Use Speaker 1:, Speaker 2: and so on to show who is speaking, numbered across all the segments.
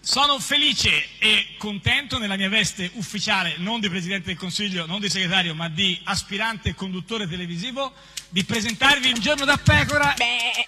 Speaker 1: Sono felice e contento nella mia veste ufficiale, non di Presidente del Consiglio, non di segretario, ma di aspirante conduttore televisivo, di presentarvi un giorno da pecora.
Speaker 2: Eh,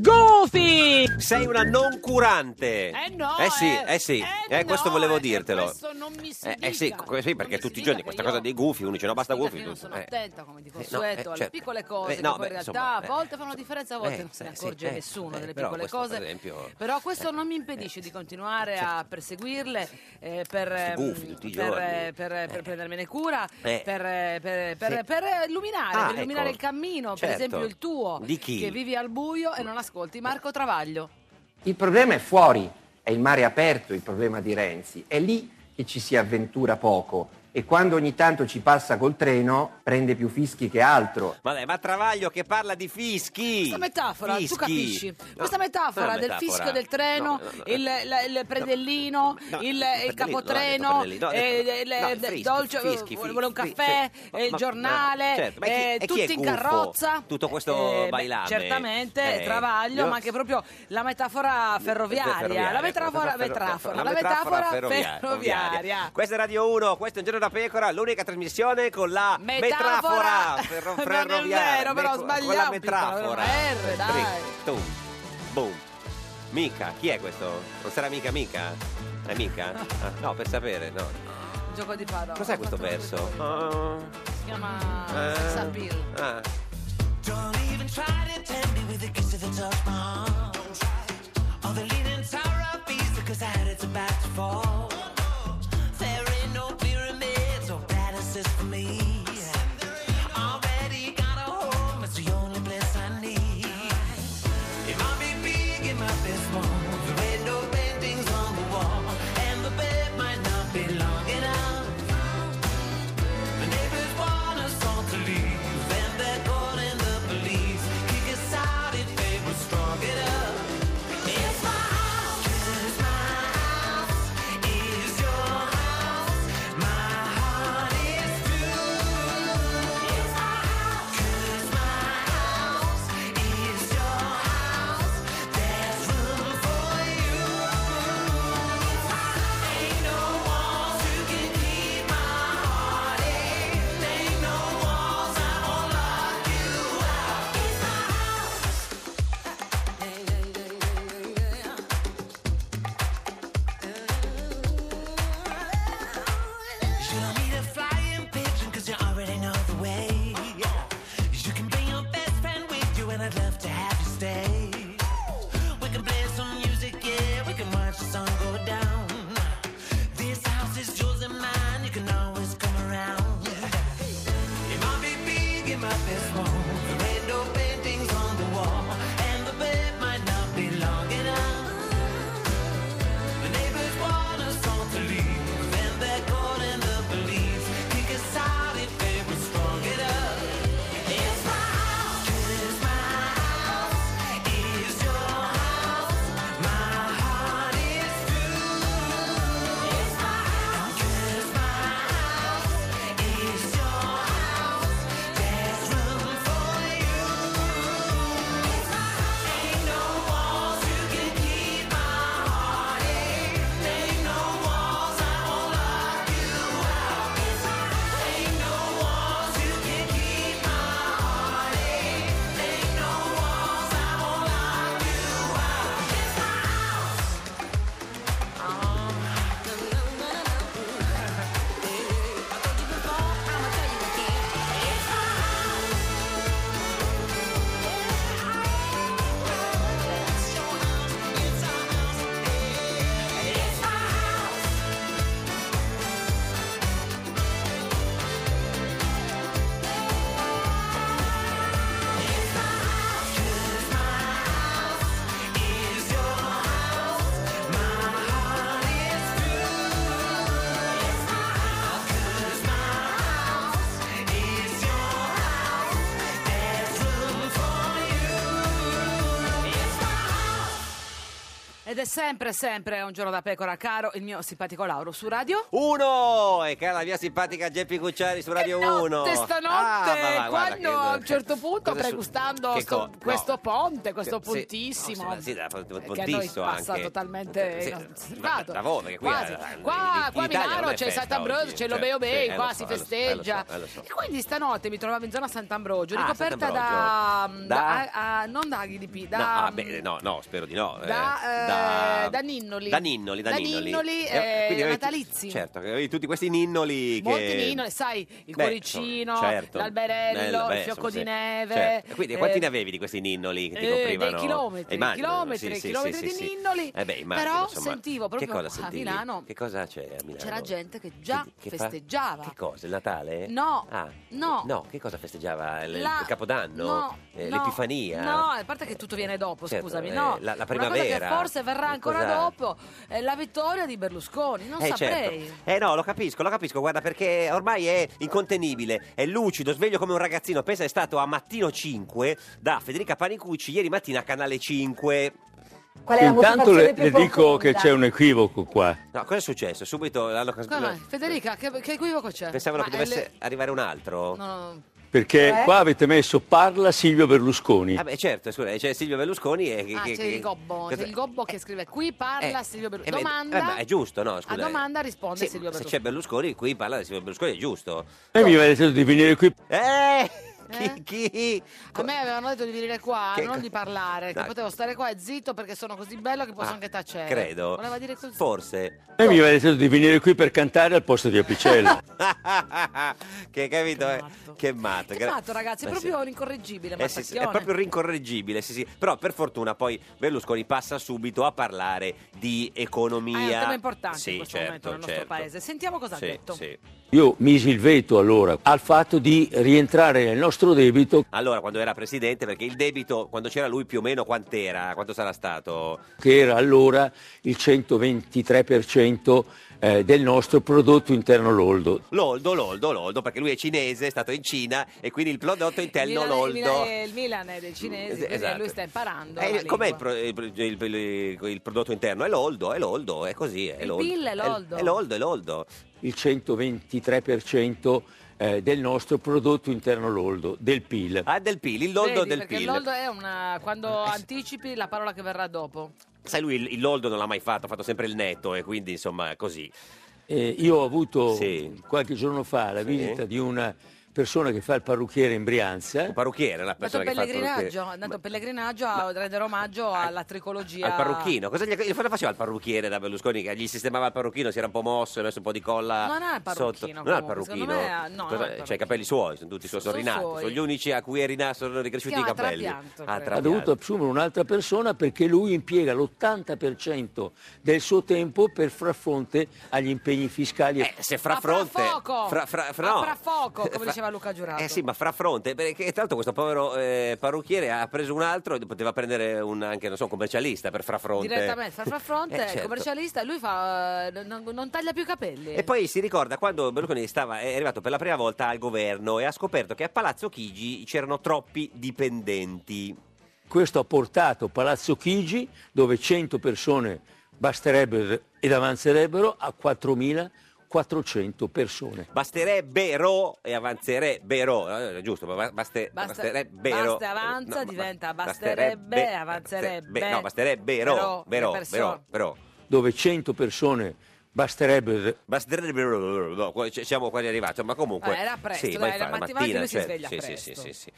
Speaker 3: Goofy!
Speaker 2: Sei una non curante.
Speaker 3: Eh no!
Speaker 2: Eh sì, eh sì. Eh, questo
Speaker 3: no,
Speaker 2: volevo
Speaker 3: eh,
Speaker 2: dirtelo.
Speaker 3: Questo non mi si
Speaker 2: Eh, eh
Speaker 3: dica.
Speaker 2: sì, co- sì, perché
Speaker 3: Non mi
Speaker 2: tutti
Speaker 3: si
Speaker 2: i
Speaker 3: dica
Speaker 2: giorni
Speaker 3: che
Speaker 2: questa
Speaker 3: io-
Speaker 2: cosa dei gufi, uno dice no basta
Speaker 3: Sì,
Speaker 2: gufi.
Speaker 3: perché Io
Speaker 2: tu-
Speaker 3: sono
Speaker 2: eh.
Speaker 3: attenta, come dico,
Speaker 2: Eh, no, eh,
Speaker 3: sueto, alle
Speaker 2: certo.
Speaker 3: piccole cose,
Speaker 2: Eh, no,
Speaker 3: che poi in
Speaker 2: beh,
Speaker 3: realtà
Speaker 2: insomma,
Speaker 3: a
Speaker 2: eh,
Speaker 3: volte fanno la differenza, a volte
Speaker 2: eh,
Speaker 3: non se ne
Speaker 2: sì, sì,
Speaker 3: accorge
Speaker 2: eh,
Speaker 3: nessuno
Speaker 2: eh,
Speaker 3: delle
Speaker 2: però
Speaker 3: piccole
Speaker 2: questo,
Speaker 3: cose.
Speaker 2: per esempio, Eh,
Speaker 3: però questo non mi impedisce di continuare a perseguirle, eh, per,
Speaker 2: Questi
Speaker 3: ehm,
Speaker 2: gufi tutti i
Speaker 3: per,
Speaker 2: giorni.
Speaker 3: eh, per- per prendermene cura,
Speaker 2: Eh.
Speaker 3: per, eh, per- per-
Speaker 2: Sì.
Speaker 3: per, eh, illuminare,
Speaker 2: Ah,
Speaker 3: per illuminare
Speaker 2: ecco.
Speaker 3: il cammino, per
Speaker 2: Certo.
Speaker 3: esempio il tuo,
Speaker 2: Di chi? Eh.
Speaker 3: che vivi al buio e non ascolti Marco Travaglio.
Speaker 4: Il problema è fuori, è il mare aperto il problema di Renzi, è lì che ci si avventura poco e quando ogni tanto ci passa col treno prende più fischi che altro.
Speaker 2: Ma dai, ma Travaglio che parla di fischi.
Speaker 3: Questa metafora,
Speaker 2: Fischi.
Speaker 3: tu capisci?
Speaker 2: No,
Speaker 3: Questa metafora
Speaker 2: non è
Speaker 3: del
Speaker 2: una
Speaker 3: fischio
Speaker 2: metafora.
Speaker 3: del treno,
Speaker 2: No, no, no,
Speaker 3: il, la- il predellino, il, il
Speaker 2: predellino,
Speaker 3: capotreno,
Speaker 2: non ha detto predellino, ha detto-
Speaker 3: eh, il-
Speaker 2: no,
Speaker 3: il-
Speaker 2: il frischi,
Speaker 3: dolce,
Speaker 2: fischi,
Speaker 3: vuole-
Speaker 2: fischi,
Speaker 3: vuole un
Speaker 2: fischi,
Speaker 3: caffè,
Speaker 2: sì.
Speaker 3: eh, il
Speaker 2: Ma-
Speaker 3: giornale,
Speaker 2: certo, ma chi-
Speaker 3: eh,
Speaker 2: e chi è
Speaker 3: tutti in
Speaker 2: gufo?
Speaker 3: carrozza. Eh,
Speaker 2: Tutto questo bailame?
Speaker 3: Certamente,
Speaker 2: Eh,
Speaker 3: travaglio,
Speaker 2: io- Eh,
Speaker 3: ma anche proprio Eh, la metafora
Speaker 2: ecco,
Speaker 3: ferroviaria, la metafora, metrafora, la metafora ferroviaria.
Speaker 2: Questa è Radio 1, questo è Un giorno da pecora, l'unica trasmissione con la
Speaker 3: Metafora-
Speaker 2: metrafora
Speaker 3: Non
Speaker 2: ferro-
Speaker 3: è
Speaker 2: ferroviaria.
Speaker 3: vero, però
Speaker 2: Me- Con
Speaker 3: sbagliamo,
Speaker 2: la metrafora.
Speaker 3: R, dai.
Speaker 2: Tri- tum, boom. Mica, chi è questo? Non sarà mica mica? È mica? Ah, no, per sapere, no.
Speaker 3: Gioco di parole.
Speaker 2: Cos'è questo verso? Ah,
Speaker 3: Si chiama
Speaker 2: eh,
Speaker 3: Sapir.
Speaker 2: ah.
Speaker 5: Don't even try to tempt me with a kiss of the touch palms. All the leaning tower of Pisa, cause I had it's about to fall. There ain't no pyramids or palaces for me. Already got a home, it's the only place I need. It might be big, it might be small. There ain't no paintings on the wall. And the bed might not be long enough. The neighbors want us all to leave, and they're calling the police. Kick us out if they were strong
Speaker 3: Ed è sempre, sempre un giorno da pecora, caro il mio simpatico Lauro su radio.
Speaker 2: Uno! E cara la mia simpatica Geppi Cucciari su Radio 1.
Speaker 3: Notte stanotte,
Speaker 2: Ah, ma va, guarda
Speaker 3: quando
Speaker 2: che-
Speaker 3: a un certo punto,
Speaker 2: cosa è su-
Speaker 3: pregustando
Speaker 2: che
Speaker 3: sto-
Speaker 2: co- no.
Speaker 3: questo ponte, questo
Speaker 2: Sì,
Speaker 3: pontissimo,
Speaker 2: no, sì, ma sì, da- da-
Speaker 3: eh, che a noi
Speaker 2: pontisso
Speaker 3: passa
Speaker 2: anche.
Speaker 3: totalmente
Speaker 2: Sì,
Speaker 3: inosservato.
Speaker 2: bravo, perché qui
Speaker 3: Quasi.
Speaker 2: è- eh, in-
Speaker 3: qua,
Speaker 2: in
Speaker 3: Ah, qua a
Speaker 2: Italia
Speaker 3: Milano
Speaker 2: non è
Speaker 3: c'è il
Speaker 2: festa
Speaker 3: Sant'Ambrogio,
Speaker 2: oggi,
Speaker 3: c'è
Speaker 2: cioè,
Speaker 3: l'Obeo Bay,
Speaker 2: eh, lo
Speaker 3: qua
Speaker 2: so,
Speaker 3: si
Speaker 2: eh, lo so,
Speaker 3: festeggia.
Speaker 2: eh, lo so, eh, lo so.
Speaker 3: E quindi stanotte mi trovavo in zona Sant'Ambrogio,
Speaker 2: Ah,
Speaker 3: ricoperta
Speaker 2: Sant'Ambrogio.
Speaker 3: da, da-
Speaker 2: Da?
Speaker 3: a- a- non da Ghilipi, da... mm,
Speaker 2: no, ah, beh, no, no, spero di no. eh,
Speaker 3: da, eh,
Speaker 2: da-
Speaker 3: da Ninnoli.
Speaker 2: Da Ninnoli, da,
Speaker 3: Da
Speaker 2: Ninnoli.
Speaker 3: Ninnoli,
Speaker 2: Eh,
Speaker 3: eh,
Speaker 2: quindi avevi-
Speaker 3: natalizi.
Speaker 2: Certo, che avevi tutti questi Ninnoli
Speaker 3: Molti
Speaker 2: che...
Speaker 3: Ninnoli, sai, il
Speaker 2: Beh,
Speaker 3: cuoricino,
Speaker 2: insomma, certo. Eh,
Speaker 3: l'alberello,
Speaker 2: vabbè,
Speaker 3: il fiocco
Speaker 2: insomma,
Speaker 3: di
Speaker 2: sì,
Speaker 3: neve.
Speaker 2: certo. E Quindi quanti
Speaker 3: eh,
Speaker 2: ne avevi di questi Ninnoli che ti
Speaker 3: eh,
Speaker 2: coprivano?
Speaker 3: dei chilometri,
Speaker 2: Eh, immagino,
Speaker 3: chilometri,
Speaker 2: sì, sì,
Speaker 3: chilometri
Speaker 2: sì,
Speaker 3: di
Speaker 2: sì.
Speaker 3: ninnoli.
Speaker 2: Eh beh, immagino,
Speaker 3: Però
Speaker 2: insomma.
Speaker 3: sentivo proprio
Speaker 2: che cosa
Speaker 3: a
Speaker 2: sentivi?
Speaker 3: Milano.
Speaker 2: Che cosa c'è a Milano?
Speaker 3: C'era gente che già
Speaker 2: Che- che fa-
Speaker 3: festeggiava.
Speaker 2: Che cosa? Il Natale?
Speaker 3: No,
Speaker 2: Ah,
Speaker 3: no.
Speaker 2: No, che cosa festeggiava? Il,
Speaker 3: La-
Speaker 2: il Capodanno?
Speaker 3: no,
Speaker 2: Eh,
Speaker 3: no,
Speaker 2: l'Epifania?
Speaker 3: No, a parte che tutto viene dopo,
Speaker 2: Certo,
Speaker 3: scusami,
Speaker 2: eh,
Speaker 3: no.
Speaker 2: la- la
Speaker 3: Una cosa
Speaker 2: primavera.
Speaker 3: che forse verrà ancora
Speaker 2: Cosa-
Speaker 3: dopo è la vittoria di Berlusconi, non
Speaker 2: eh,
Speaker 3: saprei.
Speaker 2: certo. Eh no, lo capisco, lo capisco, guarda, perché ormai è incontenibile, è lucido, sveglio come un ragazzino. Pensa è stato a mattino 5 da Federica Panicucci ieri mattina a canale 5.
Speaker 6: Qual
Speaker 7: Intanto le, le dico che c'è un equivoco qua.
Speaker 2: No, cosa è successo? Subito l'hanno cas-
Speaker 3: Come mai? Federica, che, che equivoco c'è?
Speaker 2: Pensavano che
Speaker 3: Ma è le-
Speaker 2: dovesse arrivare un altro.
Speaker 3: No, no,
Speaker 7: Perché
Speaker 3: Eh?
Speaker 7: qua avete messo parla Silvio Berlusconi.
Speaker 2: Ah beh, certo, scusa, c'è Silvio Berlusconi e che,
Speaker 3: Ah,
Speaker 2: che-
Speaker 3: c'è
Speaker 2: che-
Speaker 3: il gobbo, c'è
Speaker 2: cosa-
Speaker 3: il gobbo che scrive qui parla
Speaker 2: Eh,
Speaker 3: Silvio Berlusconi.
Speaker 2: eh, beh,
Speaker 3: Domanda,
Speaker 2: eh, ma è giusto, no? Scusa,
Speaker 3: a domanda risponde
Speaker 2: Sì,
Speaker 3: Silvio
Speaker 2: se
Speaker 3: Berlusconi.
Speaker 2: c'è Berlusconi, qui parla di Silvio Berlusconi, è giusto.
Speaker 7: E mi avete detto di venire qui.
Speaker 2: Eh!
Speaker 3: Eh?
Speaker 2: Chi? chi?
Speaker 3: A me avevano detto di venire qua,
Speaker 2: Che
Speaker 3: non
Speaker 2: co-
Speaker 3: di parlare,
Speaker 2: No.
Speaker 3: che potevo stare qua e zitto perché sono così bello che posso
Speaker 2: Ah,
Speaker 3: anche tacere.
Speaker 2: Credo.
Speaker 3: Voleva dire così.
Speaker 2: Forse.
Speaker 7: E mi avete detto di venire qui per cantare al posto di Apicella.
Speaker 2: che capito? eh?
Speaker 3: matto.
Speaker 2: Che matto.
Speaker 3: Che
Speaker 2: gra-
Speaker 3: fatto, Esatto, ragazzi, è
Speaker 2: Eh, sì.
Speaker 3: proprio un incorreggibile, ma
Speaker 2: Eh, sì, sì, è proprio rincorreggibile, sì, sì. Però per fortuna poi Berlusconi passa subito a parlare di economia.
Speaker 3: Ah, è un tema importante
Speaker 2: Sì,
Speaker 3: in questo
Speaker 2: certo,
Speaker 3: momento nel nostro
Speaker 2: certo.
Speaker 3: paese. Sentiamo cosa
Speaker 2: Sì,
Speaker 3: ha detto.
Speaker 2: sì.
Speaker 7: Io misi il veto allora al fatto di rientrare nel nostro debito
Speaker 2: Allora, quando era presidente, perché il debito, quando c'era lui più o meno, quant'era? Quanto sarà stato?
Speaker 7: che era allora il 123% eh, del nostro prodotto interno lordo.
Speaker 2: Loldo, Loldo, Loldo, perché lui è cinese, è stato in Cina e quindi il prodotto
Speaker 3: Il
Speaker 2: interno
Speaker 3: Milan, il
Speaker 2: Loldo.
Speaker 3: Milan- il Milan è dei cinesi, quindi
Speaker 2: Esatto.
Speaker 3: lui sta imparando.
Speaker 2: Eh,
Speaker 3: la
Speaker 2: com'è il,
Speaker 3: lingua.
Speaker 2: pro- il- il- il- il prodotto interno? È l'oldo, è l'oldo, è così. È
Speaker 3: Il
Speaker 2: l'oldo.
Speaker 3: PIL è l'oldo.
Speaker 2: È l'oldo, è l'oldo.
Speaker 7: Il 123% eh, del nostro prodotto interno lordo, del PIL.
Speaker 2: Ah, è del PIL, il loldo
Speaker 3: Vedi,
Speaker 2: del
Speaker 3: perché
Speaker 2: PIL. Eh
Speaker 3: l'oldo è una quando anticipi la parola che verrà dopo.
Speaker 2: Sai, lui il, il loldo non l'ha mai fatto, ha fatto sempre il netto e quindi insomma è così.
Speaker 7: Eh, io ho avuto
Speaker 2: Sì.
Speaker 7: qualche giorno fa la visita di una persona che fa il parrucchiere in Brianza.
Speaker 2: Un parrucchiere,
Speaker 3: È
Speaker 2: la
Speaker 3: andato
Speaker 2: persona
Speaker 3: in
Speaker 2: che fa il
Speaker 3: pellegrinaggio, è
Speaker 2: parrucchiere.
Speaker 3: andato in pellegrinaggio a rendere omaggio alla tricologia.
Speaker 2: Al parrucchino, cosa, gli, cosa faceva il parrucchiere da Berlusconi? Che gli sistemava il parrucchino, si era un po' mosso e messo un po' di colla.
Speaker 3: Non è il parrucchino,
Speaker 2: sotto. Non
Speaker 3: comunque,
Speaker 2: è il parrucchino.
Speaker 3: secondo me è- no, non è il parrucchino.
Speaker 2: Cioè, i capelli suoi, sono tutti suoi,
Speaker 3: Sono
Speaker 2: sono rinati.
Speaker 3: suoi.
Speaker 2: Sono gli unici a cui è rina- sono ricresciuti
Speaker 3: Si
Speaker 2: i
Speaker 3: chiama
Speaker 2: capelli.
Speaker 3: trapianto,
Speaker 2: Ah,
Speaker 3: credo.
Speaker 7: Ha dovuto
Speaker 2: trapianto.
Speaker 7: assumere un'altra persona perché lui impiega l'80% del suo tempo per far fronte agli impegni fiscali.
Speaker 2: Eh, se fra
Speaker 3: A
Speaker 2: fronte
Speaker 3: frafoco!
Speaker 2: fra, fra, fra,
Speaker 3: A
Speaker 2: no.
Speaker 3: frafoco, come
Speaker 2: Fra-
Speaker 3: diceva Luca Giurato.
Speaker 2: eh sì ma fra fronte perché tra l'altro questo povero eh, parrucchiere ha preso un altro poteva prendere un, anche non so un commercialista per fra fronte
Speaker 3: Direttamente, fa fra fronte,
Speaker 2: Eh, certo.
Speaker 3: il commercialista, lui fa, eh, non, non taglia più i capelli.
Speaker 2: e poi si ricorda quando Berlusconi stava, è arrivato per la prima volta al governo e ha scoperto che a Palazzo Chigi c'erano troppi dipendenti.
Speaker 7: Questo ha portato Palazzo Chigi, dove 100 persone basterebbero ed avanzerebbero, a 4.400 persone.
Speaker 2: Basterebbero e avanzerebbero, eh, è giusto, ma ba- baste-
Speaker 3: Basta-
Speaker 2: basterebbero. eh,
Speaker 3: basta, avanza,
Speaker 2: ma-
Speaker 3: diventa
Speaker 2: basterebbe-
Speaker 3: basterebbe, avanzerebbe.
Speaker 2: No,
Speaker 3: Però,
Speaker 2: basterebbero, però,
Speaker 3: le persone.
Speaker 2: però, però.
Speaker 7: dove 100 persone basterebbero
Speaker 2: Basterebbero, no, qua- ci- siamo quasi arrivati, ma comunque...
Speaker 3: Ah, era presto,
Speaker 2: sì,
Speaker 3: dai,
Speaker 2: ma
Speaker 3: era
Speaker 2: infatti,
Speaker 3: mattina, lui si sveglia
Speaker 2: certo, sì, sì,
Speaker 3: presto.
Speaker 2: sì, sì, sì.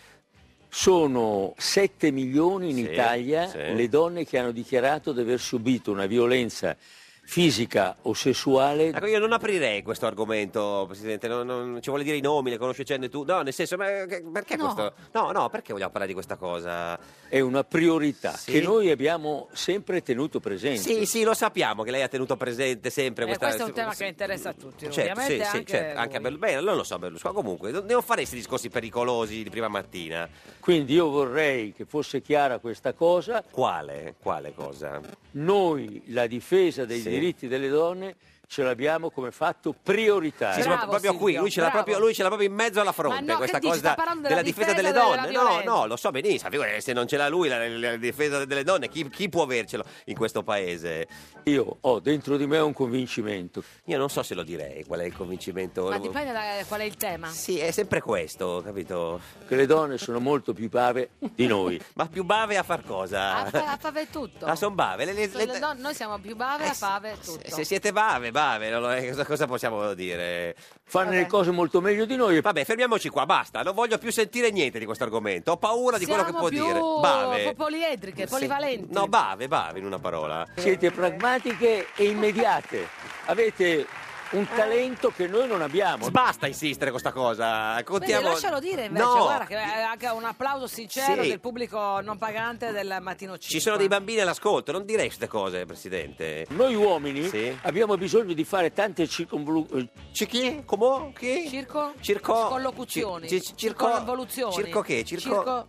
Speaker 7: sono 7 milioni in
Speaker 2: Sì,
Speaker 7: Italia
Speaker 2: sì.
Speaker 7: le donne che hanno dichiarato di aver subito una violenza fisica o sessuale
Speaker 2: Ecco, io non aprirei questo argomento, Presidente, non, non- ci vuole dire i nomi, le conosci Cenne tu? No, nel senso, ma che- perché
Speaker 3: No.
Speaker 2: questo... No, no, perché vogliamo parlare di questa cosa?
Speaker 7: è una priorità
Speaker 2: Sì.
Speaker 7: che noi abbiamo sempre tenuto presente.
Speaker 2: Sì, sì, lo sappiamo che lei ha tenuto presente sempre
Speaker 3: Eh,
Speaker 2: questa...
Speaker 3: questo è un tema che interessa a tutti,
Speaker 2: Certo,
Speaker 3: ovviamente
Speaker 2: sì, sì,
Speaker 3: anche
Speaker 2: certo,
Speaker 3: voi.
Speaker 2: anche a Berlusconi. Beh, non lo so Berlusconi, comunque, non non fare questi discorsi pericolosi di prima mattina.
Speaker 7: Quindi io vorrei che fosse chiara questa cosa,
Speaker 2: Quale? Quale cosa?
Speaker 7: noi la difesa dei
Speaker 2: Sì.
Speaker 7: diritti delle donne ce l'abbiamo come fatto prioritario.
Speaker 2: Sì, sì, ma Bravo, proprio qui, Silvio, lui ce l'ha bravo. proprio- lui ce l'ha proprio in mezzo alla fronte,
Speaker 3: Ma no,
Speaker 2: questa
Speaker 3: che dici?
Speaker 2: cosa
Speaker 3: Sta parlando
Speaker 2: della
Speaker 3: della
Speaker 2: difesa,
Speaker 3: difesa
Speaker 2: delle
Speaker 3: della
Speaker 2: donne. no,
Speaker 3: violenza.
Speaker 2: no, lo so benissimo, figurati, se non ce l'ha lui la, la difesa delle donne, chi, chi può avercelo in questo paese?
Speaker 7: Io ho dentro di me un convincimento.
Speaker 2: Io non so se lo direi qual è il convincimento.
Speaker 3: Ma dipende da qual è il tema.
Speaker 2: Sì, è sempre questo, capito?
Speaker 7: Che le donne sono molto più bave di noi.
Speaker 2: Ma più bave a far cosa?
Speaker 3: A fave tutto.
Speaker 2: Ah, son bave, le- le-
Speaker 3: Sono-
Speaker 2: le- Eh,
Speaker 3: no, noi siamo più bave a fave tutto.
Speaker 2: Se siete bave, bave, non lo- eh, cosa, cosa possiamo dire?
Speaker 7: Fanno le cose molto meglio di noi.
Speaker 2: Vabbè, fermiamoci qua, basta, non voglio più sentire niente di questo argomento, ho paura di quello che
Speaker 3: Siamo
Speaker 2: può
Speaker 3: più
Speaker 2: dire. Bave.
Speaker 3: polietriche, polivalenti.
Speaker 2: No, bave, bave in una parola.
Speaker 7: Siete pragmatiche e immediate. Avete un talento che noi non abbiamo.
Speaker 2: Basta insistere con sta cosa,
Speaker 3: Quindi
Speaker 2: contiamo...
Speaker 3: lascialo dire invece,
Speaker 2: No.
Speaker 3: guarda che è anche un applauso sincero
Speaker 2: Sì.
Speaker 3: del pubblico non pagante del mattino 5.
Speaker 2: Ci sono dei bambini all'ascolto, non direi queste cose, Presidente.
Speaker 7: Noi uomini
Speaker 2: Sì.
Speaker 7: abbiamo bisogno di fare tante eh, circonvoluzioni.
Speaker 2: C'è chi? Come? Chi?
Speaker 3: Circo?
Speaker 2: Circo-
Speaker 3: Collocuzioni.
Speaker 2: ci- ci- circo-
Speaker 3: Circonvoluzioni.
Speaker 2: circo che? Circo-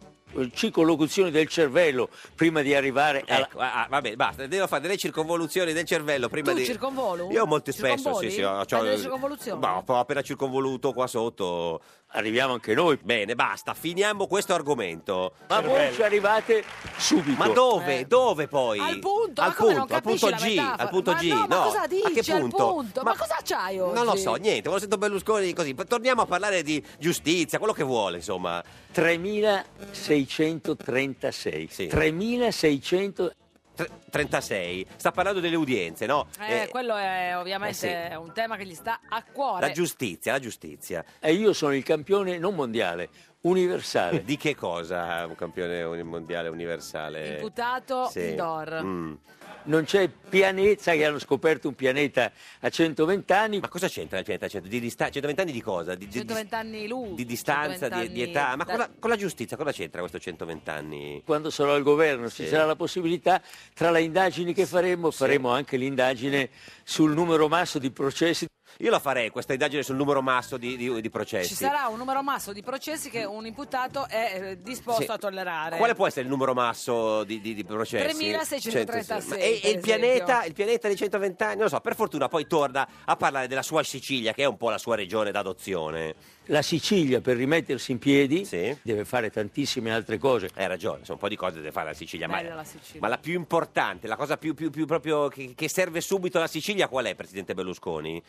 Speaker 7: circonlocuzioni eh, del cervello prima di arrivare alla...
Speaker 2: Ecco, ah, ah, vabbè, basta, devo fare delle circonvoluzioni del cervello prima
Speaker 3: Tu
Speaker 2: di...
Speaker 3: circonvolo?
Speaker 2: Io molto spesso,
Speaker 3: Circonvoli?
Speaker 2: sì, sì. ho-
Speaker 3: Fai delle circonvoluzioni?
Speaker 2: Ma ho appena circonvoluto qua sotto.
Speaker 7: Arriviamo anche noi.
Speaker 2: Bene, basta, finiamo questo argomento.
Speaker 7: Ma voi ci arrivate subito.
Speaker 2: Ma dove?
Speaker 3: Eh.
Speaker 2: Dove poi?
Speaker 3: Al punto,
Speaker 2: al
Speaker 3: ma come non
Speaker 2: punto, al
Speaker 3: capisci la
Speaker 2: punto G,
Speaker 3: metafora?
Speaker 2: al punto
Speaker 3: Ma
Speaker 2: G.
Speaker 3: no, ma cosa
Speaker 2: a che
Speaker 3: dici al
Speaker 2: punto?
Speaker 3: punto? Ma cosa c'hai oggi?
Speaker 2: Non lo so, niento, volevo sentire Berlusconi così. Torniamo a parlare di giustizia, quello che vuole, insomma.
Speaker 7: 3636.
Speaker 2: Sì.
Speaker 7: 3600
Speaker 2: Tre- 36. Sta parlando delle udienze, no?
Speaker 3: Eh,
Speaker 2: Eh,
Speaker 3: quello è
Speaker 2: eh
Speaker 3: ovviamente un tema che gli sta a cuore.
Speaker 2: la giustizia, la giustizia.
Speaker 7: e io sono il campione non mondiale, universale.
Speaker 2: Di che cosa un campione uni- mondiale universale?
Speaker 3: Imputato
Speaker 2: eh, Sì.
Speaker 3: indoor.
Speaker 2: Mm.
Speaker 7: Non c'è pianeta, sai che hanno scoperto un pianeta a 120 anni,
Speaker 2: Ma cosa c'entra il pianeta 100? Di dista- 120 anni di cosa? Di, di-
Speaker 3: 120 anni lui.
Speaker 2: di distanza, di,
Speaker 3: 120
Speaker 2: di età? Ma
Speaker 3: da-
Speaker 2: con la, con la giustizia cosa c'entra questo 120 anni?
Speaker 7: quando sarò al governo, se
Speaker 2: Sì.
Speaker 7: sarà la possibilità, tra le indagini che faremo, faremo anche l'indagine sul numero masso di processi.
Speaker 2: Io la farei questa indagine sul numero masso di, di- di processi.
Speaker 3: Ci sarà un numero masso di processi che un imputato è eh, disposto
Speaker 2: Mm. Sì.
Speaker 3: a tollerare.
Speaker 2: Quale può essere il numero masso di, di- di processi?
Speaker 3: 3636,
Speaker 2: Ma- E, e
Speaker 3: per
Speaker 2: il, pianeta,
Speaker 3: esempio.
Speaker 2: il pianeta di 120 anni, non lo so, per fortuna poi torna a parlare della sua Sicilia, che è un po' la sua regione d'adozione.
Speaker 7: La Sicilia per rimettersi in piedi
Speaker 2: Sì.
Speaker 7: deve fare tantissime altre cose.
Speaker 2: Hai ragione, sono un po' di cose deve fare la Sicilia, ma,
Speaker 3: Bella la Sicilia.
Speaker 2: ma la più importante, la cosa più, più- più proprio che, che serve subito alla Sicilia qual è, Presidente Berlusconi?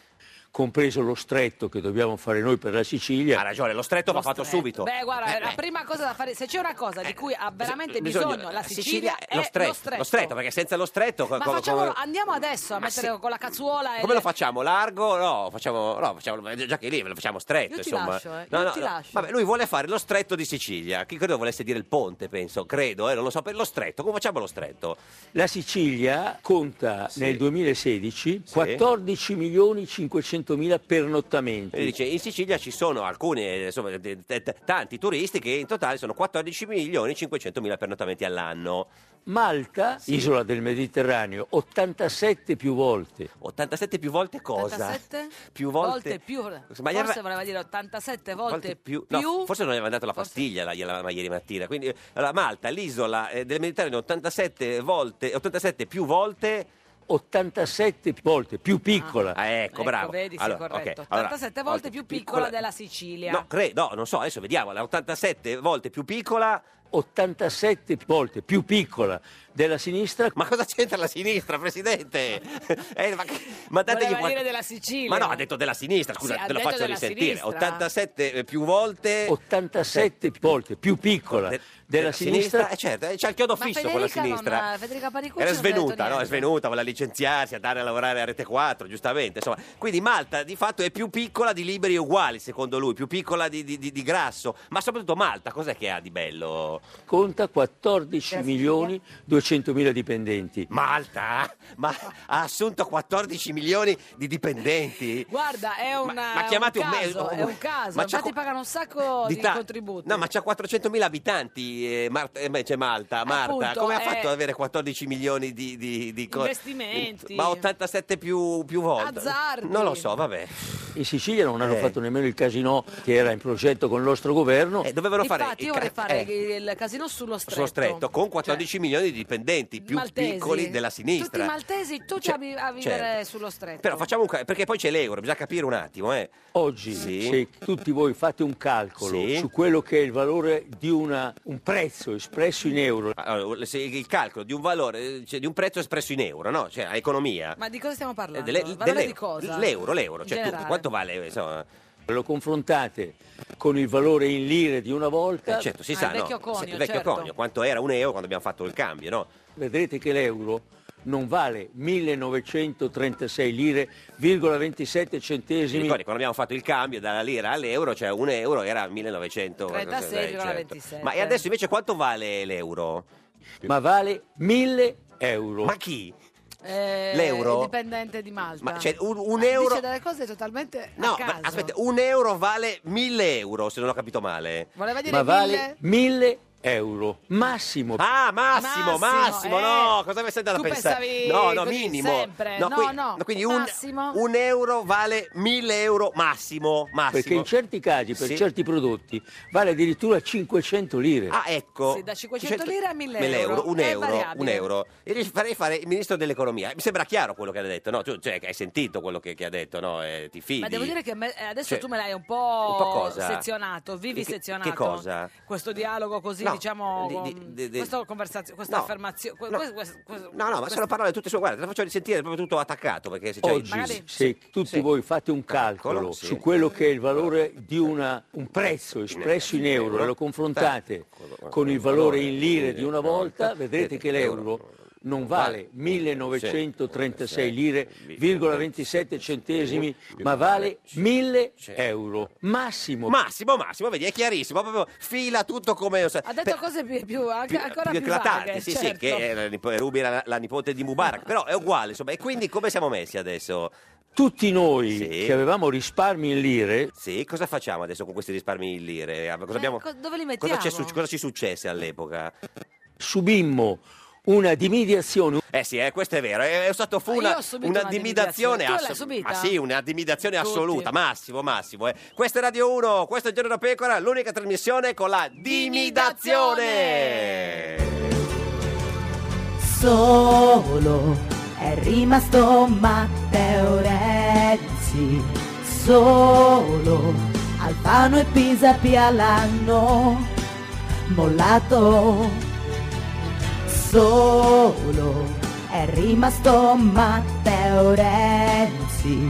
Speaker 7: compreso lo stretto che dobbiamo fare noi per la Sicilia.
Speaker 2: Ha ragione, lo stretto va fatto
Speaker 3: Stretto.
Speaker 2: subito.
Speaker 3: Beh, guarda,
Speaker 2: Eh,
Speaker 3: la
Speaker 2: eh,
Speaker 3: prima cosa da fare, se c'è una cosa di cui ha veramente
Speaker 2: bisogna- eh,
Speaker 3: bisogno la Sicilia,
Speaker 2: è
Speaker 3: è
Speaker 2: lo stretto, lo stretto, perché senza lo stretto... co-
Speaker 3: Eh, Ma
Speaker 2: co-
Speaker 3: facciamolo,
Speaker 2: come-
Speaker 3: andiamo adesso a
Speaker 2: Ma
Speaker 3: mettere
Speaker 2: sì.
Speaker 3: con la cazzuola e
Speaker 2: Come
Speaker 3: le-
Speaker 2: lo facciamo? Largo? No, facciamo, no, facciamo già che lì lo facciamo stretto,
Speaker 3: Io ti
Speaker 2: insomma.
Speaker 3: lascio, eh,
Speaker 2: No,
Speaker 3: io
Speaker 2: no,
Speaker 3: ti
Speaker 2: no.
Speaker 3: lascio.
Speaker 2: Vabbè, lui vuole fare lo stretto di Sicilia. Che credo volesse dire il ponte, penso, credo, eh, non lo so, per lo stretto. Come facciamo lo stretto?
Speaker 7: La Sicilia conta nel 2016
Speaker 2: Sì.
Speaker 7: 14 milioni 500 mila
Speaker 2: E lui
Speaker 7: pernottamenti.
Speaker 2: dice in Sicilia ci sono alcuni, eh, insomma, t- t- t- tanti turisti che in totale sono 14 milioni e 500 mila pernottamenti all'anno.
Speaker 7: Malta, isola del Mediterraneo, 87 più volte.
Speaker 2: 87 più volte cosa?
Speaker 3: 87
Speaker 2: Più volte,
Speaker 3: più,
Speaker 2: Sbagliava-
Speaker 3: forse voleva dire 87 volte,
Speaker 2: volte più,
Speaker 3: più,
Speaker 2: no, forse non gli aveva dato la
Speaker 3: forse-
Speaker 2: pastiglia la- gliela- ma ieri mattina quindi eh, allora, Malta l'isola eh, del Mediterraneo 87 volte 87 più volte
Speaker 7: 87 volte più piccola.
Speaker 2: ah, ecco, bravo
Speaker 3: vedi, sì,
Speaker 2: Allora,
Speaker 3: corretto.
Speaker 2: ok, allora,
Speaker 3: 87 volte più piccola della Sicilia.
Speaker 2: no credo no non so adesso vediamo la 87 volte più piccola
Speaker 7: 87 volte più piccola della sinistra.
Speaker 2: ma cosa c'entra la sinistra presidente Eh, ma, ma dategli
Speaker 3: Voleva
Speaker 2: qual-
Speaker 3: dire della Sicilia.
Speaker 2: ma no ha detto della sinistra scusa
Speaker 3: Sì, ha
Speaker 2: te lo
Speaker 3: detto
Speaker 2: faccio
Speaker 3: della
Speaker 2: risentire
Speaker 3: sinistra.
Speaker 2: 87 più volte
Speaker 7: 87 volte più piccola
Speaker 2: De-
Speaker 7: della sinistra.
Speaker 2: eh, certo, eh, c'ha il chiodo
Speaker 3: Ma
Speaker 2: fisso con la
Speaker 3: Federica non-
Speaker 2: sinistra.
Speaker 3: Federica Panicucci
Speaker 2: Era
Speaker 3: non ha detto
Speaker 2: svenuta, no? È
Speaker 3: niente.
Speaker 2: svenuta, voleva licenziarsi, andare a lavorare a Rete 4, giustamente. Insomma. Quindi Malta di fatto è più piccola di liberi uguali, secondo lui, più piccola di, di- di- di grasso. Ma soprattutto Malta, cos'è che ha di bello?
Speaker 7: conta 14 milioni 200 mila dipendenti.
Speaker 2: Malta? Ma ha assunto 14 milioni di dipendenti?
Speaker 3: Guarda, è un,
Speaker 2: Ma-
Speaker 3: eh,
Speaker 2: ma
Speaker 3: un
Speaker 2: chiamate un me-
Speaker 3: caso, è un caso.
Speaker 2: ma c'ha
Speaker 3: Infatti
Speaker 2: co-
Speaker 3: pagano un sacco di,
Speaker 2: ta-
Speaker 3: contributi.
Speaker 2: No, ma c'ha 400.000 abitanti, eh, Mar- eh, beh, c'è Malta. Marta,
Speaker 3: Appunto,
Speaker 2: come ha
Speaker 3: eh,
Speaker 2: fatto ad avere 14 milioni di, di, di co-
Speaker 3: Investimenti.
Speaker 2: Ma 87 più, più volte.
Speaker 3: Azzardi.
Speaker 2: Non lo so, vabbè.
Speaker 7: in Sicilia non
Speaker 2: Eh.
Speaker 7: hanno fatto nemmeno il casino che era in progetto con il nostro governo. E
Speaker 2: dovevano Eh, fare
Speaker 3: Infatti, io vorrei fare il casino sullo stretto.
Speaker 2: eh. Sullo stretto, con 14 milioni di dipendenti, più
Speaker 3: Cioè, Maltesi.
Speaker 2: piccoli della
Speaker 3: Tutti i
Speaker 2: sinistra.
Speaker 3: maltesi, tutti
Speaker 2: Cioè,
Speaker 3: a, vi- a vivere
Speaker 2: certo.
Speaker 3: sullo stretto.
Speaker 2: Però facciamo un ca- perché poi c'è l'euro, bisogna capire un attimo. Eh.
Speaker 7: Oggi,
Speaker 2: Sì.
Speaker 7: se tutti voi fate un calcolo
Speaker 2: Sì.
Speaker 7: su quello che è il valore di una- un prezzo espresso in euro,
Speaker 2: Ah, Allora, se il calcolo di un valore, eh, cioè di un prezzo espresso in euro, no? Cioè, a economia.
Speaker 3: Ma di cosa stiamo
Speaker 2: Eh,
Speaker 3: parlando?
Speaker 2: delle-
Speaker 3: Valore
Speaker 2: dell'euro,
Speaker 3: di cosa?
Speaker 2: L'euro, l'euro,
Speaker 3: In
Speaker 2: cioè tu,
Speaker 3: generale.
Speaker 2: quanto vale? eh, Insomma,
Speaker 7: lo confrontate con il valore in lire di una volta,
Speaker 2: eh, certo,
Speaker 3: Ah,
Speaker 2: si sa,
Speaker 7: no?
Speaker 2: no? Se-
Speaker 3: certo.
Speaker 2: il vecchio conio, quanto era un euro quando abbiamo fatto il cambio, no?
Speaker 7: vedrete che l'euro non vale 1936 lire, 27
Speaker 2: Ti
Speaker 7: centesimi.
Speaker 2: ricordi quando abbiamo fatto il cambio dalla lira all'euro, cioè un euro era 1900
Speaker 7: 36,27.
Speaker 2: certo. Ma e adesso invece quanto vale l'euro?
Speaker 7: Ma vale 1000 euro.
Speaker 2: Ma chi?
Speaker 3: Eh,
Speaker 2: L'euro?
Speaker 3: il Dipendente di Malta.
Speaker 2: Ma, cioè, un-
Speaker 7: Ah,
Speaker 2: un
Speaker 3: Ah, Dice
Speaker 2: euro-
Speaker 3: delle cose totalmente
Speaker 2: No,
Speaker 3: a caso.
Speaker 2: ma aspetta, un euro vale 1000 euro, se non ho capito male.
Speaker 3: Voleva dire
Speaker 7: Ma
Speaker 3: mille?
Speaker 7: vale 1000 euro, massimo. eh.
Speaker 2: Ah, Massimo, Massimo, no, cosa mi stai andando a
Speaker 7: Tu
Speaker 2: pensare?
Speaker 7: pensavi
Speaker 2: No, no,
Speaker 7: così
Speaker 2: minimo.
Speaker 7: sempre. No,
Speaker 2: qui-
Speaker 7: no,
Speaker 2: quindi un,
Speaker 7: massimo.
Speaker 2: un euro vale 1000 euro massimo, massimo.
Speaker 7: Perché in certi casi, per
Speaker 2: Sì.
Speaker 7: certi prodotti, vale addirittura 500 lire.
Speaker 2: Ah, ecco.
Speaker 3: Sì, da 500 lire a 1000
Speaker 2: 1000
Speaker 3: euro.
Speaker 2: un
Speaker 3: È
Speaker 2: euro,
Speaker 3: variabile.
Speaker 2: un euro. Io gli farei fare il ministro dell'economia. Mi sembra chiaro quello che ha detto, no? Tu, cioè, che hai sentito quello che, che ha detto, no? Eh, ti fidi.
Speaker 3: Ma devo dire che a me- eh, adesso
Speaker 2: Cioè,
Speaker 3: tu me l'hai un po',
Speaker 2: un po' cosa?
Speaker 3: sezionato, vivi
Speaker 2: Che- che
Speaker 3: sezionato.
Speaker 2: cosa?
Speaker 3: Questo dialogo così,
Speaker 2: No,
Speaker 3: diciamo,
Speaker 2: di-
Speaker 3: con-
Speaker 2: di- di- di-
Speaker 3: questo conversazio- questa
Speaker 2: No,
Speaker 3: affermazione... que-
Speaker 2: no.
Speaker 3: que- que- que-
Speaker 2: No, no, ma sono parole tutte sue. Guarda, te la faccio risentire proprio tutto attaccato. Perché se c'è
Speaker 7: Oggi, se tutti voi fate un calcolo,
Speaker 2: Calcolo, sì.
Speaker 7: su quello che è il valore di una- un prezzo espresso in euro e lo confrontate con il valore in lire
Speaker 2: Eh,
Speaker 7: di una volta, vedrete che l'euro non vale 1936 lire, virgola 27 centesimi, ma vale 1000 euro. Massimo.
Speaker 2: Massimo, Massimo, vedi, è chiarissimo. Proprio fila tutto come. cioè,
Speaker 3: Ha detto cose più, più- anche- ancora più,
Speaker 2: più eclatanti,
Speaker 3: vaghe,
Speaker 2: sì, sì,
Speaker 3: certo.
Speaker 2: che era nip- Ruby era la, la nipote di Mubarak, però è uguale, insomma. E quindi come siamo messi adesso?
Speaker 7: Tutti noi che avevamo risparmi in lire,
Speaker 2: Sì, cosa facciamo adesso con questi risparmi in lire? Ah,
Speaker 7: Eh,
Speaker 2: Cosa abbiamo-
Speaker 3: co- Ecco, dove li
Speaker 2: cosa, c'è
Speaker 3: mettiamo?
Speaker 2: su- cosa ci successe all'epoca?
Speaker 7: subimmo una dimidiazione.
Speaker 2: Eh sì, eh, questo è vero, è, è stato fu
Speaker 7: Ma
Speaker 2: una,
Speaker 7: Ah, io ho subito
Speaker 2: una
Speaker 7: una
Speaker 2: dimidazione
Speaker 7: dimidazione. Tu l'hai
Speaker 2: asso-
Speaker 7: subita?
Speaker 2: Ma sì, una dimidazione
Speaker 7: Tutti.
Speaker 2: assoluta, massimo, massimo. eh. Questa è Radio 1, questo è Giorno da Pecora, l'unica trasmissione con la dimidazione.
Speaker 6: Solo è rimasto Matteo Renzi, solo Alfano e Pisa Pia l'hanno mollato. Solo è rimasto Matteo Renzi,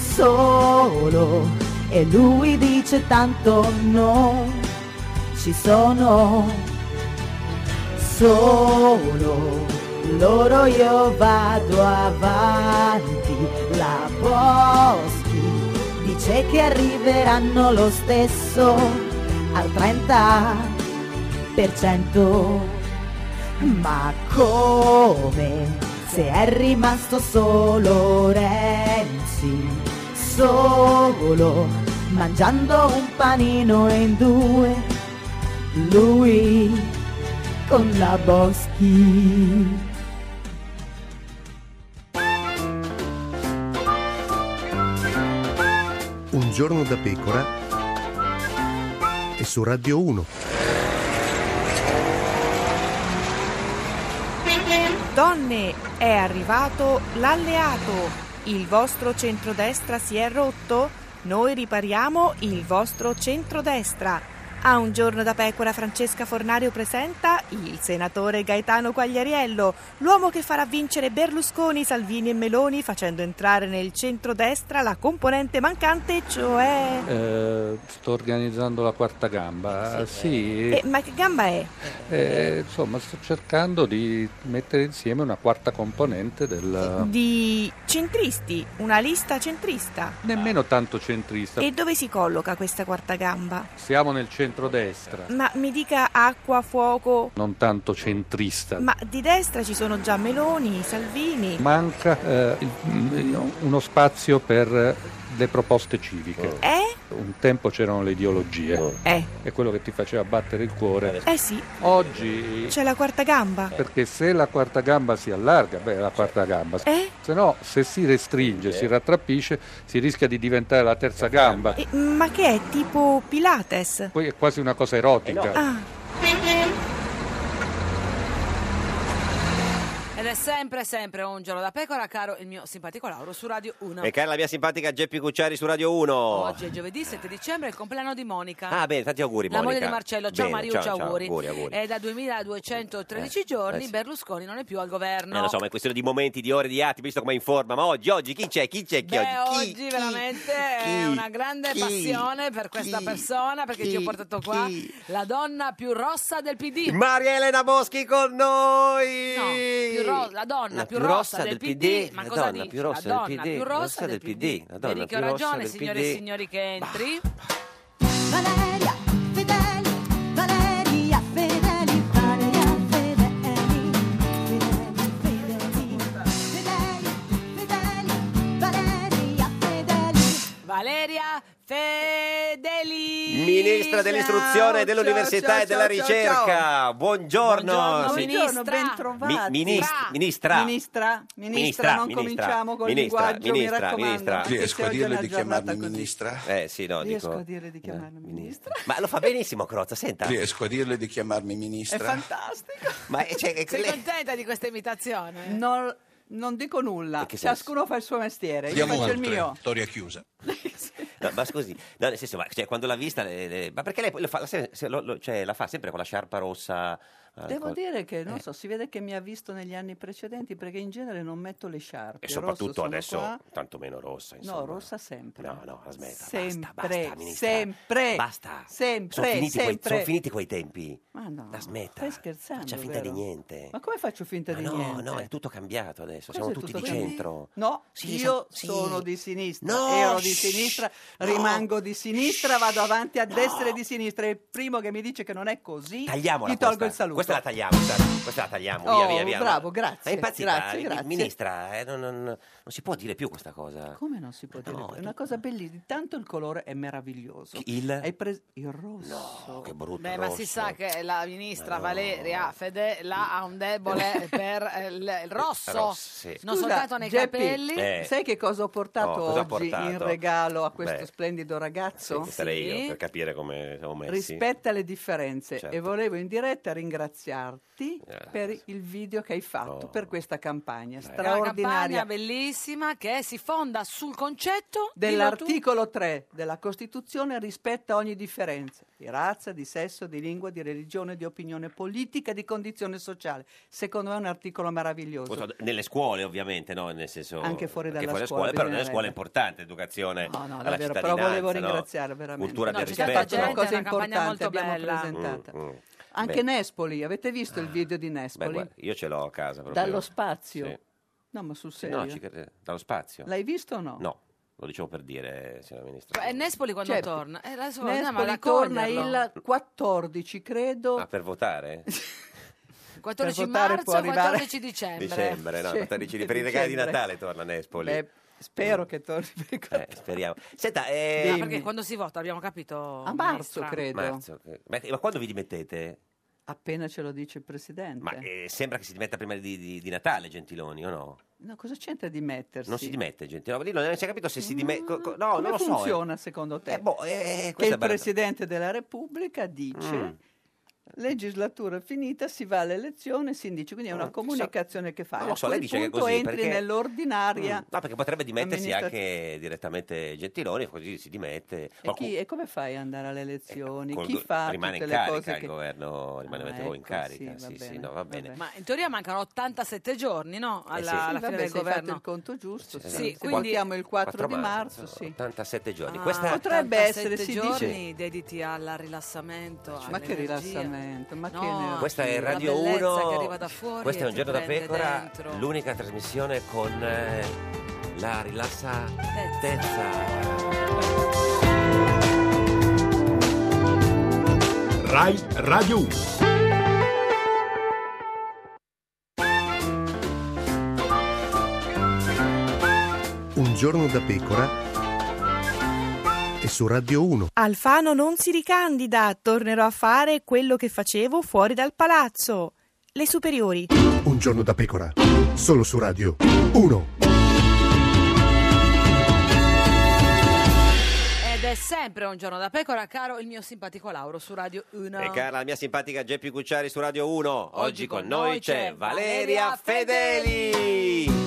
Speaker 6: solo e lui dice tanto non ci sono solo loro io vado avanti la Boschi dice che arriveranno lo stesso al 30% ma come se è rimasto solo Renzi solo mangiando un panino in due lui con la Boschi.
Speaker 8: Un giorno da pecora e su Radio 1.
Speaker 9: Donne, è arrivato l'alleato. Il vostro centrodestra si è rotto? Noi ripariamo il vostro centrodestra. A un giorno da pecora Francesca Fornario presenta il senatore Gaetano Quagliariello, l'uomo che farà vincere Berlusconi, Salvini e Meloni facendo entrare nel centrodestra la componente mancante, cioè...
Speaker 10: Eh, sto organizzando la quarta gamba, sì,
Speaker 9: Eh, ma che gamba è?
Speaker 10: eh, insomma sto cercando di mettere insieme una quarta componente del...
Speaker 9: Di centristi, una lista centrista.
Speaker 10: nemmeno tanto
Speaker 2: Certo.
Speaker 10: centrista,
Speaker 9: E dove si colloca questa quarta gamba?
Speaker 10: siamo nel centrodestra,
Speaker 9: Ma mi dica acqua, fuoco.
Speaker 10: non tanto centrista.
Speaker 9: Ma di destra ci sono già Meloni, Salvini.
Speaker 10: mm, Manca eh, il- uno spazio per le proposte civiche.
Speaker 9: Eh?
Speaker 10: Un tempo c'erano le ideologie.
Speaker 9: Eh.
Speaker 10: È quello che ti faceva battere il cuore.
Speaker 9: Eh sì, Cioè,
Speaker 10: Oggi
Speaker 9: c'è la quarta gamba.
Speaker 10: Eh. perché se la quarta gamba si allarga, beh, è la quarta gamba.
Speaker 9: Eh?
Speaker 10: Se no, se si restringe, si rattrappisce, si rischia di diventare la terza gamba.
Speaker 9: E- ma che è tipo Pilates?
Speaker 10: Poi è quasi una cosa erotica.
Speaker 9: Ah,
Speaker 3: Ed è sempre, sempre un giorno da pecora, caro il mio simpatico Lauro su Radio 1.
Speaker 2: E cara la mia simpatica Geppi Cucciari su Radio 1.
Speaker 3: Oggi è giovedì 7 dicembre, è il compleanno di Monica.
Speaker 2: Oh. Ah, bene, tanti auguri,
Speaker 3: La moglie
Speaker 2: Monica.
Speaker 3: di Marcello, ciao
Speaker 2: Bene,
Speaker 3: Mariuccia,
Speaker 2: ciao, ciao,
Speaker 3: auguri. Eh,
Speaker 2: auguri, auguri.
Speaker 3: È da 2213 giorni
Speaker 2: eh sì.
Speaker 3: Berlusconi non è più al governo.
Speaker 2: Eh, lo so, ma è questione di momenti, di ore, di atti, visto come è in forma. Ma oggi, oggi, chi c'è? Chi c'è? Chi
Speaker 3: Beh,
Speaker 2: oggi?
Speaker 3: oggi veramente è una grande passione per questa persona perché ci ho portato qua la donna più rossa del PD.
Speaker 2: Maria Elena Boschi con noi!
Speaker 3: No, più ro- la donna
Speaker 2: La
Speaker 3: più rossa del PD, ma
Speaker 2: la
Speaker 3: cosa
Speaker 2: donna
Speaker 3: dici?
Speaker 2: più rossa
Speaker 3: La
Speaker 2: del
Speaker 3: donna
Speaker 2: PD,
Speaker 3: più rossa del PD.
Speaker 2: la donna
Speaker 3: Vedi che ho
Speaker 2: più rossa
Speaker 3: ragione,
Speaker 2: del
Speaker 3: signore
Speaker 2: PD.
Speaker 3: e signori che entri.
Speaker 6: Valeria, Fedeli, Valeria, Fedeli, Fedeli, Fedeli, Fedeli, Valeria, Fedeli.
Speaker 3: Valeria Fedeli.
Speaker 2: Ministra dell'istruzione,
Speaker 3: Ciao,
Speaker 2: dell'università
Speaker 3: ciao,
Speaker 2: e della
Speaker 3: ciao,
Speaker 2: ricerca.
Speaker 3: ciao, ciao.
Speaker 2: Buongiorno.
Speaker 3: Buongiorno,
Speaker 2: sì.
Speaker 3: ministra.
Speaker 2: Mi- minist- ministra.
Speaker 11: Ministra, ministra,
Speaker 2: Ministra,
Speaker 11: non
Speaker 2: ministra,
Speaker 11: cominciamo col
Speaker 2: ministra,
Speaker 11: linguaggio,
Speaker 2: ministra,
Speaker 11: mi raccomando.
Speaker 2: ministra.
Speaker 11: perché
Speaker 2: Riesco a
Speaker 11: oggi è
Speaker 2: dirle
Speaker 11: una
Speaker 2: di
Speaker 11: giornata
Speaker 2: chiamarmi
Speaker 11: così.
Speaker 2: Eh sì, no,
Speaker 11: Riesco
Speaker 2: dico.
Speaker 11: a dirle di chiamarmi ministra.
Speaker 2: Ma lo fa benissimo Crozza, senta.
Speaker 12: Riesco a dirle di chiamarmi
Speaker 11: È
Speaker 12: ministra?
Speaker 11: fantastico.
Speaker 2: Ma è- cioè, è-
Speaker 3: Sei
Speaker 2: lei-
Speaker 3: contenta di questa imitazione?
Speaker 11: Non, non dico nulla, ciascuno fa il suo mestiere, io
Speaker 2: Andiamo
Speaker 11: faccio il
Speaker 2: oltre.
Speaker 11: mio.
Speaker 12: Storia chiusa.
Speaker 2: No, ma scusi, no, nel senso, ma, cioè, quando l'ha vista, le- le- ma perché lei lo fa, la, se- se- lo- lo- cioè, la fa sempre con la sciarpa rossa? eh,
Speaker 11: Devo
Speaker 2: col-
Speaker 11: dire che, non so, si vede che mi ha visto negli anni precedenti perché in genere non metto le sciarpe.
Speaker 2: E soprattutto
Speaker 11: rosso sono
Speaker 2: adesso,
Speaker 11: qua.
Speaker 2: tantomeno rossa. Insomma.
Speaker 11: No, rossa sempre.
Speaker 2: No, no, la smetta.
Speaker 11: sempre,
Speaker 2: ministra.
Speaker 11: sempre.
Speaker 2: Basta.
Speaker 11: Sempre,
Speaker 2: Sono finiti, quei,
Speaker 11: sempre.
Speaker 2: sono finiti quei tempi.
Speaker 11: Ma no,
Speaker 2: La smetta.
Speaker 11: stai scherzando?
Speaker 2: Faccia finta di
Speaker 11: vero?
Speaker 2: niente.
Speaker 11: Ma come faccio finta
Speaker 2: Ma
Speaker 11: di
Speaker 2: no,
Speaker 11: niente?
Speaker 2: no, è tutto cambiato adesso.
Speaker 11: Cosa
Speaker 2: Siamo
Speaker 11: è
Speaker 2: tutti
Speaker 11: tutto
Speaker 2: di
Speaker 11: cambiato?
Speaker 2: centro.
Speaker 11: No,
Speaker 2: Sì,
Speaker 11: io
Speaker 2: sì.
Speaker 11: sono di sinistra,
Speaker 2: No,
Speaker 11: ero di
Speaker 2: shh,
Speaker 11: sinistra, rimango di sinistra, vado avanti a destra e di sinistra. E il primo che mi dice che non è così,
Speaker 2: Tagliamola
Speaker 11: gli tolgo
Speaker 2: questa.
Speaker 11: il saluto.
Speaker 2: Questa la tagliamo, questa, questa la tagliamo, via,
Speaker 11: Oh,
Speaker 2: via, via.
Speaker 11: bravo,
Speaker 2: Ma-
Speaker 11: grazie,
Speaker 2: ma È impazzita,
Speaker 11: grazie,
Speaker 2: mi-
Speaker 11: grazie.
Speaker 2: Ministra, eh, non, non- non si può dire più questa cosa.
Speaker 11: Come non si può dire?
Speaker 2: No,
Speaker 11: più? è una cosa bellissima. Tanto il colore è meraviglioso.
Speaker 2: Il?
Speaker 11: Hai preso il rosso.
Speaker 2: che brutto
Speaker 3: Beh, ma si sa che la ministra Valeria Fedela ha un debole per eh, il il rosso,
Speaker 11: Rosso,
Speaker 2: sì.
Speaker 3: non
Speaker 11: Scusa,
Speaker 3: soltanto nei
Speaker 11: Geppi,
Speaker 3: capelli.
Speaker 2: Eh.
Speaker 11: Sai che cosa ho portato
Speaker 2: No, cosa ha
Speaker 11: oggi in
Speaker 2: portato?
Speaker 11: regalo a questo
Speaker 2: Beh.
Speaker 11: splendido ragazzo?
Speaker 2: Sì, sarei io per capire come siamo messi.
Speaker 11: Rispetta le differenze
Speaker 2: Certo.
Speaker 11: e volevo in diretta ringraziarti
Speaker 2: Grazie. Oh.
Speaker 11: per il video che hai fatto per questa campagna
Speaker 3: È una campagna
Speaker 11: straordinaria
Speaker 3: bellissima che si fonda sul concetto dillo tu.
Speaker 11: dell'articolo 3 della Costituzione rispetta ogni differenza di razza, di sesso, di lingua, di religione, di opinione politica, di condizione sociale. Secondo me è un articolo meraviglioso.
Speaker 2: Questo Nelle scuole, ovviamente, no? Nel senso,
Speaker 11: Anche fuori dalla scuola,
Speaker 2: scuola, però nelle
Speaker 11: bisognerebbe.
Speaker 2: scuole è importante educazione
Speaker 11: No, no,
Speaker 2: alla
Speaker 11: davvero,
Speaker 2: cittadinanza.
Speaker 11: però volevo
Speaker 2: no?
Speaker 11: ringraziare veramente.
Speaker 2: Cultura
Speaker 11: No,
Speaker 2: del
Speaker 11: c'è stata
Speaker 2: rispetto.
Speaker 11: gente,
Speaker 3: È
Speaker 11: cosa
Speaker 3: una campagna
Speaker 11: importante
Speaker 3: molto
Speaker 11: abbiamo
Speaker 3: bella.
Speaker 11: presentato. Cantata.
Speaker 2: Mm, mm.
Speaker 11: Anche
Speaker 2: Beh, Ah.
Speaker 11: Nespoli, avete visto il video di
Speaker 2: beh,
Speaker 11: Nespoli?
Speaker 2: guarda, io ce l'ho a casa proprio.
Speaker 11: Dallo spazio.
Speaker 2: Sì.
Speaker 11: No, ma sul
Speaker 2: Sì,
Speaker 11: serio.
Speaker 2: no, ci cre- dallo spazio.
Speaker 11: L'hai visto o no?
Speaker 2: No, lo dicevo per dire, signora Ministra.
Speaker 3: Cioè, È Nespoli quando
Speaker 11: Cioè,
Speaker 3: torna. Eh, adesso andiamo ad
Speaker 11: Nespoli torna
Speaker 3: accoglierlo.
Speaker 11: il 14, credo.
Speaker 2: Ah, per votare?
Speaker 3: 14
Speaker 11: per votare
Speaker 3: marzo
Speaker 11: può
Speaker 3: e
Speaker 11: arrivare-
Speaker 3: 14 dicembre.
Speaker 2: Dicembre, no,
Speaker 11: Sì,
Speaker 2: 14 per i regali di
Speaker 11: dicembre.
Speaker 2: Natale torna Nespoli.
Speaker 11: Beh, spero che torni per il
Speaker 2: Eh, speriamo. Senta, eh,
Speaker 3: No, ah, perché quando si vota abbiamo capito
Speaker 11: A marzo,
Speaker 3: ministra.
Speaker 11: credo.
Speaker 2: marzo, che- ma, eh, ma quando vi dimettete?
Speaker 11: Appena ce lo dice il Presidente.
Speaker 2: Ma eh, sembra che si dimetta prima di, di- di Natale Gentiloni, o no?
Speaker 11: No, cosa c'entra di mettersi?
Speaker 2: Non si dimette Gentiloni, lì non si è capito se si dimette... co- co- no,
Speaker 11: Come
Speaker 2: non lo so. eh. boh,
Speaker 11: funziona secondo te? che
Speaker 2: questa è
Speaker 11: il
Speaker 2: bella-
Speaker 11: Presidente della Repubblica dice...
Speaker 2: Mm.
Speaker 11: Legislatura finita, si va all'elezione, si indice, quindi è una comunicazione che fai.
Speaker 2: Mm. Non lo so,
Speaker 11: A
Speaker 2: lei
Speaker 11: quel
Speaker 2: dice che è
Speaker 11: punto
Speaker 2: così,
Speaker 11: entri
Speaker 2: perché-
Speaker 11: nell'ordinaria.
Speaker 2: Mm, No, perché potrebbe dimettersi
Speaker 11: amministra-
Speaker 2: anche direttamente Gentiloni, così si dimette.
Speaker 11: E,
Speaker 2: Qualcun-
Speaker 11: chi- e come fai ad andare alle elezioni?
Speaker 2: col-
Speaker 11: Chi fa
Speaker 2: rimane
Speaker 11: tutte
Speaker 2: in
Speaker 11: le
Speaker 2: carica
Speaker 11: cose
Speaker 2: il
Speaker 11: che...
Speaker 2: governo, rimanete
Speaker 11: Ah,
Speaker 2: voi in
Speaker 11: ecco,
Speaker 2: carica.
Speaker 11: sì, va
Speaker 2: Sì, sì,
Speaker 11: bene,
Speaker 2: no, va bene.
Speaker 3: Ma in teoria mancano 87 giorni, no?
Speaker 11: Eh
Speaker 3: Alla,
Speaker 11: sì,
Speaker 3: alla
Speaker 11: vabbè,
Speaker 3: fine del
Speaker 11: se hai fatto
Speaker 3: governo.
Speaker 11: il conto giusto,
Speaker 2: Esatto.
Speaker 11: sì.
Speaker 3: Sì,
Speaker 11: Se
Speaker 3: quindi-
Speaker 11: votiamo il 4, di
Speaker 2: 4
Speaker 11: marzo,
Speaker 2: marzo,
Speaker 11: sì.
Speaker 2: 87 giorni.
Speaker 3: Ah,
Speaker 2: Questa
Speaker 11: Potrebbe
Speaker 3: 87
Speaker 11: essere, si
Speaker 3: giorni
Speaker 11: dice-
Speaker 3: dediti al rilassamento.
Speaker 11: Ma che
Speaker 3: all'energia.
Speaker 11: rilassamento, ma
Speaker 3: No,
Speaker 11: che ne-
Speaker 2: Questa è
Speaker 3: la
Speaker 2: Radio
Speaker 3: bellezza
Speaker 2: 1.
Speaker 3: che arriva da fuori
Speaker 2: Questo
Speaker 3: e
Speaker 2: è un
Speaker 3: ti
Speaker 2: giorno da
Speaker 3: prende
Speaker 2: pecora,
Speaker 3: dentro.
Speaker 2: l'unica trasmissione con eh, la rilassatezza.
Speaker 13: Rai Radio 1.
Speaker 8: Un giorno da pecora e e su Radio 1.
Speaker 9: Alfano non si ricandida, tornerò a fare quello che facevo fuori dal palazzo. Le superiori.
Speaker 8: Un giorno da pecora, solo su Radio 1.
Speaker 3: Ed è sempre un giorno da pecora, caro il mio simpatico Lauro su Radio 1.
Speaker 2: E cara la mia simpatica Geppi Cucciari su Radio 1. Oggi, con noi c'è Valeria
Speaker 3: Valeria
Speaker 2: Fedeli.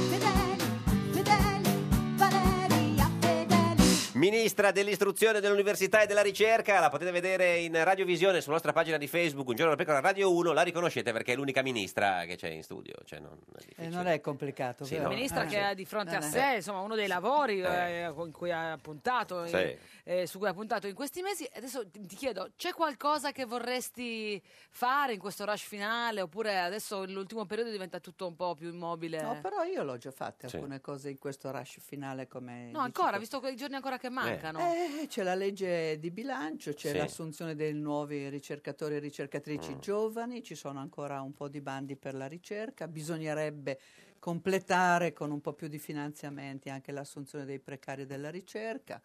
Speaker 2: Ministra dell'Istruzione, dell'Università e della Ricerca, la potete vedere in radiovisione sulla nostra pagina di Facebook, Un giorno da pecora Radio 1, la riconoscete perché è l'unica ministra che c'è in studio. Cioè non...
Speaker 11: Eh, non è complicato,
Speaker 2: Sì,
Speaker 11: vero?
Speaker 2: no.
Speaker 3: ministra
Speaker 11: Eh,
Speaker 3: che ha di fronte a
Speaker 11: Eh.
Speaker 3: sé, insomma, uno dei lavori
Speaker 2: Eh.
Speaker 3: eh, con cui ha puntato, in-
Speaker 2: Sì.
Speaker 3: eh, su cui ha puntato in questi mesi. Adesso ti ti chiedo, c'è qualcosa che vorresti fare in questo rush finale? Oppure adesso l'ultimo periodo diventa tutto un po' più immobile?
Speaker 11: No, però io l'ho già fatta
Speaker 3: Sì.
Speaker 11: alcune cose in questo rush finale come...
Speaker 3: No,
Speaker 11: dici
Speaker 3: ancora,
Speaker 11: tu.
Speaker 3: visto quei giorni ancora che mancano.
Speaker 11: Eh, c'è la legge di bilancio, c'è
Speaker 3: Sì.
Speaker 11: l'assunzione dei nuovi ricercatori e
Speaker 2: Mm.
Speaker 11: ricercatrici giovani, ci sono ancora un po' di bandi per la ricerca, bisognerebbe completare con un po' più di finanziamenti anche l'assunzione dei precari della ricerca,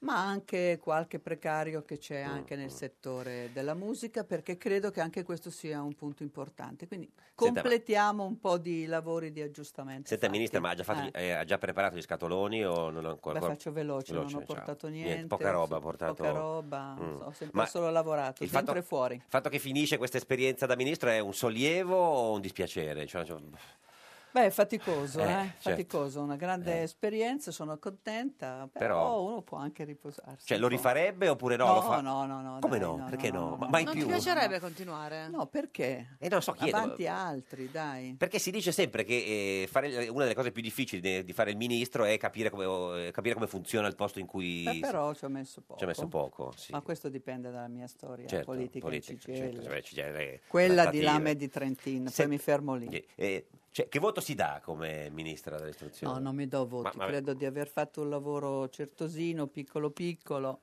Speaker 11: ma anche qualche precario che c'è
Speaker 2: Mm,
Speaker 11: anche nel settore della musica, perché credo che anche questo sia un punto importante. Quindi
Speaker 2: Senta, ma-
Speaker 11: completiamo un po' di lavori di aggiustamento.
Speaker 2: Senta, Ministra, ma ha già, fatto-
Speaker 11: Eh.
Speaker 2: eh, ha già preparato gli scatoloni o non ho ancora?
Speaker 11: Beh, faccio veloce, non ho
Speaker 2: diciamo.
Speaker 11: portato niente,
Speaker 2: Poca roba,
Speaker 11: ho
Speaker 2: ha portato... Mm.
Speaker 11: poca roba, ho sempre
Speaker 2: Ma
Speaker 11: solo lavorato,
Speaker 2: il fatto-
Speaker 11: sempre fuori.
Speaker 2: Il fatto che finisce questa esperienza da ministro è un sollievo o un dispiacere? Cioè, cioè,
Speaker 11: Beh, è faticoso,
Speaker 2: Eh,
Speaker 11: eh,
Speaker 2: certo. Eh.
Speaker 11: faticoso, una grande esperienza, sono contenta, però,
Speaker 2: Però-
Speaker 11: uno può anche riposarsi.
Speaker 2: cioè,
Speaker 11: un
Speaker 2: lo
Speaker 11: po'.
Speaker 2: rifarebbe oppure no?
Speaker 11: No,
Speaker 2: Lo fa-
Speaker 11: no, no, no,
Speaker 2: Come
Speaker 11: dai,
Speaker 2: no?
Speaker 11: no,
Speaker 2: Perché no?
Speaker 11: no, no,
Speaker 2: Ma
Speaker 11: no,
Speaker 2: mai
Speaker 3: non
Speaker 2: più?
Speaker 3: ti piacerebbe continuare?
Speaker 11: No, perché?
Speaker 2: Eh, non so, chiedo.
Speaker 11: Avanti altri, dai.
Speaker 2: Perché si dice sempre che eh, fare- una delle cose più difficili de- di fare il ministro è capire come, o- capire come funziona il posto in cui
Speaker 11: Beh, però ci ho messo poco.
Speaker 2: ci ha messo poco. Sì.
Speaker 11: Ma questo dipende dalla mia storia
Speaker 2: Certo,
Speaker 11: politica, in Sicilia.
Speaker 2: certo, cioè, CGIL,
Speaker 11: Quella di
Speaker 2: trattative.
Speaker 11: Lame e di Trentino, poi
Speaker 2: Senta,
Speaker 11: mi fermo lì.
Speaker 2: eh, eh, cioè, che voto si dà come ministra dell'istruzione?
Speaker 11: No, non mi do voti,
Speaker 2: Ma- ma-
Speaker 11: credo di aver fatto un lavoro certosino, piccolo piccolo.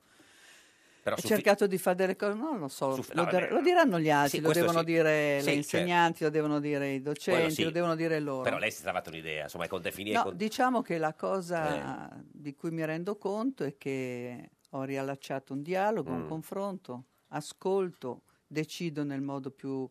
Speaker 2: Però
Speaker 11: Ho
Speaker 2: suffi-
Speaker 11: cercato di fare delle cose, non lo so,
Speaker 2: Suffi-
Speaker 11: lo,
Speaker 2: no,
Speaker 11: dir-
Speaker 2: vabbè,
Speaker 11: lo diranno gli altri,
Speaker 2: Sì,
Speaker 11: lo
Speaker 2: questo
Speaker 11: devono
Speaker 2: sì.
Speaker 11: dire
Speaker 2: Sì,
Speaker 11: le
Speaker 2: certo.
Speaker 11: insegnanti, lo devono dire i
Speaker 2: Quello
Speaker 11: docenti,
Speaker 2: sì.
Speaker 11: lo devono dire loro.
Speaker 2: Però lei si è trovata un'idea, insomma, con definire...
Speaker 11: No,
Speaker 2: con- Eh.
Speaker 11: diciamo che la cosa di cui mi rendo conto è che ho riallacciato un dialogo, un
Speaker 2: Mm.
Speaker 11: confronto, ascolto, decido nel modo più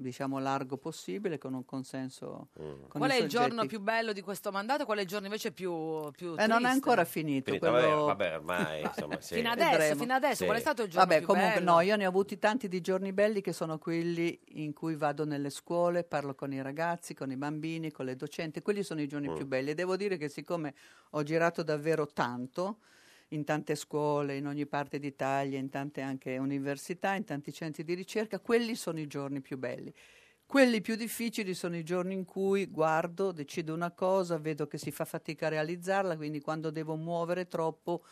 Speaker 11: diciamo largo possibile con un consenso
Speaker 2: Mm.
Speaker 11: Eh, con
Speaker 3: Qual
Speaker 11: i
Speaker 3: è il giorno
Speaker 11: soggetti
Speaker 3: più bello di questo mandato? Qual è il giorno invece più, più
Speaker 11: Eh, non è
Speaker 3: triste?
Speaker 11: ancora finito.
Speaker 2: Finito, vabbè,
Speaker 11: quello-
Speaker 2: vabbè, ormai, insomma, sì.
Speaker 3: Fino adesso,
Speaker 11: Vedremo.
Speaker 3: fino adesso,
Speaker 2: Sì.
Speaker 3: qual è stato il giorno
Speaker 11: Vabbè,
Speaker 3: più
Speaker 11: comunque,
Speaker 3: bello?
Speaker 11: no, io ne ho avuti tanti di giorni belli che sono quelli in cui vado nelle scuole, parlo con i ragazzi, con i bambini, con le docenti. Quelli sono i giorni
Speaker 12: Mm.
Speaker 11: più belli. E devo dire che siccome ho girato davvero tanto, in tante scuole, in ogni parte d'Italia, in tante anche università, in tanti centri di ricerca, quelli sono i giorni più belli. Quelli più difficili sono i giorni in cui guardo, decido una cosa, vedo che si fa fatica a realizzarla, quindi quando devo muovere troppo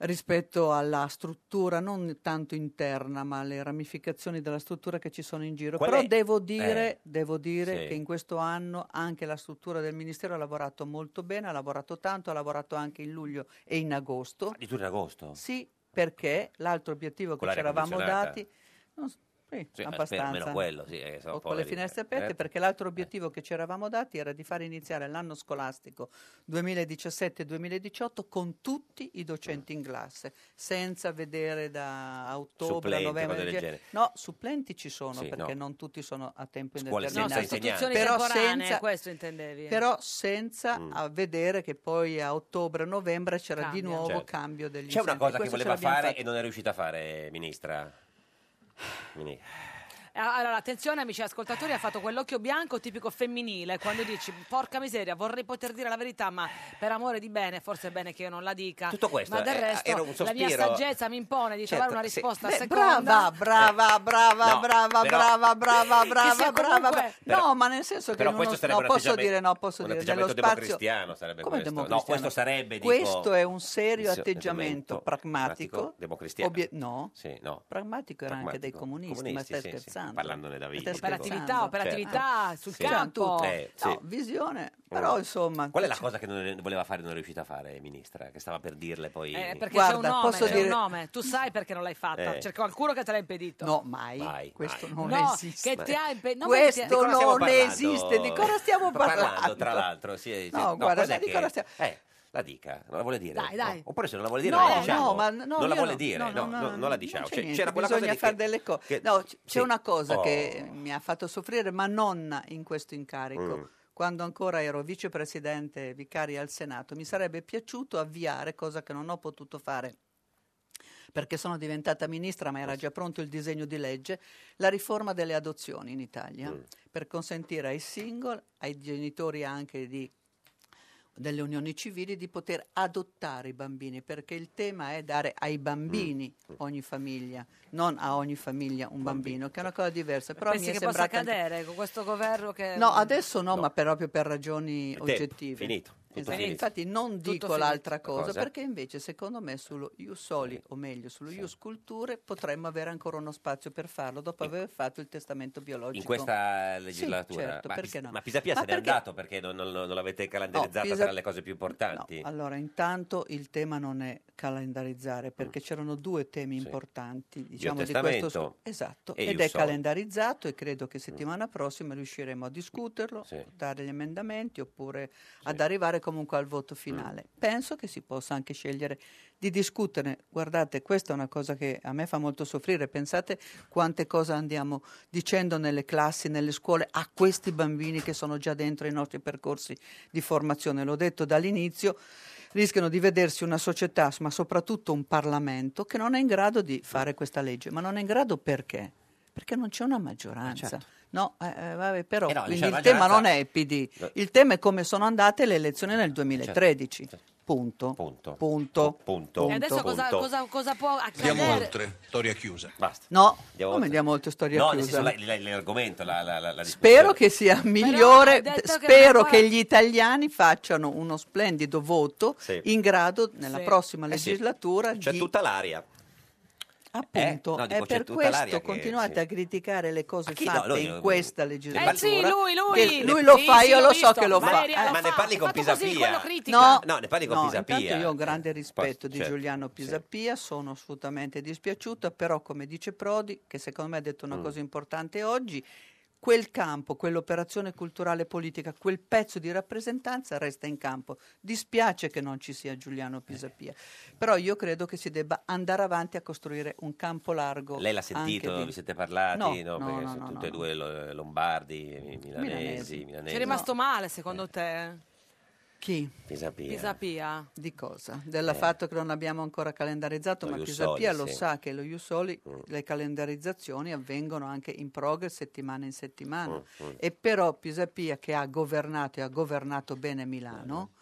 Speaker 11: rispetto alla struttura non tanto interna, ma alle ramificazioni della struttura che ci sono in giro.
Speaker 13: Qual
Speaker 11: Però
Speaker 13: è-
Speaker 11: devo dire,
Speaker 13: Eh,
Speaker 11: devo dire
Speaker 13: sì.
Speaker 11: che in questo anno anche la struttura del Ministero ha lavorato molto bene, ha lavorato tanto, ha lavorato anche in luglio e in agosto.
Speaker 2: Addirittura in agosto?
Speaker 11: Sì, perché l'altro obiettivo
Speaker 2: Con
Speaker 11: che ci
Speaker 2: l'aria
Speaker 11: eravamo
Speaker 2: condizionata?
Speaker 11: dati... non s- sì,
Speaker 2: Sì, almeno-
Speaker 11: abbastanza.
Speaker 2: almeno quello, sì, eh, so,
Speaker 11: o con
Speaker 2: poveri,
Speaker 11: le finestre
Speaker 2: eh.
Speaker 11: aperte, perché l'altro obiettivo che ci eravamo dati era di far iniziare l'anno scolastico 2017-2018 con tutti i docenti in classe, senza vedere da ottobre
Speaker 2: Supplenti,
Speaker 11: a novembre.
Speaker 2: cose del
Speaker 11: gen-
Speaker 2: genere.
Speaker 11: No, supplenti ci sono,
Speaker 2: Sì,
Speaker 11: perché
Speaker 2: no.
Speaker 11: non tutti sono a tempo
Speaker 2: Scuole senza
Speaker 11: indeterminato.
Speaker 2: No, insegnanti.
Speaker 3: Istituzioni
Speaker 11: Però
Speaker 3: temporanee,
Speaker 11: senza-
Speaker 3: questo intendevi.
Speaker 11: però senza
Speaker 2: Mm.
Speaker 11: a vedere che poi a ottobre-novembre c'era
Speaker 3: Cambia.
Speaker 11: di nuovo
Speaker 2: Certo.
Speaker 11: cambio degli
Speaker 2: C'è una
Speaker 11: insegnanti.
Speaker 2: cosa che
Speaker 11: Questo ce
Speaker 2: voleva
Speaker 11: l'abbiamo
Speaker 2: fare
Speaker 11: fatta.
Speaker 2: e non è riuscita a fare, ministra? Mini-
Speaker 3: Eh, Allora, attenzione amici ascoltatori, ha fatto quell'occhio bianco tipico femminile, quando dici porca miseria, vorrei poter dire la verità, ma per amore di bene, forse è bene che io non la dica.
Speaker 2: Tutto questo,
Speaker 3: ma del
Speaker 2: eh,
Speaker 3: resto
Speaker 2: era un
Speaker 3: la mia
Speaker 2: sospiro.
Speaker 3: saggezza mi impone di
Speaker 2: Certo,
Speaker 3: trovare una
Speaker 2: sì.
Speaker 3: risposta
Speaker 11: Beh,
Speaker 3: a seconda. Eh,
Speaker 11: brava, brava, brava,
Speaker 2: No,
Speaker 11: brava,
Speaker 2: però-
Speaker 11: brava, brava,
Speaker 3: Che
Speaker 11: brava,
Speaker 3: sia
Speaker 11: brava,
Speaker 3: comunque-
Speaker 11: brava.
Speaker 2: però-
Speaker 11: no, ma nel senso che
Speaker 2: Però
Speaker 11: in uno-
Speaker 2: questo sarebbe
Speaker 11: no,
Speaker 2: un
Speaker 11: posso
Speaker 2: atteggiamento-
Speaker 11: dire no, posso
Speaker 2: un
Speaker 11: dire
Speaker 2: atteggiamento
Speaker 11: nello spazio.
Speaker 2: democristiano sarebbe
Speaker 11: Come
Speaker 2: questo. No,
Speaker 11: democristiano?
Speaker 2: questo sarebbe dico,
Speaker 11: Questo è un serio
Speaker 2: se-
Speaker 11: atteggiamento pragmatico,
Speaker 2: democristiano.
Speaker 11: obiet- no.
Speaker 2: Sì, no.
Speaker 11: Pragmatico era anche dei comunisti, ma stai
Speaker 2: sì, sì,
Speaker 11: scherzando?
Speaker 2: Parlandone da vivo.
Speaker 11: Stai Certo.
Speaker 3: Per attività, operatività sul
Speaker 2: Sì.
Speaker 3: campo.
Speaker 2: Eh, sì.
Speaker 11: No, visione, però
Speaker 2: Mm.
Speaker 11: insomma... cioè
Speaker 2: Qual è la cosa che non voleva fare e non è riuscita a fare, ministra? Che stava per dirle poi...
Speaker 3: Eh, perché c'è un
Speaker 11: Guarda,
Speaker 3: nome,
Speaker 11: posso
Speaker 3: c'è
Speaker 11: dire-
Speaker 3: un nome, tu sai perché non l'hai fatta,
Speaker 2: Eh.
Speaker 3: c'è qualcuno che te l'ha impedito.
Speaker 11: No, mai.
Speaker 2: Mai,
Speaker 11: questo
Speaker 2: mai.
Speaker 11: non
Speaker 3: No,
Speaker 11: esiste.
Speaker 3: che ti ha impe- no, ma che ti ha- Di
Speaker 11: questo
Speaker 3: cosa stiamo
Speaker 11: non
Speaker 3: parlando?
Speaker 11: esiste. Di cosa stiamo
Speaker 2: parlando,
Speaker 11: parlando?
Speaker 2: tra l'altro. Sì, sì.
Speaker 11: No, guarda,
Speaker 2: cos'è
Speaker 11: di
Speaker 2: che-
Speaker 11: cosa stiamo-
Speaker 2: Eh, La dica, non la vuole dire.
Speaker 11: Dai, dai.
Speaker 2: No. Oppure se non la vuole dire,
Speaker 11: No,
Speaker 2: non la diciamo.
Speaker 11: no, ma no,
Speaker 2: non la
Speaker 11: io
Speaker 2: vuole
Speaker 11: no.
Speaker 2: dire,
Speaker 11: No,
Speaker 2: no,
Speaker 11: no, no,
Speaker 2: no, non la diciamo.
Speaker 11: c'è
Speaker 2: C'è-
Speaker 11: niente,
Speaker 2: c'era quella cosa
Speaker 11: bisogna
Speaker 2: di
Speaker 11: fare delle cose. No, c- c'è
Speaker 2: Eh, sì.
Speaker 11: una cosa
Speaker 2: Oh.
Speaker 11: che mi ha fatto soffrire, ma non in questo incarico.
Speaker 2: Mm.
Speaker 11: Quando ancora ero vicepresidente vicaria al Senato, mi sarebbe piaciuto avviare, cosa che non ho potuto fare perché sono diventata ministra, ma era già pronto il disegno di legge, la riforma delle adozioni in Italia per consentire ai single, ai genitori anche di- delle unioni civili di poter adottare i bambini, perché il tema è dare ai bambini ogni famiglia, non a ogni famiglia un bambino, che è una cosa diversa. Però mi
Speaker 3: Pensi
Speaker 11: è
Speaker 3: che possa
Speaker 11: sembrata anche-
Speaker 3: accadere con questo governo che...
Speaker 11: No, adesso no, ma proprio per ragioni
Speaker 2: Ehm, tempo,
Speaker 11: oggettive.
Speaker 2: finito, tutto
Speaker 11: Esatto.
Speaker 2: finito.
Speaker 11: Infatti non
Speaker 2: Tutto
Speaker 11: dico
Speaker 2: finito.
Speaker 11: l'altra cosa,
Speaker 2: Cosa?
Speaker 11: perché invece secondo me sullo Ius Soli, o meglio sullo Ius Culture, potremmo avere ancora uno spazio per farlo dopo aver fatto il testamento biologico.
Speaker 2: In questa
Speaker 11: Sì,
Speaker 2: legislatura,
Speaker 11: certo,
Speaker 2: ma,
Speaker 11: perché
Speaker 2: Pis-
Speaker 11: no?
Speaker 2: ma Pisapia
Speaker 11: Ma
Speaker 2: se n'è
Speaker 11: perché-
Speaker 2: andato perché non, non- non l'avete calendarizzata
Speaker 11: No, Pisa-
Speaker 2: tra le cose più importanti.
Speaker 11: Allora, intanto il tema non è calendarizzare, perché c'erano due temi importanti, diciamo, di questo...
Speaker 2: Mm. testamento
Speaker 11: scu- Esatto,
Speaker 2: e Mm.
Speaker 11: ed
Speaker 2: Ius
Speaker 11: è
Speaker 2: Soli.
Speaker 11: calendarizzato e credo che settimana prossima riusciremo a discuterlo, dare gli emendamenti oppure ad arrivare comunque al voto finale.
Speaker 2: Mm.
Speaker 11: Penso che si possa anche scegliere di discuterne. Guardate, questa è una cosa che a me fa molto soffrire. Pensate quante cose andiamo dicendo nelle classi, nelle scuole, a questi bambini che sono già dentro i nostri percorsi di formazione. L'ho detto dall'inizio rischiano di vedersi una società, ma soprattutto un Parlamento, che non è in grado di fare questa legge. Ma non è in grado perché? Perché non c'è una maggioranza. No, eh, eh, vabbè, però
Speaker 12: certo. Eh no,
Speaker 11: quindi
Speaker 12: dice la
Speaker 11: il tema
Speaker 12: maggioranza- Eh, certo.
Speaker 11: non è il PD, il tema è come sono andate le elezioni nel 2013. Punto. Punto. Punto.
Speaker 3: E adesso cosa, cosa, cosa può
Speaker 2: Andiamo
Speaker 3: accadere?
Speaker 2: oltre, storia chiusa. Basta.
Speaker 11: No,
Speaker 2: Andiamo
Speaker 11: come
Speaker 2: oltre.
Speaker 11: andiamo oltre storia
Speaker 2: No, nel
Speaker 11: chiusa?
Speaker 2: senso, la- la- l'argomento, la, la, la, la
Speaker 11: Spero che sia migliore,
Speaker 3: detto che
Speaker 11: spero
Speaker 3: non è
Speaker 11: che
Speaker 3: ancora-
Speaker 11: gli italiani facciano uno splendido voto
Speaker 2: Sì.
Speaker 11: in grado nella
Speaker 2: Sì.
Speaker 11: prossima
Speaker 2: Eh sì.
Speaker 11: legislatura
Speaker 2: C'è
Speaker 11: di
Speaker 2: tutta l'aria.
Speaker 11: Appunto,
Speaker 2: Eh? No, dico,
Speaker 11: è
Speaker 2: c'è
Speaker 11: per
Speaker 2: tutta
Speaker 11: questo
Speaker 2: l'aria che-
Speaker 11: continuate
Speaker 2: sì.
Speaker 11: a criticare le cose
Speaker 2: no,
Speaker 11: fatte
Speaker 2: noi-
Speaker 11: in questa legislatura.
Speaker 3: Eh sì, lui, lui!
Speaker 11: Che
Speaker 3: Sì,
Speaker 11: lo fa,
Speaker 3: sì,
Speaker 11: io
Speaker 3: l'ho
Speaker 11: lo so
Speaker 3: visto.
Speaker 11: che lo fa.
Speaker 3: Valeria,
Speaker 11: eh.
Speaker 3: lo
Speaker 2: Ma ne parli con Pisapia.
Speaker 11: No,
Speaker 2: no, ne parli con
Speaker 11: no,
Speaker 2: Pisapia.
Speaker 11: Intanto io ho un grande
Speaker 2: Poi,
Speaker 11: rispetto di
Speaker 2: certo,
Speaker 11: Giuliano Pisapia, sono assolutamente dispiaciuta, però come dice Prodi, che secondo me ha detto una
Speaker 2: Mm.
Speaker 11: cosa importante oggi, quel campo, quell'operazione culturale e politica, quel pezzo di rappresentanza resta in campo. Dispiace che non ci sia
Speaker 2: Eh.
Speaker 11: Giuliano Pisapia, però io credo che si debba andare avanti a costruire un campo largo.
Speaker 2: Lei l'ha
Speaker 11: anche
Speaker 2: sentito?
Speaker 11: di-
Speaker 2: Vi siete parlati?
Speaker 11: No, no,
Speaker 2: perché
Speaker 11: no,
Speaker 2: sono
Speaker 11: no,
Speaker 2: tutti
Speaker 11: no,
Speaker 2: e due lo- eh, lombardi, mi-
Speaker 11: Milanesi.
Speaker 2: milanesi,
Speaker 3: Ci
Speaker 2: milanesi. Eh.
Speaker 3: è rimasto male secondo te?
Speaker 11: Chi?
Speaker 2: Pisapia.
Speaker 3: Pisapia.
Speaker 11: Di cosa? Del
Speaker 2: Eh.
Speaker 11: fatto che non abbiamo ancora calendarizzato,
Speaker 2: Lo
Speaker 11: ma
Speaker 2: Ius
Speaker 11: Pisapia
Speaker 2: Soli,
Speaker 11: lo
Speaker 2: sì. Mm.
Speaker 11: sa che lo Iusoli, le calendarizzazioni avvengono anche in progress settimana in settimana.
Speaker 12: Mm, mm.
Speaker 11: E però Pisapia, che ha governato e ha governato bene Milano,
Speaker 2: Mm.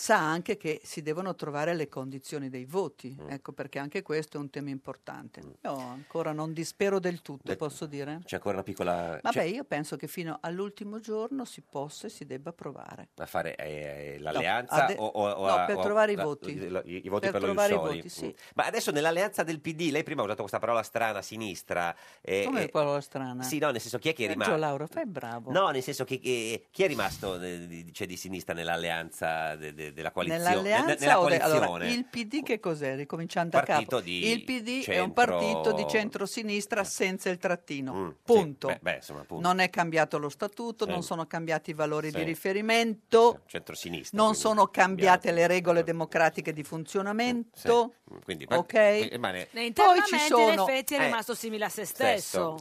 Speaker 11: sa anche che si devono trovare le condizioni dei voti.
Speaker 2: Mm.
Speaker 11: Ecco perché anche questo è un tema importante. Io ancora non dispero del tutto, posso dire?
Speaker 2: C'è ancora una piccola...
Speaker 11: Vabbè,
Speaker 2: c'è-
Speaker 11: io penso che fino all'ultimo giorno si possa e si debba provare.
Speaker 2: a fare eh, eh,
Speaker 11: No,
Speaker 2: l'alleanza
Speaker 11: ade-
Speaker 2: o, o- o
Speaker 11: no,
Speaker 2: a-
Speaker 11: per
Speaker 2: o a-
Speaker 11: trovare i
Speaker 2: la-
Speaker 11: voti.
Speaker 2: la- i, i voti
Speaker 11: Per
Speaker 2: per, lo
Speaker 11: trovare i
Speaker 2: Jussoli.
Speaker 11: voti, sì.
Speaker 2: Mm. ma adesso nell'alleanza del PD lei prima ha usato questa parola strana sinistra eh,
Speaker 11: Come
Speaker 2: eh,
Speaker 11: parola strana?
Speaker 2: sì no nel senso chi è che è
Speaker 11: Sergio
Speaker 2: rimasto
Speaker 11: Lauro, fai bravo.
Speaker 2: No, nel senso che che- chi è rimasto eh, di, cioè, di sinistra nell'alleanza de- de- della coalizione?
Speaker 11: Nell'alleanza
Speaker 2: Ne- nella
Speaker 11: o de-
Speaker 2: coalizione.
Speaker 11: allora, il PD che cos'è? Ricominciando da
Speaker 2: Partito
Speaker 11: capo.
Speaker 2: di
Speaker 11: il PD è
Speaker 2: centro- Eh.
Speaker 11: un partito di centrosinistra senza il trattino.
Speaker 2: Mm, sì,
Speaker 11: punto.
Speaker 2: beh, beh, insomma, punto.
Speaker 11: Non è cambiato lo statuto,
Speaker 2: Sì.
Speaker 11: non sono cambiati i valori
Speaker 2: Sì.
Speaker 11: di riferimento,
Speaker 2: Centrosinistra.
Speaker 11: non
Speaker 2: quindi.
Speaker 11: sono cambiate le regole democratiche di funzionamento.
Speaker 2: Sì, quindi,
Speaker 11: Ok?
Speaker 2: eh, rimane-
Speaker 3: Ne
Speaker 11: Poi
Speaker 3: Internamente
Speaker 11: ci
Speaker 3: in
Speaker 11: sono
Speaker 3: effetti è
Speaker 2: Eh,
Speaker 3: rimasto simile a se stesso.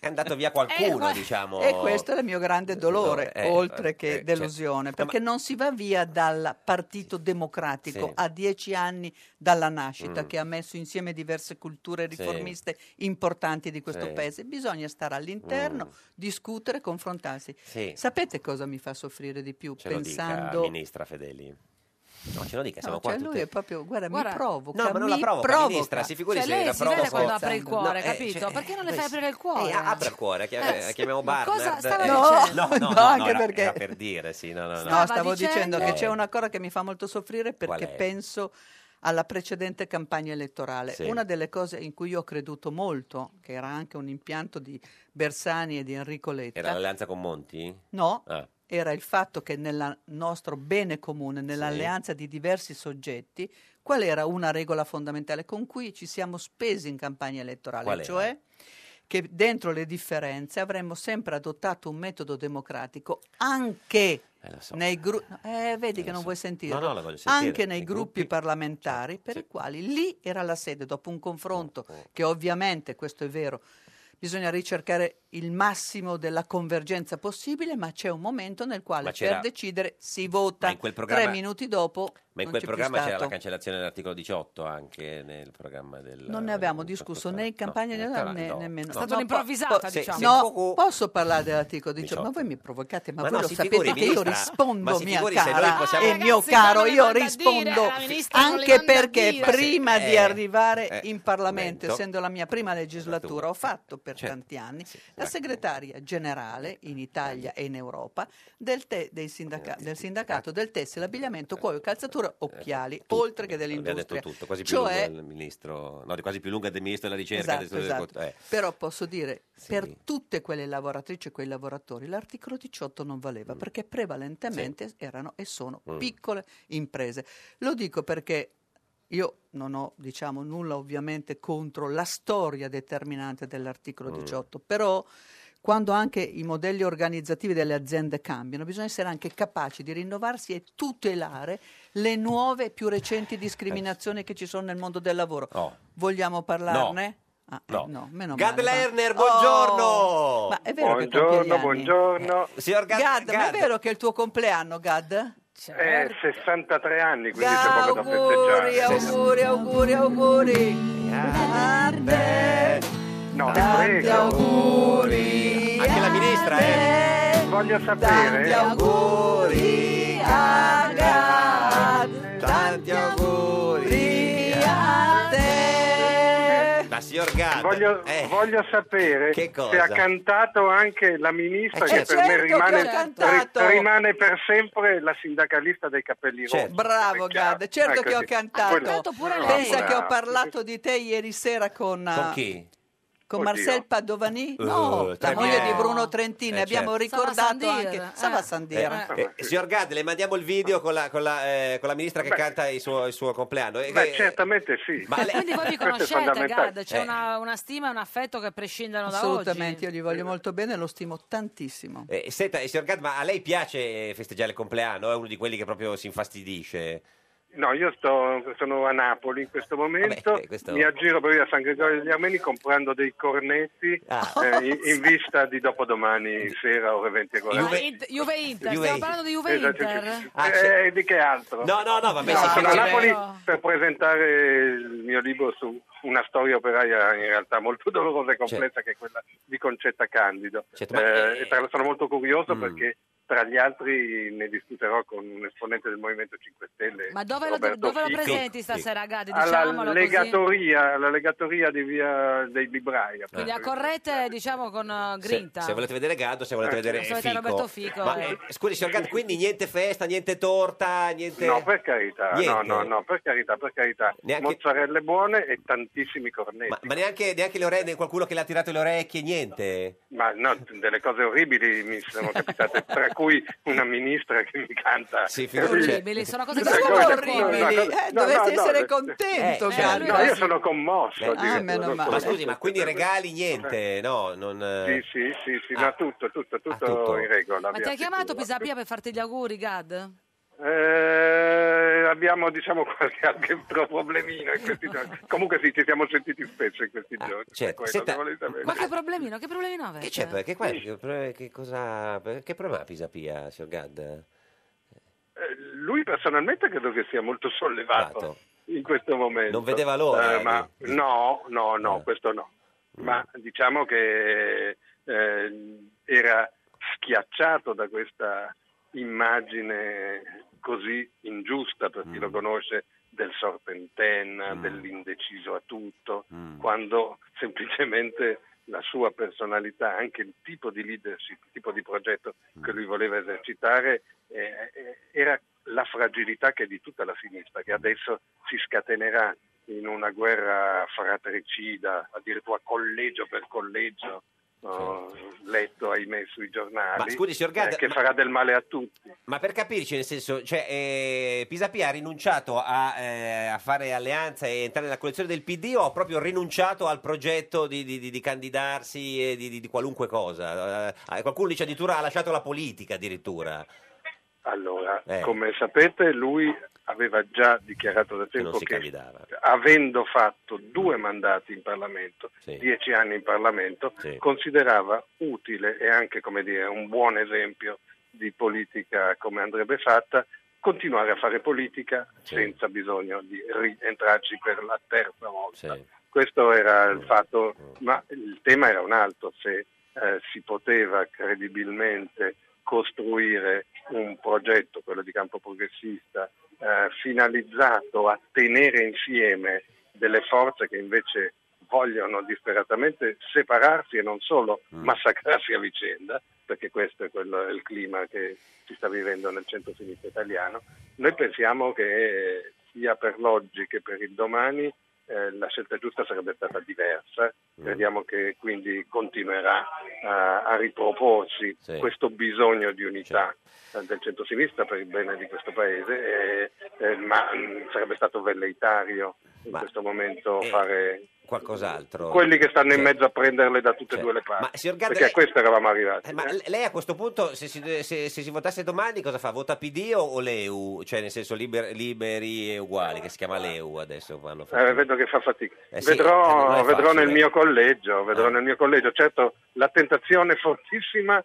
Speaker 2: È andato via qualcuno, diciamo.
Speaker 11: Eh, E questo è il mio grande dolore,
Speaker 2: Eh,
Speaker 11: oltre
Speaker 2: eh,
Speaker 11: che
Speaker 2: cioè-
Speaker 11: delusione, perché non si va via dal Partito Democratico
Speaker 2: Sì.
Speaker 11: a dieci anni dalla nascita,
Speaker 2: Mm.
Speaker 11: che ha messo insieme diverse culture
Speaker 2: Sì.
Speaker 11: riformiste importanti di questo
Speaker 2: Sì.
Speaker 11: paese. Bisogna stare all'interno,
Speaker 2: Mm.
Speaker 11: discutere, confrontarsi.
Speaker 2: Sì.
Speaker 11: Sapete cosa mi fa soffrire di più?
Speaker 2: Ce lo dica,
Speaker 11: pensando...
Speaker 2: ministra Fedeli. No, ce lo dica, siamo
Speaker 11: No,
Speaker 2: qua
Speaker 11: cioè lui
Speaker 2: tutte-
Speaker 11: è proprio, guarda,
Speaker 3: Guarda-
Speaker 11: mi provoca.
Speaker 2: No, ma non la
Speaker 11: mi
Speaker 2: provoca,
Speaker 11: provoca.
Speaker 2: ministra, si figuri
Speaker 3: Cioè,
Speaker 2: se
Speaker 3: lei
Speaker 2: la
Speaker 3: si vede
Speaker 2: provoca.
Speaker 3: quando apre il cuore,
Speaker 2: No, eh,
Speaker 3: capito?
Speaker 2: cioè,
Speaker 3: Perché non le
Speaker 2: eh,
Speaker 3: fai aprire il cuore?
Speaker 2: Eh, apra il cuore, chiam-
Speaker 3: Eh,
Speaker 2: eh, chiamiamo
Speaker 3: ma cosa
Speaker 2: Barnard.
Speaker 3: stava
Speaker 2: eh,
Speaker 11: dicendo?
Speaker 2: No, no,
Speaker 11: No,
Speaker 2: no, no,
Speaker 11: anche
Speaker 2: era-
Speaker 11: perché-
Speaker 2: era per dire, sì, no, no, no.
Speaker 11: No, stavo dicendo,
Speaker 2: Eh,
Speaker 11: che c'è una cosa che mi fa molto soffrire
Speaker 2: Qual
Speaker 11: perché
Speaker 2: è?
Speaker 11: penso alla precedente campagna elettorale.
Speaker 2: Sì.
Speaker 11: Una delle cose in cui io ho creduto molto, che era anche un impianto di Bersani e di Enrico Letta,
Speaker 2: Era l'alleanza con Monti?
Speaker 11: No.
Speaker 2: Ah,
Speaker 11: era il fatto che nel nostro bene comune, nell'alleanza di diversi soggetti, qual era una regola fondamentale con cui ci siamo spesi in campagna elettorale,
Speaker 2: Qual era?
Speaker 11: cioè che dentro le differenze avremmo sempre adottato un metodo democratico anche
Speaker 2: Eh,
Speaker 11: nei gruppi vedi che non vuoi sentirlo
Speaker 2: No, no, la voglio sentire.
Speaker 11: anche nei gruppi parlamentari per i quali lì era la sede dopo un confronto
Speaker 2: Oh,
Speaker 11: che ovviamente questo è vero bisogna ricercare il massimo della convergenza possibile ma c'è un momento nel quale
Speaker 2: Ma
Speaker 11: per
Speaker 2: c'era-
Speaker 11: decidere si vota
Speaker 2: Ma in quel programma-
Speaker 11: tre minuti dopo
Speaker 2: Ma in
Speaker 11: non
Speaker 2: quel
Speaker 11: c'è più
Speaker 2: programma c'era
Speaker 11: stato.
Speaker 2: la cancellazione dell'articolo 18 anche nel programma del...
Speaker 11: Non ne abbiamo discusso né in campagna
Speaker 2: no,
Speaker 11: elettorale, né,
Speaker 2: no.
Speaker 11: nemmeno.
Speaker 2: È stata
Speaker 11: No,
Speaker 2: un'improvvisata,
Speaker 11: po-
Speaker 2: diciamo.
Speaker 11: No, posso parlare dell'articolo 18? Ma
Speaker 2: 18.
Speaker 11: voi mi provocate, ma,
Speaker 2: Ma
Speaker 11: voi
Speaker 2: no,
Speaker 11: lo
Speaker 2: si
Speaker 11: sapete
Speaker 2: figuri,
Speaker 11: che io
Speaker 2: ministra, ma
Speaker 11: rispondo,
Speaker 2: si
Speaker 11: mia
Speaker 2: figuri se
Speaker 11: cara.
Speaker 2: noi possiamo-
Speaker 11: E
Speaker 2: Ragazzi,
Speaker 11: mio
Speaker 2: non
Speaker 11: caro,
Speaker 2: le
Speaker 11: io
Speaker 2: manda a
Speaker 11: rispondo
Speaker 2: dire, la ministra non le
Speaker 11: anche
Speaker 2: manda a
Speaker 11: perché
Speaker 2: dire.
Speaker 11: prima di
Speaker 2: Eh,
Speaker 11: arrivare
Speaker 2: eh,
Speaker 11: in Parlamento,
Speaker 2: momento.
Speaker 11: essendo la mia prima legislatura, ho fatto per
Speaker 2: Certo.
Speaker 11: tanti anni la
Speaker 2: ecco.
Speaker 11: segretaria generale in Italia e in Europa del, te- dei sindaca-
Speaker 2: Eh,
Speaker 11: del sindacato del tessile, abbigliamento, cuoio, calzatura, occhiali, oltre che
Speaker 2: Abbiamo detto
Speaker 11: dell'industria.
Speaker 2: Eh, tutto, quasi più
Speaker 11: Cioè,
Speaker 2: lunga del ministro... No, di quasi più lunga del ministro della ricerca.
Speaker 11: Esatto,
Speaker 2: del studio del
Speaker 11: esatto.
Speaker 2: conto- eh.
Speaker 11: Però posso dire, per tutte quelle lavoratrici e quei lavoratori, l'articolo 18 non valeva perché prevalentemente erano e sono
Speaker 12: Mm.
Speaker 11: piccole imprese. Lo dico perché io non ho, diciamo, nulla ovviamente contro la storia determinante dell'articolo
Speaker 12: Mm.
Speaker 11: 18, però quando anche i modelli organizzativi delle aziende cambiano, bisogna essere anche capaci di rinnovarsi e tutelare le nuove e più
Speaker 12: Eh
Speaker 11: recenti discriminazioni che ci sono nel mondo del lavoro. Vogliamo parlarne? Ah, eh,
Speaker 2: No.
Speaker 11: no, meno
Speaker 2: Gad
Speaker 11: male.
Speaker 2: Lerner,
Speaker 11: Oh,
Speaker 2: buongiorno! Eh,
Speaker 11: ma è vero che compie gli
Speaker 13: buongiorno,
Speaker 11: anni?
Speaker 13: buongiorno.
Speaker 2: Signor
Speaker 11: Gad, ma è vero che è il tuo compleanno, Gad?
Speaker 13: Eh, 63 anni, quindi c'è poco da
Speaker 11: Auguri,
Speaker 13: festeggiare.
Speaker 11: auguri, auguri, auguri. A te,
Speaker 13: No, ti
Speaker 11: tanti
Speaker 13: prego.
Speaker 11: auguri. Anche la
Speaker 2: ministra,
Speaker 11: eh.
Speaker 13: Voglio sapere.
Speaker 11: Tanti auguri a Gad. Tanti auguri a te.
Speaker 2: La signor Gad... eh.
Speaker 13: Voglio, voglio sapere se
Speaker 2: cosa?
Speaker 13: ha cantato anche la ministra
Speaker 2: Eh,
Speaker 13: che
Speaker 2: certo.
Speaker 13: per me
Speaker 2: Certo che
Speaker 13: rimane,
Speaker 11: ho cantato.
Speaker 13: ri- rimane per sempre la sindacalista dei capelli
Speaker 2: Certo.
Speaker 13: rossi.
Speaker 11: Bravo Gad, certo
Speaker 13: Ecco
Speaker 11: che ho
Speaker 13: sì.
Speaker 11: cantato.
Speaker 13: Quello- No,
Speaker 11: Pensa
Speaker 13: no.
Speaker 11: che ho parlato di te ieri sera con,
Speaker 2: Con chi?
Speaker 11: con
Speaker 2: Oddio.
Speaker 11: Marcel Padovani,
Speaker 2: Eh,
Speaker 11: no, la
Speaker 2: Tremier.
Speaker 11: moglie di Bruno Trentini,
Speaker 2: Eh,
Speaker 11: abbiamo
Speaker 2: certo.
Speaker 11: ricordato anche Sava Sandira.
Speaker 2: Eh,
Speaker 13: Ah.
Speaker 2: eh, signor Gad, le mandiamo il video con la, con la, eh, con la ministra che canta il suo, il suo compleanno. Eh,
Speaker 13: Beh,
Speaker 2: eh,
Speaker 13: certamente sì.
Speaker 2: Ma lei-
Speaker 3: Quindi voi vi
Speaker 2: Questo è
Speaker 3: conoscete,
Speaker 2: fondamentale.
Speaker 3: Gad, c'è
Speaker 2: Eh.
Speaker 3: una, una stima e un affetto che prescindono da oggi.
Speaker 11: Assolutamente, io gli voglio molto bene e lo stimo tantissimo.
Speaker 2: eh, senta, eh, signor Gad, ma a lei piace eh, festeggiare il compleanno? È uno di quelli che proprio si infastidisce?
Speaker 13: No, io sto- sono a Napoli in questo momento,
Speaker 2: Vabbè, eh, questo-
Speaker 13: mi aggiro per via San Gregorio degli Armeni comprando dei cornetti
Speaker 2: Ah.
Speaker 13: eh, in, in vista di dopodomani sera ore 20 e
Speaker 3: Ah,
Speaker 13: 40.
Speaker 3: Int- Juve Inter,
Speaker 13: Juve
Speaker 3: stiamo
Speaker 13: Inter.
Speaker 3: parlando di Juve
Speaker 13: Esatto,
Speaker 3: Inter?
Speaker 2: Ah,
Speaker 13: Eh, di che altro?
Speaker 2: No, no, no, vabbè, sì,
Speaker 13: sono a
Speaker 2: che-
Speaker 13: Napoli
Speaker 2: No.
Speaker 13: per presentare il mio libro su una storia operaia in realtà molto dolorosa e
Speaker 2: Certo.
Speaker 13: complessa che è quella di Concetta Candido. Eh, e tra l'altro sono molto curioso
Speaker 2: mm.
Speaker 13: perché tra gli altri ne discuterò con un esponente del Movimento 5 Stelle.
Speaker 3: Ma dove lo,
Speaker 13: Roberto
Speaker 3: dove lo
Speaker 13: Fico.
Speaker 3: presenti stasera, Gad?
Speaker 13: Alla
Speaker 3: Diciamolo così.
Speaker 13: legatoria, alla legatoria di via dei librai.
Speaker 3: Quindi a
Speaker 13: appunto.
Speaker 3: corrette, diciamo, con eh,
Speaker 2: Ah. Eh. Se,
Speaker 3: grinta.
Speaker 2: se volete vedere Gad o se volete
Speaker 13: Eh.
Speaker 2: vedere
Speaker 3: Se volete
Speaker 2: Fico.
Speaker 3: Roberto Fico,
Speaker 2: Ma,
Speaker 3: eh.
Speaker 2: eh, scusi, signor Gad, quindi niente festa, niente torta, niente...
Speaker 13: No, per carità, no,
Speaker 2: Niente.
Speaker 13: no, no, per carità, per carità. Mozzarelle buone e tantissimi cornetti.
Speaker 2: Ma neanche, neanche le orecchie, qualcuno che le ha tirato le orecchie, niente?
Speaker 13: Ma no, delle cose orribili mi sono capitate, tra cui una ministra che mi canta.
Speaker 3: Orribili, sono cose che
Speaker 13: Delle
Speaker 3: sono
Speaker 13: cose-
Speaker 3: orribili.
Speaker 13: no, no, no,
Speaker 3: Eh,
Speaker 13: no,
Speaker 3: dovresti
Speaker 13: no,
Speaker 3: essere
Speaker 13: no,
Speaker 3: contento,
Speaker 13: eh,
Speaker 3: Gad.
Speaker 13: No, io sono commosso.
Speaker 2: cioè, Beh,
Speaker 3: Ah,
Speaker 13: addirittura, non sono
Speaker 2: Ma scusi, ma
Speaker 13: contento.
Speaker 2: quindi regali niente? No, non... eh. Ah,
Speaker 13: Sì, sì, sì, sì, no, tutto, tutto, tutto,
Speaker 2: tutto.
Speaker 13: in regola.
Speaker 3: Ma ti ha
Speaker 13: via.
Speaker 3: chiamato Pisapia per farti gli auguri, Gad?
Speaker 13: Eh, abbiamo diciamo qualche altro problemino in questi giorni. Comunque sì, ci siamo sentiti spesso in questi giorni.
Speaker 2: certo.
Speaker 13: quello,
Speaker 2: Senta,
Speaker 13: se volete sapere.
Speaker 3: Ma
Speaker 11: eh,
Speaker 3: che problemino, che problemino avete?
Speaker 2: Che c'è? per- Che, Eh, qua- che, pro- che cosa... Che problema ha Pisapia, signor Gad?
Speaker 13: Eh, Lui personalmente credo che sia molto sollevato in questo momento.
Speaker 2: Non vedeva l'ora, Eh. Mm.
Speaker 13: Eh, ma- no, no, no, questo no. Ma diciamo che eh, era schiacciato da questa immagine così ingiusta per
Speaker 2: Mm.
Speaker 13: chi lo conosce del sorpentenna, dell'indeciso a tutto,
Speaker 2: Mm.
Speaker 13: quando semplicemente la sua personalità, anche il tipo di leadership, il tipo di progetto
Speaker 2: Mm.
Speaker 13: che lui voleva esercitare, eh, eh, era la fragilità che è di tutta la sinistra, che adesso si scatenerà in una guerra fratricida, addirittura collegio per collegio, ho letto, ahimè, sui giornali,
Speaker 2: Certo. Ma scusi, signor Gadda,
Speaker 13: eh, che
Speaker 2: ma-
Speaker 13: farà del male a tutti.
Speaker 2: Ma per capirci, nel senso, cioè, eh, Pisapia ha rinunciato a, eh, a fare alleanza e entrare nella coalizione del PD o ha proprio rinunciato al progetto di, di- di- di candidarsi e di, di- di qualunque cosa? Eh, qualcuno dice addirittura ha lasciato la politica addirittura.
Speaker 13: Allora,
Speaker 2: Eh.
Speaker 13: come sapete, lui aveva già dichiarato da tempo
Speaker 2: non si
Speaker 13: che,
Speaker 2: candidava.
Speaker 13: avendo fatto due mandati in Parlamento,
Speaker 2: Sì.
Speaker 13: dieci anni in Parlamento,
Speaker 2: Sì.
Speaker 13: considerava utile e anche come dire, un buon esempio di politica come andrebbe fatta continuare a fare politica
Speaker 2: Sì.
Speaker 13: senza bisogno di rientrarci per la terza volta.
Speaker 2: Sì.
Speaker 13: Questo era il fatto, ma il tema era un altro, se eh, si poteva credibilmente costruire un progetto, quello di campo progressista, eh, finalizzato a tenere insieme delle forze che invece vogliono disperatamente separarsi e non solo massacrarsi a vicenda, perché questo è quello- il clima che si sta vivendo nel centro-sinistra italiano. Noi pensiamo che eh, sia per l'oggi che per il domani eh, la scelta giusta sarebbe stata diversa.
Speaker 2: Mm.
Speaker 13: Crediamo che quindi continuerà eh, a riproporsi
Speaker 2: Sì.
Speaker 13: questo bisogno di unità eh, del centro-sinistra per il bene di questo paese, eh, eh, ma mh, sarebbe stato velleitario in questo momento fare
Speaker 2: Qualcos'altro. Cioè,
Speaker 13: quelli che stanno in
Speaker 2: eh, Sì.
Speaker 13: mezzo a prenderle da tutte e due le parti.
Speaker 2: signor Gadda,
Speaker 13: perché a
Speaker 2: lei-
Speaker 13: questo eravamo arrivati.
Speaker 2: Eh, ma
Speaker 13: eh.
Speaker 2: l- lei a questo punto, se si, se- se si votasse domani, cosa fa? Vota PD o, o l'EU? Cioè, nel senso, liber- liberi e uguali, che si chiama l'EU adesso. vanno
Speaker 13: Eh,
Speaker 2: fatte.
Speaker 13: vedo che fa fatica.
Speaker 2: Eh sì, eh, non è
Speaker 13: vedrò
Speaker 2: facile.
Speaker 13: vedrò nel mio collegio, vedrò
Speaker 2: Eh.
Speaker 13: nel mio collegio. Certo, la tentazione fortissima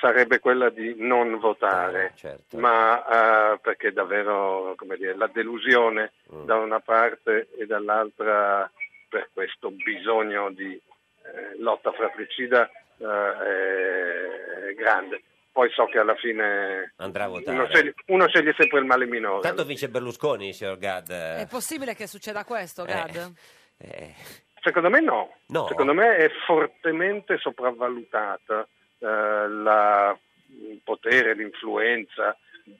Speaker 13: sarebbe quella di non votare,
Speaker 2: Eh, certo.
Speaker 13: ma eh, perché davvero come dire, la delusione
Speaker 2: Mm.
Speaker 13: da una parte e dall'altra per questo bisogno di eh, lotta fratricida eh, è- è grande. Poi so che alla fine
Speaker 2: Andrà a votare.
Speaker 13: uno sceglie, uno sceglie sempre il male minore.
Speaker 2: Tanto vince Berlusconi, signor Gad.
Speaker 11: eh.
Speaker 3: È possibile che succeda questo,
Speaker 2: Eh.
Speaker 3: Gad?
Speaker 2: Eh,
Speaker 13: Secondo me no.
Speaker 2: No?
Speaker 13: Secondo me è fortemente sopravvalutata eh, la- il potere, l'influenza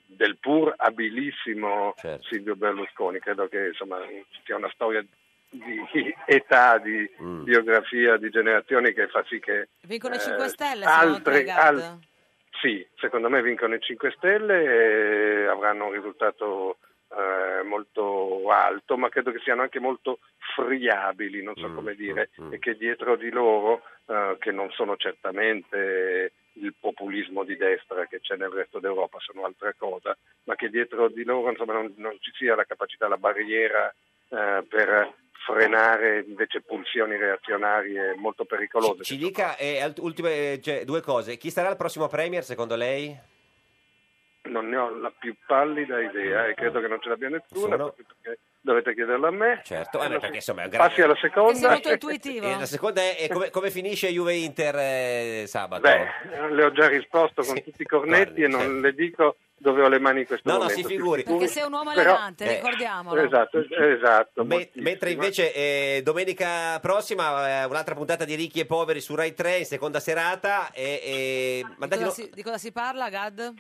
Speaker 13: del pur abilissimo Silvio Berlusconi. Credo che insomma, ci sia una storia di età, di biografia, di generazioni che fa sì che...
Speaker 3: Vincono i
Speaker 13: eh,
Speaker 3: 5 Stelle, secondo te,
Speaker 13: altre,
Speaker 3: Gad?
Speaker 13: al- sì, secondo me vincono i 5 Stelle e avranno un risultato eh, molto alto, ma credo che siano anche molto friabili, non
Speaker 2: Mm,
Speaker 13: so come dire, e che dietro di loro, eh, che non sono certamente il populismo di destra che c'è nel resto d'Europa, sono altra cosa, ma che dietro di loro insomma, non, non ci sia la capacità, la barriera eh, per frenare invece pulsioni reazionarie molto pericolose.
Speaker 2: Ci dica eh, alt- ultime eh, cioè, due cose. Chi sarà il prossimo Premier, secondo lei?
Speaker 13: Non ne ho la più pallida idea e credo che non ce l'abbia nessuno,
Speaker 2: Nessuno?
Speaker 13: perché dovete chiederlo a me.
Speaker 2: Certo, eh, beh, perché insomma è un grande...
Speaker 13: Passi alla seconda.
Speaker 2: Eh, la seconda è, è come, come finisce Juve-Inter eh, sabato?
Speaker 13: Beh, le ho già risposto con tutti i cornetti e non le dico dove ho le mani in questo
Speaker 2: No, no,
Speaker 13: momento.
Speaker 2: si figuri.
Speaker 3: Perché sei un uomo
Speaker 13: Però-
Speaker 3: elegante,
Speaker 2: eh,
Speaker 3: ricordiamolo.
Speaker 13: Esatto, esatto.
Speaker 2: Me-
Speaker 13: moltissimo.
Speaker 2: mentre invece eh, domenica prossima eh, un'altra puntata di Ricchi e Poveri su Rai 3 in seconda serata e, e- ma
Speaker 3: Di
Speaker 2: datelo-
Speaker 3: cosa, si, di cosa si parla, Gad?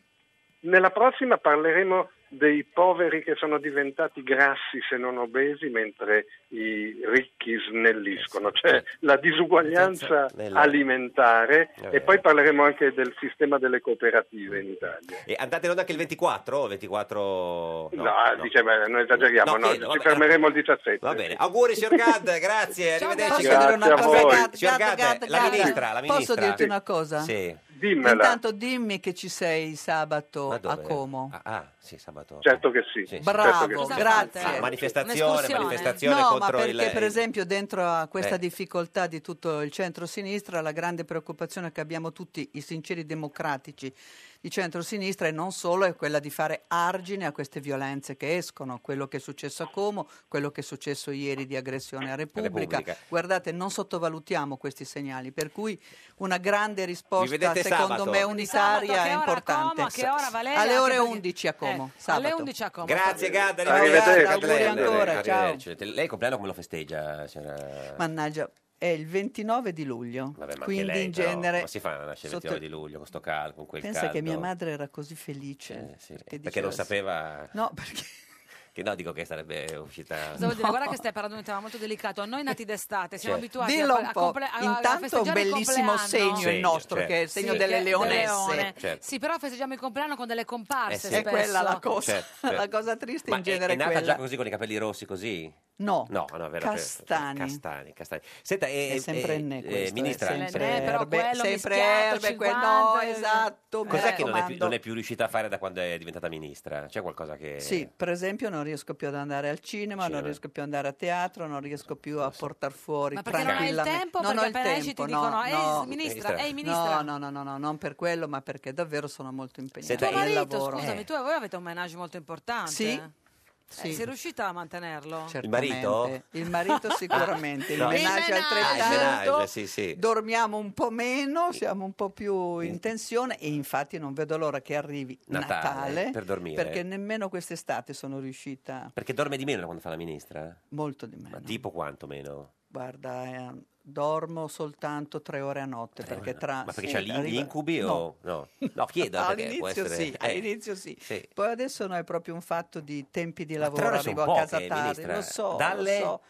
Speaker 13: Nella prossima parleremo dei poveri che sono diventati grassi se non obesi mentre i ricchi snelliscono, cioè la disuguaglianza
Speaker 2: Nella-
Speaker 13: alimentare
Speaker 2: Eh.
Speaker 13: e poi parleremo anche del sistema delle cooperative in Italia.
Speaker 2: e eh, andate in onda anche il 24 o 24 no,
Speaker 13: No,
Speaker 2: no.
Speaker 13: dice, beh, non esageriamo,
Speaker 2: No,
Speaker 13: no,
Speaker 2: chiedo,
Speaker 13: ci
Speaker 2: vabbè.
Speaker 13: fermeremo il 17.
Speaker 2: Va bene, auguri signor Gad, grazie,
Speaker 13: Ciao,
Speaker 2: arrivederci.
Speaker 13: Gad. Posso dire una Grazie a cosa? voi.
Speaker 2: Aspetta, signor Gad, la
Speaker 11: Gad,
Speaker 2: ministra, la ministra.
Speaker 11: Posso dirti una cosa?
Speaker 2: Sì.
Speaker 11: Intanto dimmi che ci sei sabato a Como.
Speaker 2: Ah, ah, sì, sabato.
Speaker 13: Certo che sì.
Speaker 11: Bravo,
Speaker 2: certo che sì.
Speaker 11: grazie.
Speaker 2: Ah, manifestazione,
Speaker 11: Esatto. Un'escursione.
Speaker 2: manifestazione
Speaker 11: no, ma
Speaker 2: contro
Speaker 11: perché
Speaker 2: il...
Speaker 11: per esempio dentro a questa
Speaker 2: Eh.
Speaker 11: difficoltà di tutto il centro-sinistra la grande preoccupazione che abbiamo tutti i sinceri democratici di centro-sinistra e non solo è quella di fare argine a queste violenze che escono, quello che è successo a Como, quello che è successo ieri di aggressione a Repubblica.
Speaker 2: Repubblica.
Speaker 11: Guardate, non sottovalutiamo questi segnali, per cui una grande risposta
Speaker 2: vedete
Speaker 11: secondo
Speaker 2: sabato.
Speaker 11: me
Speaker 3: Sabato,
Speaker 11: unitaria
Speaker 3: che
Speaker 11: è
Speaker 3: ora a
Speaker 11: importante.
Speaker 3: Como? Che ora, Valeria?
Speaker 11: Alle ore
Speaker 3: Che poi-
Speaker 11: 11 a Como,
Speaker 3: Eh,
Speaker 11: sabato.
Speaker 3: Alle 11 a Como.
Speaker 2: Grazie Gad,
Speaker 11: Arrivederci.
Speaker 2: Gad
Speaker 11: Auguri
Speaker 2: Lerner.
Speaker 11: ancora, ciao.
Speaker 2: Arrivederci. Lei il compleanno come lo festeggia, signora?
Speaker 11: Mannaggia, è il 29 di luglio.
Speaker 2: Vabbè, ma
Speaker 11: quindi
Speaker 2: anche lei,
Speaker 11: in
Speaker 2: però,
Speaker 11: genere.
Speaker 2: ma si fa una nascere il 29 di luglio con sto caldo, con quel
Speaker 11: Pensa
Speaker 2: caldo.
Speaker 11: che mia madre era così felice.
Speaker 2: Eh, sì,
Speaker 11: perché
Speaker 2: perché non
Speaker 11: diceva-
Speaker 2: sapeva
Speaker 11: No, perché
Speaker 2: Che no, dico che sarebbe uscita...
Speaker 3: Stavo a dire, guarda che stai parlando di un tema molto delicato. A noi nati d'estate siamo
Speaker 2: Cioè,
Speaker 3: abituati
Speaker 11: dillo
Speaker 3: a,
Speaker 11: un
Speaker 3: a,
Speaker 11: po'.
Speaker 3: comple- a- a
Speaker 11: Intanto
Speaker 3: festeggiare
Speaker 11: un
Speaker 3: il
Speaker 11: bellissimo
Speaker 3: compleanno.
Speaker 11: segno il Segno, nostro,
Speaker 2: cioè,
Speaker 11: certo. che è il segno delle
Speaker 3: che-
Speaker 11: leonesse.
Speaker 3: leone.
Speaker 11: Certo.
Speaker 3: Sì, però festeggiamo il compleanno con delle comparse.
Speaker 2: Eh sì.
Speaker 11: È
Speaker 3: spesso.
Speaker 11: quella la cosa,
Speaker 2: Certo, certo.
Speaker 11: la cosa triste
Speaker 2: Ma
Speaker 11: in
Speaker 2: è-
Speaker 11: genere
Speaker 2: è,
Speaker 11: è
Speaker 2: nata
Speaker 11: quella.
Speaker 2: già così con i capelli rossi così?
Speaker 11: No,
Speaker 2: No, no, è vero,
Speaker 11: Castani.
Speaker 2: cioè, Castani, castani. Senta, eh,
Speaker 11: È sempre
Speaker 2: eh,
Speaker 11: ne
Speaker 2: eh,
Speaker 11: questo, eh,
Speaker 2: ministra,
Speaker 11: sempre
Speaker 2: eh,
Speaker 11: ne, però
Speaker 2: Erbe-
Speaker 11: quello
Speaker 2: sempre
Speaker 11: mischiato,
Speaker 2: Erbe,
Speaker 11: 50,
Speaker 2: no,
Speaker 11: eh,
Speaker 2: esatto,
Speaker 11: mi
Speaker 2: Cos'è che non è, più,
Speaker 11: raccomando.
Speaker 2: non è più riuscita a fare da quando è diventata ministra? C'è qualcosa che...
Speaker 11: Sì, per esempio non riesco più ad andare al cinema,
Speaker 2: Eh. Cinema. Eh,
Speaker 11: non riesco più ad andare a teatro, non riesco più a portare fuori
Speaker 3: Ma perché non hai il
Speaker 11: tranquillamente.
Speaker 3: tempo?
Speaker 11: Non ho
Speaker 3: Perché
Speaker 11: il
Speaker 3: appena esci ti
Speaker 11: tempo,
Speaker 3: dicono,
Speaker 11: no,
Speaker 3: "Ehi,
Speaker 11: no.
Speaker 3: ministra, ehi, ministra.
Speaker 11: No, no, no, no, no, non per quello, ma perché davvero sono molto impegnata
Speaker 3: Tuo
Speaker 11: nel
Speaker 3: marito,
Speaker 11: lavoro.
Speaker 2: Eh,
Speaker 3: scusami, tu e voi avete un menage molto importante.
Speaker 11: Sì,
Speaker 3: Eh,
Speaker 11: sì.
Speaker 3: sei riuscita a mantenerlo?
Speaker 11: Il marito? Il marito sicuramente, il menage altrettanto.
Speaker 2: eh. Ah, il menage, sì, sì.
Speaker 11: Dormiamo un po' meno, siamo un po' più in tensione e infatti non vedo l'ora che arrivi
Speaker 2: Natale,
Speaker 11: Natale,
Speaker 2: per dormire.
Speaker 11: perché nemmeno quest'estate sono riuscita
Speaker 2: Perché dorme di meno da quando fa la ministra?
Speaker 11: molto di meno.
Speaker 2: Ma tipo quanto meno?
Speaker 11: Guarda, eh, dormo soltanto tre ore a notte perché tra...
Speaker 2: Ma perché
Speaker 11: Ah, sì,
Speaker 2: c'ha gli, gli
Speaker 11: arriva-
Speaker 2: incubi o... No, no chiedo. perché può
Speaker 11: All'inizio
Speaker 2: essere-
Speaker 11: sì,
Speaker 2: eh,
Speaker 11: all'inizio sì.
Speaker 2: sì.
Speaker 11: Poi adesso no, è proprio un fatto di tempi di
Speaker 2: Ma tre
Speaker 11: lavoro,
Speaker 2: ore sono
Speaker 11: arrivo a casa
Speaker 2: poche,
Speaker 11: tardi,
Speaker 2: ministra. eh.
Speaker 11: lo so,
Speaker 2: Dalle-
Speaker 11: lo so.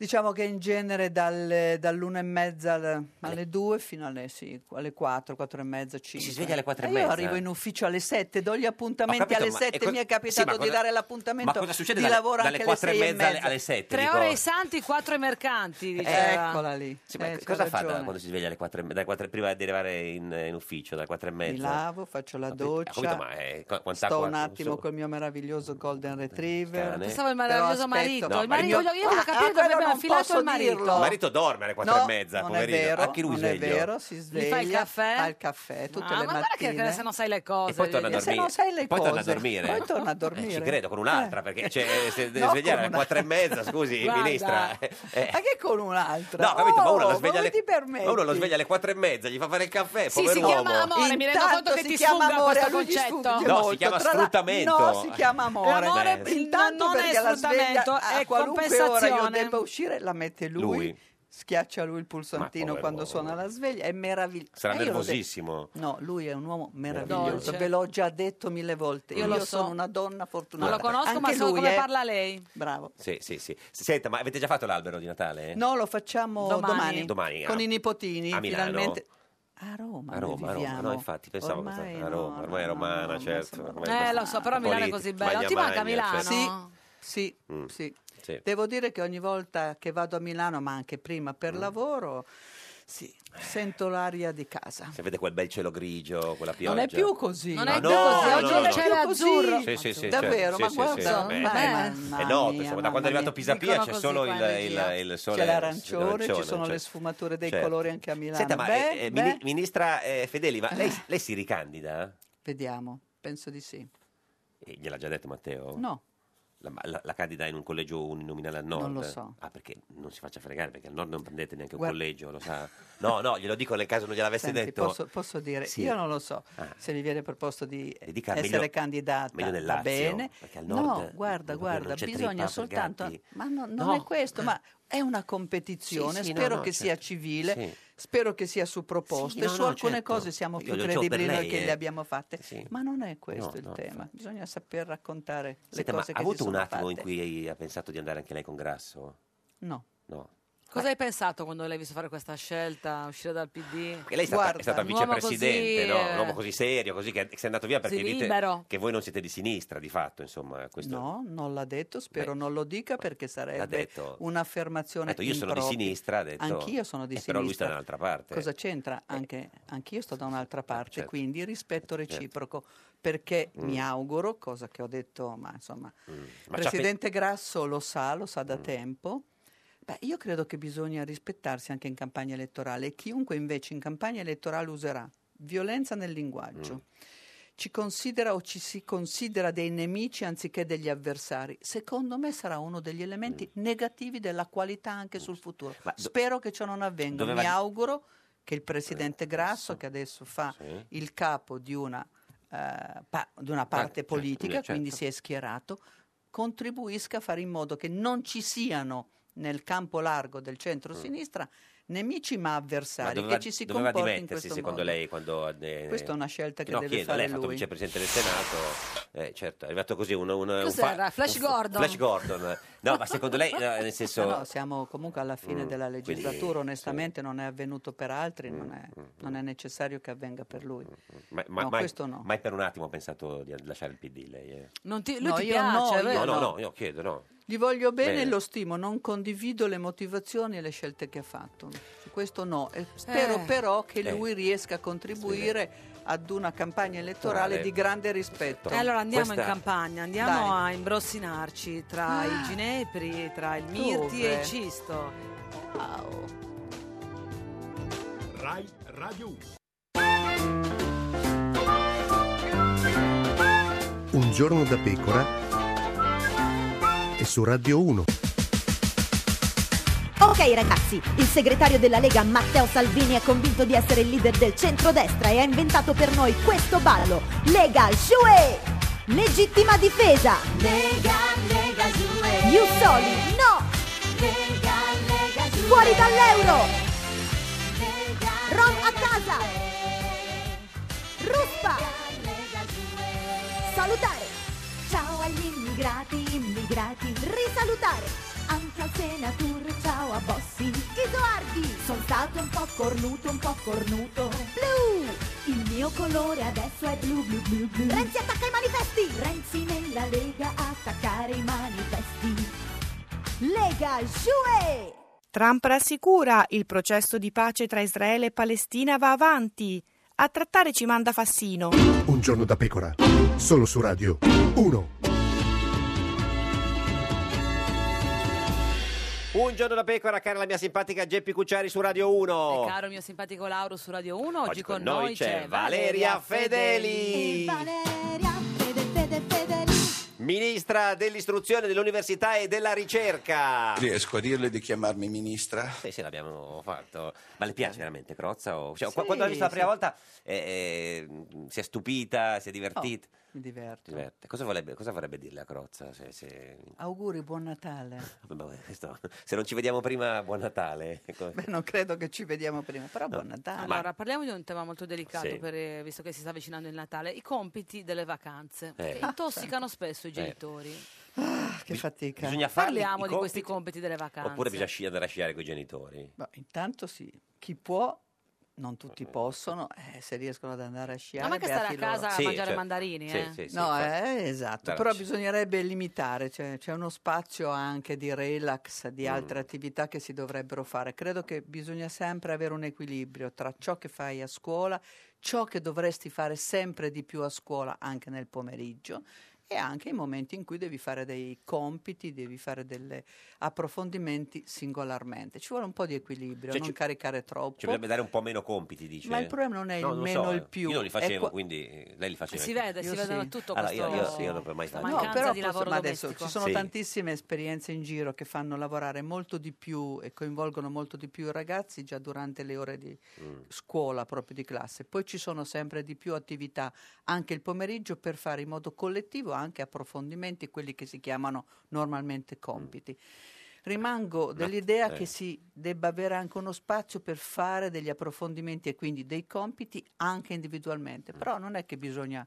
Speaker 11: Diciamo che in genere dalle, dall'una e mezza alle, alle due fino alle, sì, alle quattro, quattro e mezza, cinque.
Speaker 2: sveglia alle quattro e
Speaker 11: Eh,
Speaker 2: mezza?
Speaker 11: Io arrivo in ufficio alle sette, do gli appuntamenti
Speaker 2: Ho capito,
Speaker 11: alle
Speaker 2: ma-
Speaker 11: sette,
Speaker 2: e co-
Speaker 11: mi è
Speaker 2: sì, ma
Speaker 11: capitato
Speaker 2: cosa-
Speaker 11: di dare l'appuntamento
Speaker 2: Ma cosa succede
Speaker 11: di
Speaker 2: dalle,
Speaker 11: lavoro
Speaker 2: dalle
Speaker 11: anche alle
Speaker 2: 4 e
Speaker 11: sei e
Speaker 2: mezza alle,
Speaker 11: mezza.
Speaker 2: alle 7?
Speaker 3: Tre
Speaker 2: dico? Eh,
Speaker 3: ore ai santi, quattro ai mercanti. diceva.
Speaker 11: Eccola lì.
Speaker 2: Sì, ma
Speaker 11: Eh,
Speaker 2: c-
Speaker 11: c'ha
Speaker 2: cosa fa da-
Speaker 11: ragione.
Speaker 2: quando si sveglia alle 4 e me- dalle 4 prima di arrivare in, in ufficio, dalle 4 e mezza?
Speaker 11: Mi lavo, faccio la doccia.
Speaker 2: Ho capito, ma eh, qu- quanta
Speaker 11: Sto un
Speaker 2: acqua-
Speaker 11: attimo
Speaker 2: su-
Speaker 11: col mio meraviglioso Golden Retriever.
Speaker 2: cane.
Speaker 3: Pensavo il
Speaker 11: Però
Speaker 3: meraviglioso
Speaker 11: aspetto-
Speaker 3: marito.
Speaker 2: No,
Speaker 3: il
Speaker 2: ma il
Speaker 3: marito,
Speaker 2: mio-
Speaker 3: io voglio
Speaker 11: Ah,
Speaker 3: capire dove
Speaker 11: quello
Speaker 3: abbiamo
Speaker 11: non
Speaker 3: affilato
Speaker 11: posso
Speaker 3: il marito.
Speaker 11: dirlo.
Speaker 2: Il marito dorme alle 4
Speaker 11: No,
Speaker 2: e mezza,
Speaker 11: non è
Speaker 2: poverino.
Speaker 11: vero,
Speaker 2: Anche lui
Speaker 11: non
Speaker 2: sveglio.
Speaker 11: è vero, si sveglia,
Speaker 3: Gli fa il caffè?
Speaker 11: fa il caffè tutte
Speaker 3: Ah,
Speaker 11: le
Speaker 3: ma guarda che-
Speaker 11: mattine.
Speaker 3: che se non sai le cose.
Speaker 2: E poi torna a
Speaker 11: E
Speaker 2: dormire.
Speaker 11: se non sai le
Speaker 2: poi
Speaker 11: cose,
Speaker 2: torna a dormire.
Speaker 11: poi torna a dormire.
Speaker 2: Eh, ci credo, con un'altra, perché cioè, se deve
Speaker 11: No,
Speaker 2: svegliare
Speaker 11: con
Speaker 2: alle 4 e mezza, scusi,
Speaker 11: Guarda.
Speaker 2: ministra. eh, eh.
Speaker 11: Anche con un'altra.
Speaker 2: No, capito, ma uno
Speaker 11: Oh,
Speaker 2: lo sveglia alle,
Speaker 11: come ti permetti?
Speaker 2: ma uno lo sveglia alle 4 e mezza, gli fa fare il caffè,
Speaker 3: Sì, si
Speaker 2: povero uomo.
Speaker 3: chiama amore, mi rendo
Speaker 11: Intanto
Speaker 3: conto che
Speaker 11: si
Speaker 3: ti
Speaker 11: chiama
Speaker 3: sfugga
Speaker 11: amore,
Speaker 3: questo
Speaker 11: a lui gli
Speaker 3: concetto.
Speaker 11: sfugge
Speaker 2: No, si
Speaker 11: molto.
Speaker 2: chiama
Speaker 11: Tra la-
Speaker 2: sfruttamento. Eh,
Speaker 11: No, si chiama amore.
Speaker 3: L'amore
Speaker 2: Beh.
Speaker 11: Intanto
Speaker 3: non è
Speaker 11: perché la sveglia
Speaker 3: sfruttamento,
Speaker 11: a
Speaker 3: è
Speaker 11: qualunque ora io
Speaker 3: compensazione.
Speaker 11: debba uscire, la mette lui.
Speaker 2: Lui.
Speaker 11: Schiaccia lui il pulsantino
Speaker 2: povero
Speaker 11: quando
Speaker 2: uomo.
Speaker 11: suona la sveglia, è meraviglioso.
Speaker 2: Sarà
Speaker 11: Eh, io lo de-
Speaker 2: nervosissimo.
Speaker 11: No, lui è un uomo
Speaker 3: Dolce.
Speaker 11: meraviglioso, ve l'ho già detto mille volte.
Speaker 3: Io
Speaker 11: Io,
Speaker 3: lo so.
Speaker 11: sono una donna
Speaker 3: Non
Speaker 11: fortunata.
Speaker 3: lo conosco,
Speaker 11: Anche
Speaker 3: ma so
Speaker 11: lui,
Speaker 3: come
Speaker 11: eh.
Speaker 3: parla lei.
Speaker 11: Bravo.
Speaker 2: Sì, sì, sì. Senta, ma avete già fatto l'albero di Natale?
Speaker 11: No, lo facciamo
Speaker 3: Domani.
Speaker 2: Eh.
Speaker 11: domani,
Speaker 2: Domani,
Speaker 11: con
Speaker 2: a-
Speaker 11: i nipotini,
Speaker 2: a Milano?
Speaker 11: finalmente. A Roma,
Speaker 2: A Roma,
Speaker 11: noi
Speaker 2: a Roma,
Speaker 11: viviamo.
Speaker 2: no, infatti, pensavo
Speaker 11: Ormai
Speaker 2: che fosse- a
Speaker 11: no,
Speaker 2: Roma, ormai è
Speaker 11: no,
Speaker 2: romana,
Speaker 11: no, no,
Speaker 2: certo.
Speaker 11: sono-
Speaker 2: ormai
Speaker 3: Eh,
Speaker 2: questa-
Speaker 3: lo so, però Milano è così bello.
Speaker 2: Magna
Speaker 3: Ti manca
Speaker 2: Magna,
Speaker 3: Milano?
Speaker 2: cioè-
Speaker 11: Sì,
Speaker 2: Mm.
Speaker 11: sì.
Speaker 2: Sì.
Speaker 11: Devo dire che ogni volta che vado a Milano, ma anche prima per
Speaker 2: Mm.
Speaker 11: lavoro, sì, sento l'aria di casa.
Speaker 2: Se vede quel bel cielo grigio, quella pioggia.
Speaker 11: Non è più così.
Speaker 3: Non è
Speaker 2: Ma
Speaker 3: più
Speaker 2: no,
Speaker 3: così,
Speaker 2: no,
Speaker 3: oggi
Speaker 2: no,
Speaker 3: il
Speaker 2: no.
Speaker 3: cielo è
Speaker 11: Così.
Speaker 3: azzurro.
Speaker 2: Sì, sì, sì,
Speaker 11: Davvero,
Speaker 2: certo.
Speaker 11: ma
Speaker 2: Sì, sì, sì,
Speaker 11: guarda,
Speaker 2: beh,
Speaker 11: ma-
Speaker 3: beh,
Speaker 11: mamma
Speaker 2: Eh no, insomma, da
Speaker 11: mia, mamma
Speaker 2: quando è arrivato
Speaker 11: mia.
Speaker 2: Pisa Pia
Speaker 3: Dicono
Speaker 2: c'è
Speaker 3: così
Speaker 2: solo
Speaker 3: qua
Speaker 2: il,
Speaker 3: in regia.
Speaker 2: il- il sole.
Speaker 11: C'è l'arancione,
Speaker 2: l'arancione,
Speaker 11: ci sono
Speaker 2: cioè.
Speaker 11: le sfumature dei
Speaker 2: Certo.
Speaker 11: colori anche a Milano.
Speaker 2: Senta, ma
Speaker 11: Beh,
Speaker 2: eh, eh,
Speaker 11: beh,
Speaker 2: mini- ministra eh, Fedeli, ma lei, lei si ricandida?
Speaker 11: Vediamo, penso di sì.
Speaker 2: Eh, gliel'ha già detto Matteo?
Speaker 11: No,
Speaker 2: La, ma la- la candida in un collegio uninominale al nord?
Speaker 11: Non lo so.
Speaker 2: Ah, perché non si faccia fregare, perché al nord non prendete neanche un
Speaker 11: Guarda-
Speaker 2: collegio, lo sa? No, no, glielo dico nel caso non gliel'avesse
Speaker 11: senti,
Speaker 2: detto.
Speaker 11: posso, posso dire,
Speaker 2: Sì.
Speaker 11: io non lo so
Speaker 2: Ah.
Speaker 11: se mi viene proposto di
Speaker 2: Le dica
Speaker 11: essere
Speaker 2: meglio-
Speaker 11: candidata.
Speaker 2: meglio del
Speaker 11: va
Speaker 2: Lazio,
Speaker 11: bene.
Speaker 2: perché al nord
Speaker 11: no, guarda,
Speaker 2: non-
Speaker 11: guarda,
Speaker 2: non c'è trippa
Speaker 11: bisogna
Speaker 2: per
Speaker 11: soltanto...
Speaker 2: gatti.
Speaker 11: Ma no- non
Speaker 2: No.
Speaker 11: è questo, ma è una competizione,
Speaker 2: Sì, sì, no,
Speaker 11: spero
Speaker 2: no,
Speaker 11: che
Speaker 2: certo.
Speaker 11: sia civile.
Speaker 2: Sì.
Speaker 11: Spero che sia su proposte,
Speaker 2: Sì, no,
Speaker 11: su
Speaker 2: no,
Speaker 11: alcune
Speaker 2: certo.
Speaker 11: cose siamo
Speaker 2: Io
Speaker 11: più
Speaker 2: lo so per
Speaker 11: credibili
Speaker 2: lei,
Speaker 11: noi che
Speaker 2: eh.
Speaker 11: le abbiamo fatte,
Speaker 2: Sì.
Speaker 11: ma non è questo
Speaker 2: No,
Speaker 11: il
Speaker 2: no,
Speaker 11: tema.
Speaker 2: infatti.
Speaker 11: Bisogna saper raccontare
Speaker 2: Senta,
Speaker 11: le
Speaker 2: ma
Speaker 11: cose
Speaker 2: ha
Speaker 11: che si
Speaker 2: avuto un
Speaker 11: sono
Speaker 2: attimo in
Speaker 11: fatte.
Speaker 2: cui ha pensato di andare anche lei con grasso?
Speaker 11: No.
Speaker 2: No.
Speaker 3: Cosa hai pensato quando l'hai visto fare questa scelta, uscire dal PD?
Speaker 2: Perché lei è stata,
Speaker 11: Guarda,
Speaker 2: è stata
Speaker 3: un uomo
Speaker 2: vicepresidente,
Speaker 3: così,
Speaker 2: no?
Speaker 3: eh,
Speaker 2: un uomo così serio, così che, che è andato via perché
Speaker 3: così
Speaker 2: dite
Speaker 3: libero.
Speaker 2: che voi non siete di sinistra, di fatto, insomma. Questo
Speaker 11: No, non l'ha detto, spero non lo dica perché
Speaker 2: l'ha
Speaker 11: sarebbe
Speaker 2: detto. Ha
Speaker 11: un'affermazione
Speaker 2: detto, io sono di
Speaker 11: impropria.
Speaker 2: sinistra, ha detto.
Speaker 11: Anch'io sono di
Speaker 2: Eh,
Speaker 11: sinistra.
Speaker 2: però lui sta da un'altra parte. Eh.
Speaker 11: Cosa c'entra? Anche, anch'io sto da un'altra parte,
Speaker 2: certo.
Speaker 11: quindi rispetto
Speaker 2: Certo.
Speaker 11: reciproco, perché
Speaker 2: Mm.
Speaker 11: mi auguro, cosa che ho detto, ma insomma,
Speaker 14: Mm.
Speaker 2: Ma c'ha Mm.
Speaker 11: Presidente Grasso lo sa, lo sa da tempo. Beh, io credo che bisogna rispettarsi anche in campagna elettorale. Chiunque invece in campagna elettorale userà violenza nel linguaggio,
Speaker 2: Mm.
Speaker 11: ci considera o ci si considera dei nemici anziché degli avversari, secondo me sarà uno degli elementi negativi della qualità anche sul futuro.
Speaker 2: Mm. Ma do-
Speaker 11: Spero che ciò non avvenga.
Speaker 2: doveva- Eh,
Speaker 11: Mi auguro che il presidente Grasso, che adesso fa
Speaker 2: Sì.
Speaker 11: il capo di una, eh, pa- di una parte
Speaker 2: certo,
Speaker 11: politica,
Speaker 2: certo.
Speaker 11: quindi si è schierato, contribuisca a fare in modo che non ci siano nel campo largo del centro-sinistra nemici ma avversari,
Speaker 2: doveva,
Speaker 11: che ci si
Speaker 2: doveva
Speaker 11: comporti in
Speaker 2: dimettersi
Speaker 11: questo
Speaker 2: secondo
Speaker 11: modo.
Speaker 2: lei quando eh,
Speaker 11: Questa è una scelta che
Speaker 2: no,
Speaker 11: deve
Speaker 2: chiedo,
Speaker 11: fare
Speaker 2: lei ha fatto
Speaker 11: lui.
Speaker 2: vicepresidente del Senato eh, certo è arrivato così un, un, un
Speaker 11: Cos'era?
Speaker 2: fa-
Speaker 11: Flash
Speaker 2: un-
Speaker 11: Gordon?
Speaker 2: Flash Gordon no ma secondo lei no, nel senso
Speaker 11: No, no, siamo comunque alla fine
Speaker 2: Mm,
Speaker 11: della
Speaker 2: quindi, Mm,
Speaker 11: legislatura, onestamente non è avvenuto per altri, non è, non è necessario che avvenga per lui.
Speaker 2: ma- ma-
Speaker 11: no,
Speaker 2: mai,
Speaker 11: questo no.
Speaker 2: mai per un attimo ho pensato di lasciare il PD lei eh.
Speaker 3: Non ti,
Speaker 11: lui No,
Speaker 3: ti
Speaker 11: io
Speaker 3: piace,
Speaker 11: Ah, cioè, no,
Speaker 3: è
Speaker 11: io
Speaker 3: vero?
Speaker 2: no no no io chiedo no
Speaker 11: Gli voglio bene e
Speaker 2: Bene.
Speaker 11: lo stimo, non condivido le motivazioni e le scelte che ha fatto. Su questo no. E spero
Speaker 3: Eh.
Speaker 11: però che
Speaker 2: Eh.
Speaker 11: lui riesca a contribuire ad una campagna elettorale
Speaker 2: Elettorale.
Speaker 11: di grande rispetto.
Speaker 3: E allora andiamo in
Speaker 2: Questa-
Speaker 3: campagna, andiamo
Speaker 11: Dai.
Speaker 3: a imbrossinarci tra i ginepri, tra il mirti
Speaker 11: Dove?
Speaker 3: e il cisto.
Speaker 12: Rai Radio 1.
Speaker 8: Un giorno da pecora e su Radio 1.
Speaker 6: Ok ragazzi, il segretario della Lega Matteo Salvini è convinto di essere il leader del centrodestra e ha inventato per noi questo ballo. Lega Shue! Legittima difesa! Lega, Lega Shue! Ius Soli, no! Lega, Lega Shue! Fuori dall'euro! Rom a casa! Ruspa! Salutare! Ciao agli immigrati, immigrati, risalutare! Anche al senatore, ciao a Bossi, Guido Ardi! Sono stato un po' cornuto, un po' cornuto, blu! Il mio colore adesso è blu, blu, blu, blu! Renzi attacca i manifesti! Renzi nella Lega a attaccare i manifesti! Lega Giue!
Speaker 9: Trump rassicura, il processo di pace tra Israele e Palestina va avanti. A trattare ci manda Fassino.
Speaker 8: Un giorno da pecora. Solo su Radio 1.
Speaker 2: un giorno da pecora cara la mia simpatica Geppi Cucciari su Radio 1
Speaker 3: E caro mio simpatico Lauro su Radio 1, oggi,
Speaker 2: Oggi con noi c'è Valeria Fedeli.
Speaker 6: E Valeria Fede, Fede, Fedeli!
Speaker 2: ministra dell'istruzione dell'università e della ricerca
Speaker 15: Riesco a dirle di chiamarmi ministra?
Speaker 2: Sì, sì, l'abbiamo fatto. Ma le piace veramente Crozza? O- cioè,
Speaker 11: Eh. Sì,
Speaker 2: qua- quando l'ha vista la
Speaker 11: sì.
Speaker 2: prima volta eh, eh, si è stupita, si è
Speaker 11: Oh,
Speaker 2: divertita.
Speaker 11: mi diverto.
Speaker 2: Diverte. Cosa, vorrebbe, cosa vorrebbe dirle a Crozza? Se, se-
Speaker 11: Auguri, buon Natale.
Speaker 2: vabbè, ma questo- se non ci vediamo prima, buon Natale. Ecco.
Speaker 11: Beh, non credo che ci vediamo prima, però
Speaker 2: No.
Speaker 11: buon Natale.
Speaker 3: Allora, parliamo di un tema molto delicato,
Speaker 2: Sì.
Speaker 3: per, eh, visto che si sta avvicinando il Natale, i compiti delle vacanze,
Speaker 2: Eh.
Speaker 3: che intossicano spesso i
Speaker 2: Eh.
Speaker 3: genitori.
Speaker 11: che fatica.
Speaker 2: Bisogna farli
Speaker 3: Parliamo
Speaker 2: i
Speaker 3: di questi compiti delle vacanze.
Speaker 2: Oppure bisogna sci- andare a sciare con i genitori.
Speaker 11: Ma intanto sì, chi può, non tutti possono, eh, se riescono ad andare a sciare.
Speaker 3: Ma manca stare a
Speaker 11: beati loro.
Speaker 3: casa a
Speaker 2: Sì,
Speaker 3: mangiare
Speaker 2: certo.
Speaker 3: mandarini,
Speaker 2: Sì,
Speaker 3: eh.
Speaker 2: sì, sì,
Speaker 11: no,
Speaker 2: infatti.
Speaker 11: eh, esatto,
Speaker 2: Dai,
Speaker 11: però
Speaker 2: ci-
Speaker 11: bisognerebbe limitare, cioè, c'è uno spazio anche di relax, di
Speaker 2: Mm.
Speaker 11: altre attività che si dovrebbero fare. Credo che bisogna sempre avere un equilibrio tra ciò che fai a scuola, ciò che dovresti fare sempre di più a scuola, anche nel pomeriggio. E anche i momenti in cui devi fare dei compiti, devi fare degli approfondimenti singolarmente. Ci vuole un po' di equilibrio,
Speaker 2: Cioè,
Speaker 11: non
Speaker 2: ci-
Speaker 11: caricare troppo.
Speaker 2: Ci dovrebbe dare un po' meno compiti, dice.
Speaker 11: Ma il problema non è
Speaker 2: No,
Speaker 11: il
Speaker 2: lo
Speaker 11: meno,
Speaker 2: so,
Speaker 11: il
Speaker 2: Io
Speaker 11: più.
Speaker 2: non
Speaker 11: È
Speaker 2: li facevo,
Speaker 11: qua-
Speaker 2: quindi lei li faceva.
Speaker 3: Si vede, si
Speaker 11: Io
Speaker 3: vede
Speaker 11: sì.
Speaker 3: tutto
Speaker 2: Allora,
Speaker 3: questo.
Speaker 2: io- io- io non l'ho mai
Speaker 3: questa
Speaker 2: fatto. No,
Speaker 3: mancanza
Speaker 11: però
Speaker 3: di
Speaker 11: posso-
Speaker 3: lavoro
Speaker 11: ma adesso
Speaker 3: domestico.
Speaker 11: ci sono
Speaker 2: Sì.
Speaker 11: tantissime esperienze in giro che fanno lavorare molto di più e coinvolgono molto di più i ragazzi già durante le ore di
Speaker 2: Mm.
Speaker 11: scuola proprio di classe. Poi ci sono sempre di più attività anche il pomeriggio per fare in modo collettivo anche approfondimenti, quelli che si chiamano normalmente compiti. Rimango dell'idea
Speaker 2: eh.
Speaker 11: che si debba avere anche uno spazio per fare degli approfondimenti e quindi dei compiti anche individualmente,
Speaker 2: Mm.
Speaker 11: però non è che bisogna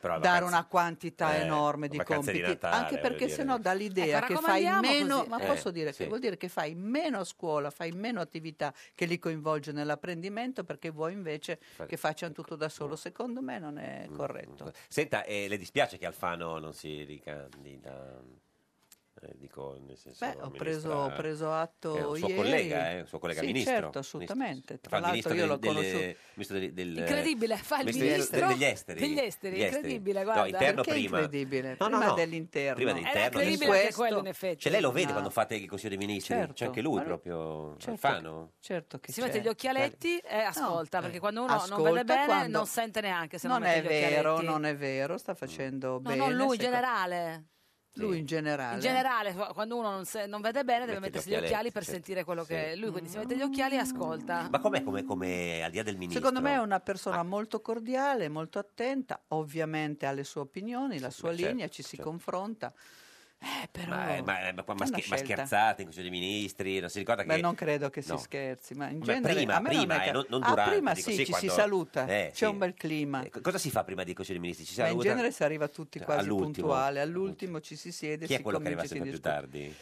Speaker 2: Però la
Speaker 11: dare
Speaker 2: vacanza-
Speaker 11: una quantità
Speaker 2: eh,
Speaker 11: enorme
Speaker 2: la
Speaker 11: di
Speaker 2: vacanza
Speaker 11: compiti,
Speaker 2: di Natale,
Speaker 11: anche perché
Speaker 2: voglio
Speaker 11: sennò
Speaker 2: dire.
Speaker 11: dà l'idea
Speaker 3: Ecco,
Speaker 11: che fai
Speaker 3: raccomandiamo
Speaker 11: meno,
Speaker 3: così.
Speaker 11: ma
Speaker 2: Eh,
Speaker 11: posso dire
Speaker 2: sì.
Speaker 11: che vuol dire che fai meno a scuola, fai meno attività che li coinvolge nell'apprendimento perché vuoi invece
Speaker 2: Fare- Mm.
Speaker 11: che facciano tutto da solo, secondo me non è corretto.
Speaker 2: Senta, eh, le dispiace che Alfano non si ricandida? Eh, dico, nel senso,
Speaker 11: Beh, ho
Speaker 2: ministra-
Speaker 11: preso, ho preso atto
Speaker 2: È un suo
Speaker 11: ieri.
Speaker 2: collega, eh, un suo collega
Speaker 11: Sì,
Speaker 2: ministro.
Speaker 11: certo, assolutamente.
Speaker 2: Ministro.
Speaker 11: Tra
Speaker 2: Fa il
Speaker 11: l'altro io l'ho
Speaker 2: ministro del-
Speaker 11: conosciuto.
Speaker 2: del- ministro del- del-
Speaker 3: Incredibile, fa il
Speaker 2: ministro del-
Speaker 3: ministro
Speaker 2: degli esteri.
Speaker 3: degli esteri,
Speaker 2: Degli
Speaker 3: incredibile,
Speaker 2: No,
Speaker 3: guarda.
Speaker 2: interno
Speaker 11: Perché
Speaker 2: prima.
Speaker 11: incredibile?
Speaker 2: No, no,
Speaker 11: Prima
Speaker 2: no.
Speaker 11: dell'interno.
Speaker 2: Prima
Speaker 11: Era
Speaker 3: Eh,
Speaker 2: dell'interno.
Speaker 3: incredibile
Speaker 2: adesso-
Speaker 3: anche quello, in effetti.
Speaker 2: Cioè lei lo vede
Speaker 3: No.
Speaker 2: quando fate il Consiglio dei Ministri? C'è
Speaker 11: Certo,
Speaker 2: anche lui
Speaker 11: ma lui-
Speaker 2: proprio,
Speaker 11: certo
Speaker 2: Alfano?
Speaker 11: Certo che
Speaker 3: Si mette
Speaker 11: c'è.
Speaker 3: gli occhialetti e ascolta, perché quando uno non
Speaker 11: Ascolta
Speaker 3: vede bene
Speaker 11: quando-
Speaker 3: non sente neanche se non,
Speaker 11: non
Speaker 3: mette
Speaker 11: è
Speaker 3: gli
Speaker 11: vero,
Speaker 3: occhialetti.
Speaker 11: non è vero, sta facendo
Speaker 3: No,
Speaker 11: bene.
Speaker 3: non lui, in
Speaker 11: secondo-
Speaker 3: generale.
Speaker 11: Lui in generale.
Speaker 3: In generale, fa- quando uno non, se- non vede bene, deve
Speaker 2: Mette gli
Speaker 3: mettersi gli occhiali
Speaker 2: occhialetti,
Speaker 3: per
Speaker 2: sì.
Speaker 3: sentire quello che è. Lui quindi si mette gli occhiali e ascolta.
Speaker 2: Ma com'è come, come al di là del ministro? Ah.
Speaker 11: Secondo me è una persona molto cordiale, molto attenta, ovviamente alle sue opinioni, la sua
Speaker 2: beh, certo,
Speaker 11: linea, ci si
Speaker 2: certo.
Speaker 11: confronta.
Speaker 3: però-
Speaker 2: Ma, eh, ma- eh, ma- ma
Speaker 11: È una
Speaker 2: scher- ma
Speaker 11: scelta.
Speaker 2: scherzate in Consiglio dei Ministri? Non si ricorda
Speaker 11: Beh,
Speaker 2: che...
Speaker 11: non credo che si
Speaker 2: No.
Speaker 11: scherzi, ma in
Speaker 2: Ma
Speaker 11: genere
Speaker 2: prima,
Speaker 11: a me
Speaker 2: prima,
Speaker 11: non, è
Speaker 2: eh,
Speaker 11: che-
Speaker 2: non- non
Speaker 11: Ah,
Speaker 2: durante,
Speaker 11: prima
Speaker 2: dico,
Speaker 11: sì,
Speaker 2: sì,
Speaker 11: ci si
Speaker 2: quando-
Speaker 11: saluta,
Speaker 2: Eh,
Speaker 11: c'è
Speaker 2: sì.
Speaker 11: un bel clima.
Speaker 2: Co- Cosa si fa prima dei Consigli dei Ministri? Si
Speaker 11: Ma in
Speaker 2: saluta?
Speaker 11: genere si arriva tutti
Speaker 2: Cioè,
Speaker 11: quasi
Speaker 2: all'ultimo.
Speaker 11: puntuali, all'ultimo ci si siede.
Speaker 2: Chi è
Speaker 11: si
Speaker 2: quello che arriva
Speaker 11: comincia,
Speaker 2: sempre più
Speaker 11: si
Speaker 2: tardi?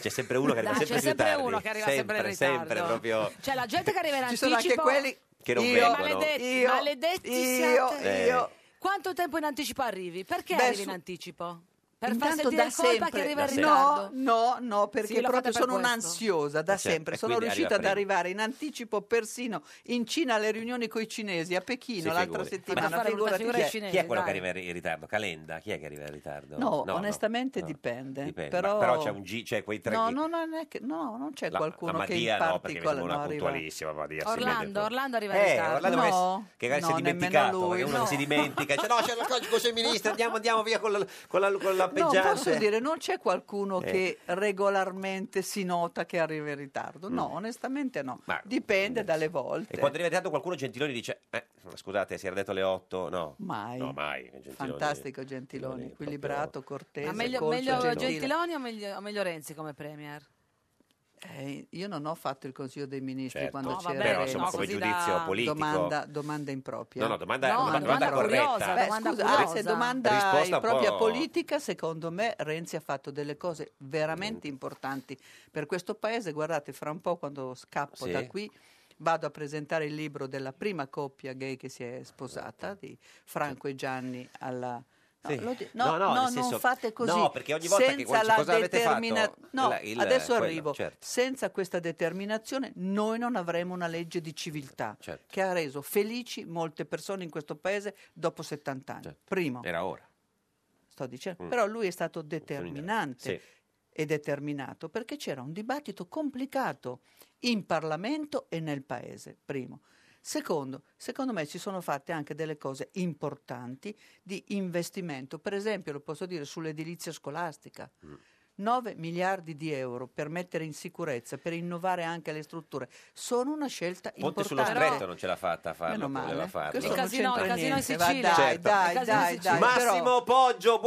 Speaker 2: C'è sempre uno che arriva
Speaker 3: Dai,
Speaker 2: sempre
Speaker 3: c'è
Speaker 2: più
Speaker 3: sempre
Speaker 2: tardi.
Speaker 3: uno che arriva sempre in
Speaker 2: Sempre,
Speaker 3: ritardo.
Speaker 2: proprio...
Speaker 3: Cioè, la gente che arriva in
Speaker 11: Ci
Speaker 3: anticipo.
Speaker 11: sono anche quelli-
Speaker 2: Che non Eh.
Speaker 11: Io-
Speaker 2: vengono.
Speaker 3: Maledetti,
Speaker 11: Io-
Speaker 3: maledetti
Speaker 11: io-
Speaker 3: siate.
Speaker 2: io.
Speaker 3: Quanto tempo in anticipo arrivi? Perché
Speaker 11: Beh,
Speaker 3: arrivi
Speaker 11: su-
Speaker 3: in anticipo? Per far
Speaker 11: Intanto
Speaker 3: sentire
Speaker 11: da
Speaker 3: il colpa che
Speaker 11: sempre-
Speaker 3: arriva in
Speaker 11: no,
Speaker 3: ritardo?
Speaker 11: no, no,
Speaker 3: Sì, lo fate
Speaker 11: perché proprio
Speaker 3: per
Speaker 11: sono
Speaker 3: questo.
Speaker 11: un'ansiosa da
Speaker 2: Eh, certo,
Speaker 11: sempre.
Speaker 2: e
Speaker 11: Sono
Speaker 2: quindi
Speaker 11: riuscita ad
Speaker 2: arriva
Speaker 11: arrivare in anticipo persino in Cina alle riunioni con i cinesi a Pechino
Speaker 2: Si
Speaker 11: l'altra
Speaker 2: figuri.
Speaker 11: settimana.
Speaker 3: Ma fare una
Speaker 11: figurati
Speaker 3: figura
Speaker 11: chi è.
Speaker 3: cinese,
Speaker 2: Chi è quello
Speaker 3: dai.
Speaker 2: che arriva in ritardo? Calenda? Chi è che arriva in ritardo?
Speaker 11: No, onestamente dipende,
Speaker 2: dipende. Ma-
Speaker 11: però-
Speaker 2: c'è un G, c'è quei tre
Speaker 11: No,
Speaker 2: G-
Speaker 11: no, non è che- no, non c'è
Speaker 2: La-
Speaker 11: qualcuno
Speaker 2: la
Speaker 11: che in
Speaker 2: Madia no, perché mi
Speaker 11: particolare
Speaker 2: sembra una
Speaker 11: no, arriva-
Speaker 2: puntualissima Madia. si
Speaker 3: Orlando,
Speaker 2: vede proprio.
Speaker 3: Orlando arriva in
Speaker 2: eh,
Speaker 3: ritardo.
Speaker 2: Orlando
Speaker 3: No,
Speaker 2: che,
Speaker 3: no,
Speaker 2: che si è
Speaker 3: nemmeno
Speaker 2: dimenticato,
Speaker 3: lui,
Speaker 2: perché uno
Speaker 3: no.
Speaker 2: si dimentica, dice, no, c'è il codice così ministro, andiamo, andiamo via con la, con la, con la
Speaker 11: No,
Speaker 2: peggiante."
Speaker 11: posso dire, non c'è qualcuno
Speaker 2: Eh.
Speaker 11: che regolarmente si nota che arriva in ritardo. No,
Speaker 2: Mm.
Speaker 11: onestamente no.
Speaker 2: Ma-
Speaker 11: Dipende dalle volte.
Speaker 2: E quando arriva in ritardo qualcuno Gentiloni dice, "Eh, scusate, si era detto alle 8, no.
Speaker 11: Mai.
Speaker 2: No, mai. Gentiloni.
Speaker 11: Fantastico Gentiloni, equilibrato, cortese,
Speaker 3: Ma Ah, meglio,
Speaker 11: colto,
Speaker 3: meglio
Speaker 11: gentile.
Speaker 3: Gentiloni o meglio, o meglio Renzi come premier?
Speaker 11: Eh, io non ho fatto il Consiglio dei Ministri
Speaker 2: Certo.
Speaker 11: quando
Speaker 2: No,
Speaker 11: c'era
Speaker 2: vabbè, Però, insomma,
Speaker 11: Renzi.
Speaker 2: come così giudizio da- politico.
Speaker 11: Domanda, domanda impropria.
Speaker 2: No, no, domanda- No, domanda- domanda domanda corretta. curiosa,
Speaker 11: Beh,
Speaker 3: domanda
Speaker 11: scusa,
Speaker 3: curiosa.
Speaker 11: se domanda
Speaker 2: Risposta un po'-
Speaker 11: impropria politica, secondo me Renzi ha fatto delle cose veramente importanti per questo paese. Guardate, fra un po' quando scappo
Speaker 2: Sì.
Speaker 11: da qui vado a presentare il libro della prima coppia gay che si è sposata, di Franco e Gianni alla... No,
Speaker 2: Certo. Sì.
Speaker 11: lo di-
Speaker 2: No,
Speaker 11: no,
Speaker 2: no,
Speaker 11: no,
Speaker 2: nel
Speaker 11: non
Speaker 2: senso-
Speaker 11: fate così.
Speaker 2: no, perché ogni volta che
Speaker 11: Senza
Speaker 2: qualsiasi
Speaker 11: la
Speaker 2: cosa avete fatto,
Speaker 11: determina- No,
Speaker 2: la- il-
Speaker 11: adesso
Speaker 2: quello,
Speaker 11: arrivo.
Speaker 2: certo.
Speaker 11: Senza questa determinazione noi non avremo una legge di civiltà
Speaker 2: Certo.
Speaker 11: che ha reso felici molte persone in questo paese dopo 70 anni. Primo,
Speaker 2: Era ora.
Speaker 11: sto dicendo.
Speaker 2: Certo. Mm.
Speaker 11: Però lui è stato determinante
Speaker 2: Sì.
Speaker 11: e determinato perché c'era un dibattito complicato in Parlamento e nel Paese, primo. Secondo, secondo me ci sono fatte anche delle cose importanti di investimento, per esempio lo posso dire sull'edilizia scolastica.
Speaker 2: Mm.
Speaker 11: 9 miliardi di euro per mettere in sicurezza, per innovare anche le strutture, sono una scelta
Speaker 2: Ponte sullo
Speaker 11: importante.
Speaker 2: stretto non ce l'ha fatta a farlo,
Speaker 11: Meno male.
Speaker 2: voleva farlo.
Speaker 11: Questo Il non casino- c'entra il casino in niente, Sicilia. va, dai, dai,
Speaker 2: Certo.
Speaker 11: dai, dai, però-
Speaker 2: Massimo Poggio,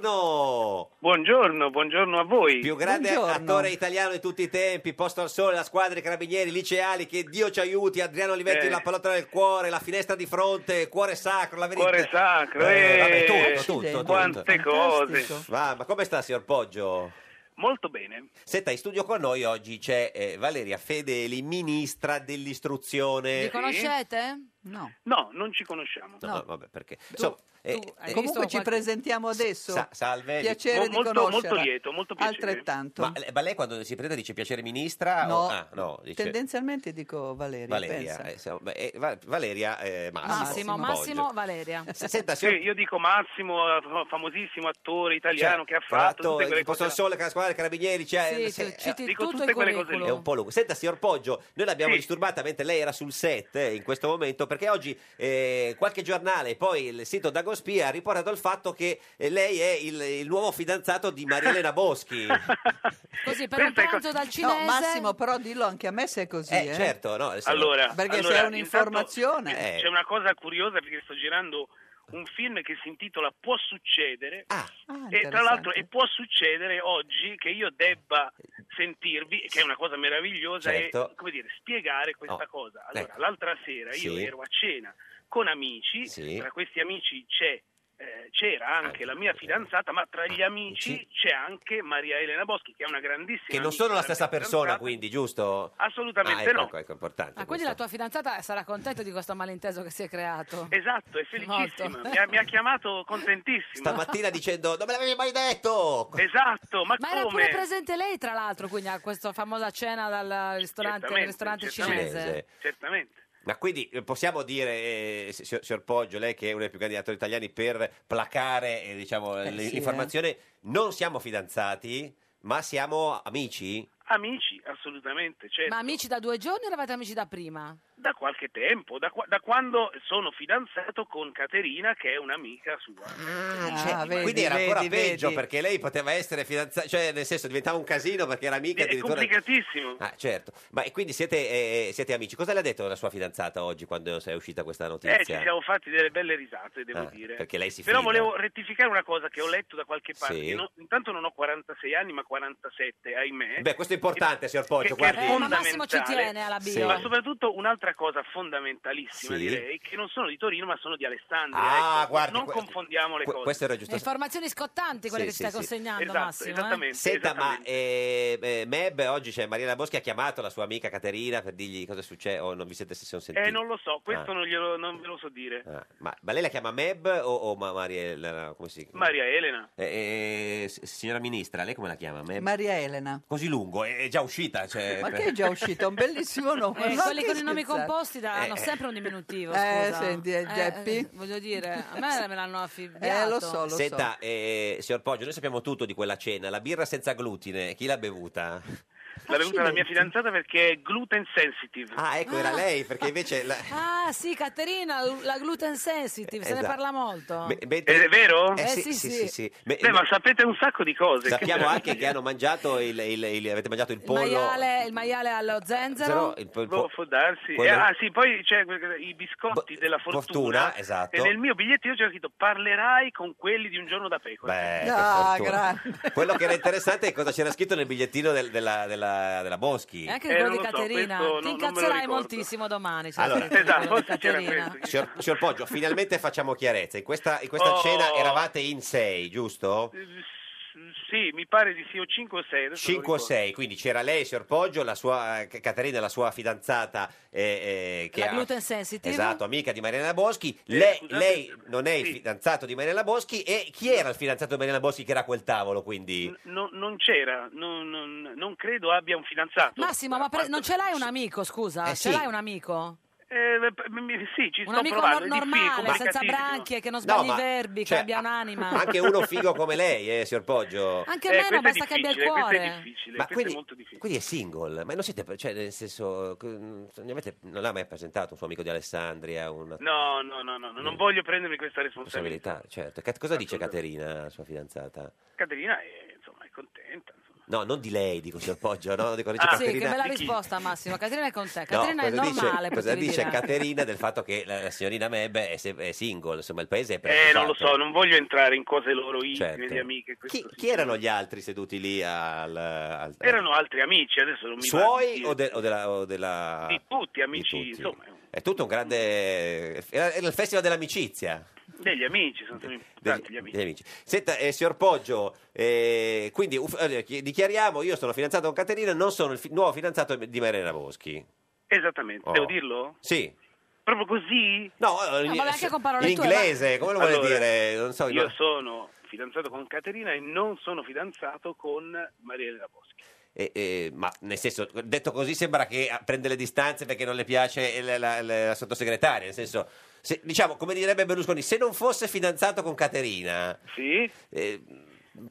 Speaker 2: buongiorno.
Speaker 16: Buongiorno, buongiorno a voi.
Speaker 2: Più grande
Speaker 16: Buongiorno.
Speaker 2: attore italiano di tutti i tempi, posto al sole, la squadra dei carabinieri, liceali, che Dio ci aiuti, Adriano Olivetti,
Speaker 16: Eh.
Speaker 2: la pallottola del cuore, la finestra di fronte, cuore sacro, la verità.
Speaker 16: Cuore sacro, eh,
Speaker 2: vabbè, tutto, tutto, tutto.
Speaker 16: quante cose.
Speaker 2: Va, ma come sta, signor Poggio?
Speaker 16: Molto bene.
Speaker 2: Senta, in studio con noi oggi c'è eh, Valeria Fedeli, ministra dell'istruzione.
Speaker 3: Li conoscete?
Speaker 11: No.
Speaker 16: Eh, No, non ci conosciamo.
Speaker 2: No, no, vabbè, perché... insomma, eh, eh,
Speaker 11: Comunque ci presentiamo adesso.
Speaker 2: Sa- salve.
Speaker 11: Piacere di conoscerla. Altrettanto.
Speaker 2: Ma, eh, ma lei quando si presenta dice piacere ministra? o-
Speaker 11: No.
Speaker 2: ah, no, dice-
Speaker 11: Tendenzialmente dico Valeria.
Speaker 2: Valeria,
Speaker 11: pensa.
Speaker 2: eh, siamo- beh, eh, Va- Valeria eh, Massimo.
Speaker 3: Massimo, Massimo, Valeria.
Speaker 2: Senta,
Speaker 16: Sì, io dico Massimo, eh, fa- famosissimo attore
Speaker 2: Cioè,
Speaker 16: italiano che ha fatto tutte quelle
Speaker 2: il
Speaker 16: cose.
Speaker 2: posto al sole, la squadra dei carabinieri, c'è,
Speaker 16: Sì,
Speaker 2: se-
Speaker 16: tu- citi
Speaker 2: eh,
Speaker 16: Dico tutto tutte il quelle cose curriculum. lì.
Speaker 2: È un po' lungo. Senta, signor Poggio, noi l'abbiamo
Speaker 16: Sì.
Speaker 2: disturbata mentre lei era sul set eh, in questo momento perché oggi eh, qualche giornale e poi il sito Dagospia ha riportato il fatto che eh, lei è il, il nuovo fidanzato di Marielena Boschi.
Speaker 3: Così, per un pranzo dal cinese...
Speaker 11: No, Massimo, però dillo anche a me se è così.
Speaker 2: Eh,
Speaker 11: Eh,
Speaker 2: certo, no, eh, se-
Speaker 16: Allora, allora,
Speaker 11: Perché se è
Speaker 16: intanto, eh,
Speaker 11: un'informazione.
Speaker 16: Certo, C'è una cosa curiosa perché sto girando un film che si intitola Può succedere
Speaker 2: Ah,
Speaker 16: e tra
Speaker 11: interessante.
Speaker 16: l'altro e può succedere oggi che io debba sentirvi, che è una cosa meravigliosa,
Speaker 2: Certo.
Speaker 16: e come dire, spiegare questa
Speaker 2: Oh,
Speaker 16: cosa. Allora,
Speaker 2: ecco.
Speaker 16: l'altra sera io
Speaker 2: Sì.
Speaker 16: ero a cena con amici,
Speaker 2: Sì.
Speaker 16: tra questi amici c'è eh, c'era anche la mia fidanzata, ma tra gli amici c'è anche Maria Elena Boschi, che è una grandissima
Speaker 2: che non
Speaker 16: amica
Speaker 2: sono la
Speaker 16: della
Speaker 2: stessa
Speaker 16: mia
Speaker 2: persona,
Speaker 16: fidanzata.
Speaker 2: quindi, giusto?
Speaker 16: Assolutamente
Speaker 2: Ah, ecco,
Speaker 16: no.
Speaker 2: Ecco, ecco, importante.
Speaker 3: Ah, quindi la tua fidanzata sarà contenta di questo malinteso che si è creato.
Speaker 16: Esatto, è felicissima. Mi ha, mi ha chiamato contentissima.
Speaker 2: Stamattina dicendo non me l'avevi mai detto.
Speaker 16: Esatto, ma,
Speaker 3: Ma era
Speaker 16: come?
Speaker 3: pure presente lei, tra l'altro, quindi a questa famosa cena dal ristorante, al
Speaker 16: Certamente,
Speaker 3: ristorante
Speaker 16: certamente, Certo.
Speaker 3: cinese.
Speaker 16: Cioè, Certamente.
Speaker 2: Ma quindi eh, possiamo dire, eh, si- signor, signor Poggio, lei che è uno dei più grandi attori italiani, per placare eh, diciamo,
Speaker 16: Eh,
Speaker 2: l-
Speaker 16: sì,
Speaker 2: l'informazione, non siamo fidanzati, ma siamo amici?
Speaker 16: Amici, assolutamente, certo.
Speaker 3: Ma amici da due giorni o eravate amici da prima?
Speaker 16: Da qualche tempo, da, qua- da quando sono fidanzato con Caterina, che è un'amica sua. Ah,
Speaker 2: Cioè, quindi era ancora peggio perché lei poteva essere fidanzata, cioè nel senso diventava un casino perché era amica
Speaker 16: È
Speaker 2: addirittura.
Speaker 16: complicatissimo.
Speaker 2: Ah, certo. Ma e quindi siete, eh, siete amici. Cosa le ha detto la sua fidanzata oggi quando è uscita questa
Speaker 16: Eh, ci
Speaker 2: notizia?
Speaker 16: siamo fatti delle belle risate, devo
Speaker 2: Ah,
Speaker 16: dire.
Speaker 2: perché lei si
Speaker 16: Però
Speaker 2: fida.
Speaker 16: volevo rettificare una cosa che ho letto da qualche parte.
Speaker 2: Sì.
Speaker 16: che no- intanto non ho 46 anni, ma 47, ahimè.
Speaker 2: Beh, questo è importante, signor Poggio.
Speaker 16: Che- che è
Speaker 2: guardi.
Speaker 3: Eh, ma Massimo ci
Speaker 16: fondamentale.
Speaker 3: tiene alla bio.
Speaker 2: Sì.
Speaker 16: Ma soprattutto un'altra cosa fondamentalissima,
Speaker 2: Sì.
Speaker 16: direi, che non sono di Torino, ma sono di Alessandria.
Speaker 2: Ah,
Speaker 16: ecco.
Speaker 2: guardi,
Speaker 16: non
Speaker 2: que-
Speaker 16: confondiamo le
Speaker 2: que-
Speaker 16: cose.
Speaker 2: questo era giusto.
Speaker 3: Le informazioni scottanti quelle
Speaker 2: Sì,
Speaker 3: che
Speaker 2: sì,
Speaker 3: ci stai
Speaker 2: sì.
Speaker 3: consegnando,
Speaker 16: Esatto,
Speaker 3: Massimo. eh?
Speaker 16: esattamente.
Speaker 2: Senta, ma eh, eh, Meb oggi c'è Mariela Boschi ha chiamato la sua amica Caterina per dirgli cosa succede o non vi siete se sono sentiti.
Speaker 16: Eh, non lo so, questo
Speaker 2: Ah.
Speaker 16: non, glielo, non ve lo so dire.
Speaker 2: Ah, ma, ma lei la chiama Meb o, o Ma- Mariela? Come si chiama?
Speaker 16: Maria Elena.
Speaker 2: Eh, eh, s- signora ministra, lei come la chiama? Meb?
Speaker 11: Maria Elena.
Speaker 2: Così lungo, è è già uscita. Cioè,
Speaker 11: Ma che è già uscita? È un bellissimo nome.
Speaker 3: Eh,
Speaker 11: non
Speaker 3: quelli
Speaker 11: ti
Speaker 3: con i nomi
Speaker 11: scherzare.
Speaker 3: composti danno
Speaker 2: Eh, eh.
Speaker 3: sempre un diminutivo.
Speaker 11: Eh,
Speaker 3: scusa.
Speaker 11: senti, eh, Geppi.
Speaker 3: voglio dire, a me me l'hanno affibbiato.
Speaker 11: Eh,
Speaker 2: Senta, eh, signor Poggio, noi sappiamo tutto di quella cena. La birra senza glutine, chi l'ha bevuta?
Speaker 16: L'ha bevuta la mia fidanzata perché è gluten sensitive.
Speaker 2: Ah, ecco, era
Speaker 3: Ah.
Speaker 2: lei, perché invece... la-
Speaker 3: Ah, sì, Caterina, l- la gluten sensitive, se ne
Speaker 2: Esatto.
Speaker 3: parla molto.
Speaker 2: Me- mentre-
Speaker 16: Ed è vero?
Speaker 2: Eh,
Speaker 3: Eh,
Speaker 2: sì,
Speaker 3: sì,
Speaker 2: sì,
Speaker 3: sì.
Speaker 2: sì, sì. Me-
Speaker 16: Beh, ma sapete un sacco di cose.
Speaker 2: Sappiamo
Speaker 16: Che-
Speaker 2: anche che hanno mangiato il, il- il- avete mangiato il
Speaker 3: Il
Speaker 2: pollo.
Speaker 3: maiale, il maiale allo zenzero.
Speaker 2: il po- il
Speaker 16: Boh,
Speaker 2: po-
Speaker 16: può darsi.
Speaker 2: quello-
Speaker 16: Eh, ah, sì, poi c'è que- i biscotti della fortuna.
Speaker 2: fortuna, esatto.
Speaker 16: E nel mio biglietto io c'è scritto parlerai con quelli di un giorno da pecora.
Speaker 2: Beh, che fortuna. Quello che era interessante è cosa c'era scritto nel bigliettino del- della, della- della Boschi.
Speaker 3: E anche
Speaker 16: Eh,
Speaker 3: quello
Speaker 16: non
Speaker 3: di
Speaker 16: lo so,
Speaker 3: Caterina.
Speaker 16: questo non-
Speaker 3: Ti
Speaker 16: non me lo
Speaker 3: incazzerai
Speaker 16: ricordo.
Speaker 3: moltissimo domani. se
Speaker 2: Allora,
Speaker 3: senti quello
Speaker 16: Esatto,
Speaker 3: di
Speaker 16: forse c'era
Speaker 3: Caterina.
Speaker 16: questo.
Speaker 2: Signor, signor Poggio, finalmente facciamo chiarezza. In questa, in questa
Speaker 16: Oh.
Speaker 2: cena eravate in 6, giusto?
Speaker 16: Sì, mi pare di sì, o 5 o 6.
Speaker 2: 5 o 6, quindi c'era lei, signor Poggio, la sua, eh, Caterina, la sua fidanzata eh, eh, che
Speaker 3: La
Speaker 2: ha-
Speaker 3: gluten sensitive.
Speaker 2: Esatto, amica di Mariana Boschi. Lei,
Speaker 16: Eh, scusate,
Speaker 2: lei non è il
Speaker 16: sì.
Speaker 2: fidanzato di Mariana Boschi. E chi era il fidanzato di Mariana Boschi che era a quel tavolo? Quindi.
Speaker 16: No- non c'era, non, non- non credo abbia un fidanzato.
Speaker 3: Massimo, ma per- non ce l'hai un amico, scusa? Ce
Speaker 2: Eh, sì.
Speaker 3: l'hai un amico?
Speaker 16: Eh, m- m- sì, ci
Speaker 3: Un
Speaker 16: sto
Speaker 3: amico
Speaker 16: provando.
Speaker 3: nor-
Speaker 16: è difficile,
Speaker 3: normale, senza
Speaker 16: complicatissimo.
Speaker 3: branchie, che non sbagli
Speaker 2: ma-
Speaker 3: i verbi,
Speaker 2: cioè,
Speaker 3: che abbia un'anima.
Speaker 2: Anche uno figo come lei, eh, signor Poggio.
Speaker 3: Anche
Speaker 16: Eh,
Speaker 3: meno, basta
Speaker 16: questo è
Speaker 3: che abbia il
Speaker 16: difficile, questo è
Speaker 3: cuore.
Speaker 16: difficile,
Speaker 2: Ma
Speaker 16: questo
Speaker 2: quindi-
Speaker 16: è molto difficile.
Speaker 2: Quindi è single, ma non siete, cioè, nel senso, c- ne avete- non l'ha mai presentato un suo amico di Alessandria, una
Speaker 16: No, no, no, no, no, non voglio prendermi questa responsabilità.
Speaker 2: responsabilità, certo. Cat- Cosa dice Caterina, sua fidanzata?
Speaker 16: Caterina eh, è, insomma, è contenta.
Speaker 2: No, non di lei, dico signor Poggio, no? Dico, dice
Speaker 16: Ah,
Speaker 3: Sì, che
Speaker 2: Caterina-
Speaker 3: bella risposta, Massimo. Caterina è con te.
Speaker 2: No,
Speaker 3: Caterina è
Speaker 2: cosa dice-
Speaker 3: normale.
Speaker 2: cosa
Speaker 3: potevi
Speaker 2: dice
Speaker 3: dire.
Speaker 2: Caterina del fatto che la, la signorina Meb è, se- è single, insomma, il paese è
Speaker 16: Eh, non lo
Speaker 2: preoccupato.
Speaker 16: so, non voglio entrare in cose loro intime,
Speaker 2: esatto. Certo.
Speaker 16: di amiche.
Speaker 2: Chi,
Speaker 16: questo sì.
Speaker 2: chi erano gli altri seduti lì al... al-
Speaker 16: Erano altri amici, adesso non mi va di
Speaker 2: Suoi Ah.
Speaker 16: dire.
Speaker 2: o, de- o della... o della-
Speaker 16: Di tutti amici, insomma,
Speaker 2: È tutto un grande... Era, era il festival dell'amicizia.
Speaker 16: degli amici, sono stati importanti Certo, gli amici.
Speaker 2: degli amici. Senta, eh, signor Poggio, eh, quindi uff- eh, chi- dichiariamo, io sono fidanzato con Caterina, non sono il fi- nuovo fidanzato di Mariana Boschi.
Speaker 16: Esattamente,
Speaker 2: Oh.
Speaker 16: devo dirlo?
Speaker 2: Sì.
Speaker 16: Proprio così?
Speaker 2: No, eh, in,
Speaker 16: ma
Speaker 3: Ah, anche con parole
Speaker 2: in
Speaker 3: tue,
Speaker 2: inglese,
Speaker 16: ma-
Speaker 2: come lo vuole
Speaker 16: Allora,
Speaker 2: dire? Non so, in-
Speaker 16: Io sono fidanzato con Caterina e non sono fidanzato con Maria Elena Boschi.
Speaker 2: Eh, eh, ma nel senso, detto così sembra che ah, prende le distanze perché non le piace eh, la, la- la- la sottosegretaria. Nel senso, se- diciamo, come direbbe Berlusconi, se non fosse fidanzato con Caterina,
Speaker 16: Sì?
Speaker 2: eh,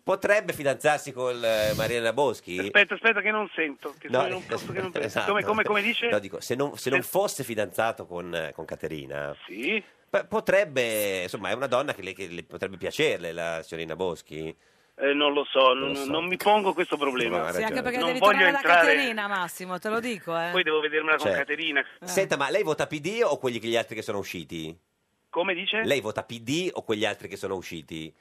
Speaker 2: potrebbe fidanzarsi con Mariana Boschi?
Speaker 16: Aspetta, aspetta che non sento, che
Speaker 2: No,
Speaker 16: sono in un posto che non penso.
Speaker 2: esatto.
Speaker 16: Come, come- come dice?
Speaker 2: No, dico, se non, se non fosse fidanzato con, eh, con Caterina,
Speaker 16: Sì?
Speaker 2: p- potrebbe, insomma, è una donna che le, che le potrebbe piacerle, la signorina Boschi.
Speaker 16: Eh, non lo so,
Speaker 2: Non
Speaker 16: non,
Speaker 2: lo so.
Speaker 16: non mi pongo questo
Speaker 2: No,
Speaker 16: problema.
Speaker 2: ha
Speaker 3: Sì, anche
Speaker 2: ragione.
Speaker 3: perché
Speaker 16: Non
Speaker 3: devi
Speaker 16: voglio
Speaker 3: tornare da
Speaker 16: entrare-
Speaker 3: Caterina, Massimo, te lo dico. Eh.
Speaker 16: Poi devo vedermela con
Speaker 2: Certo.
Speaker 16: Caterina.
Speaker 2: Senta, ma lei vota PD o quelli che gli altri che sono usciti?
Speaker 16: Come dice?
Speaker 2: Lei vota PD o quegli altri che sono usciti?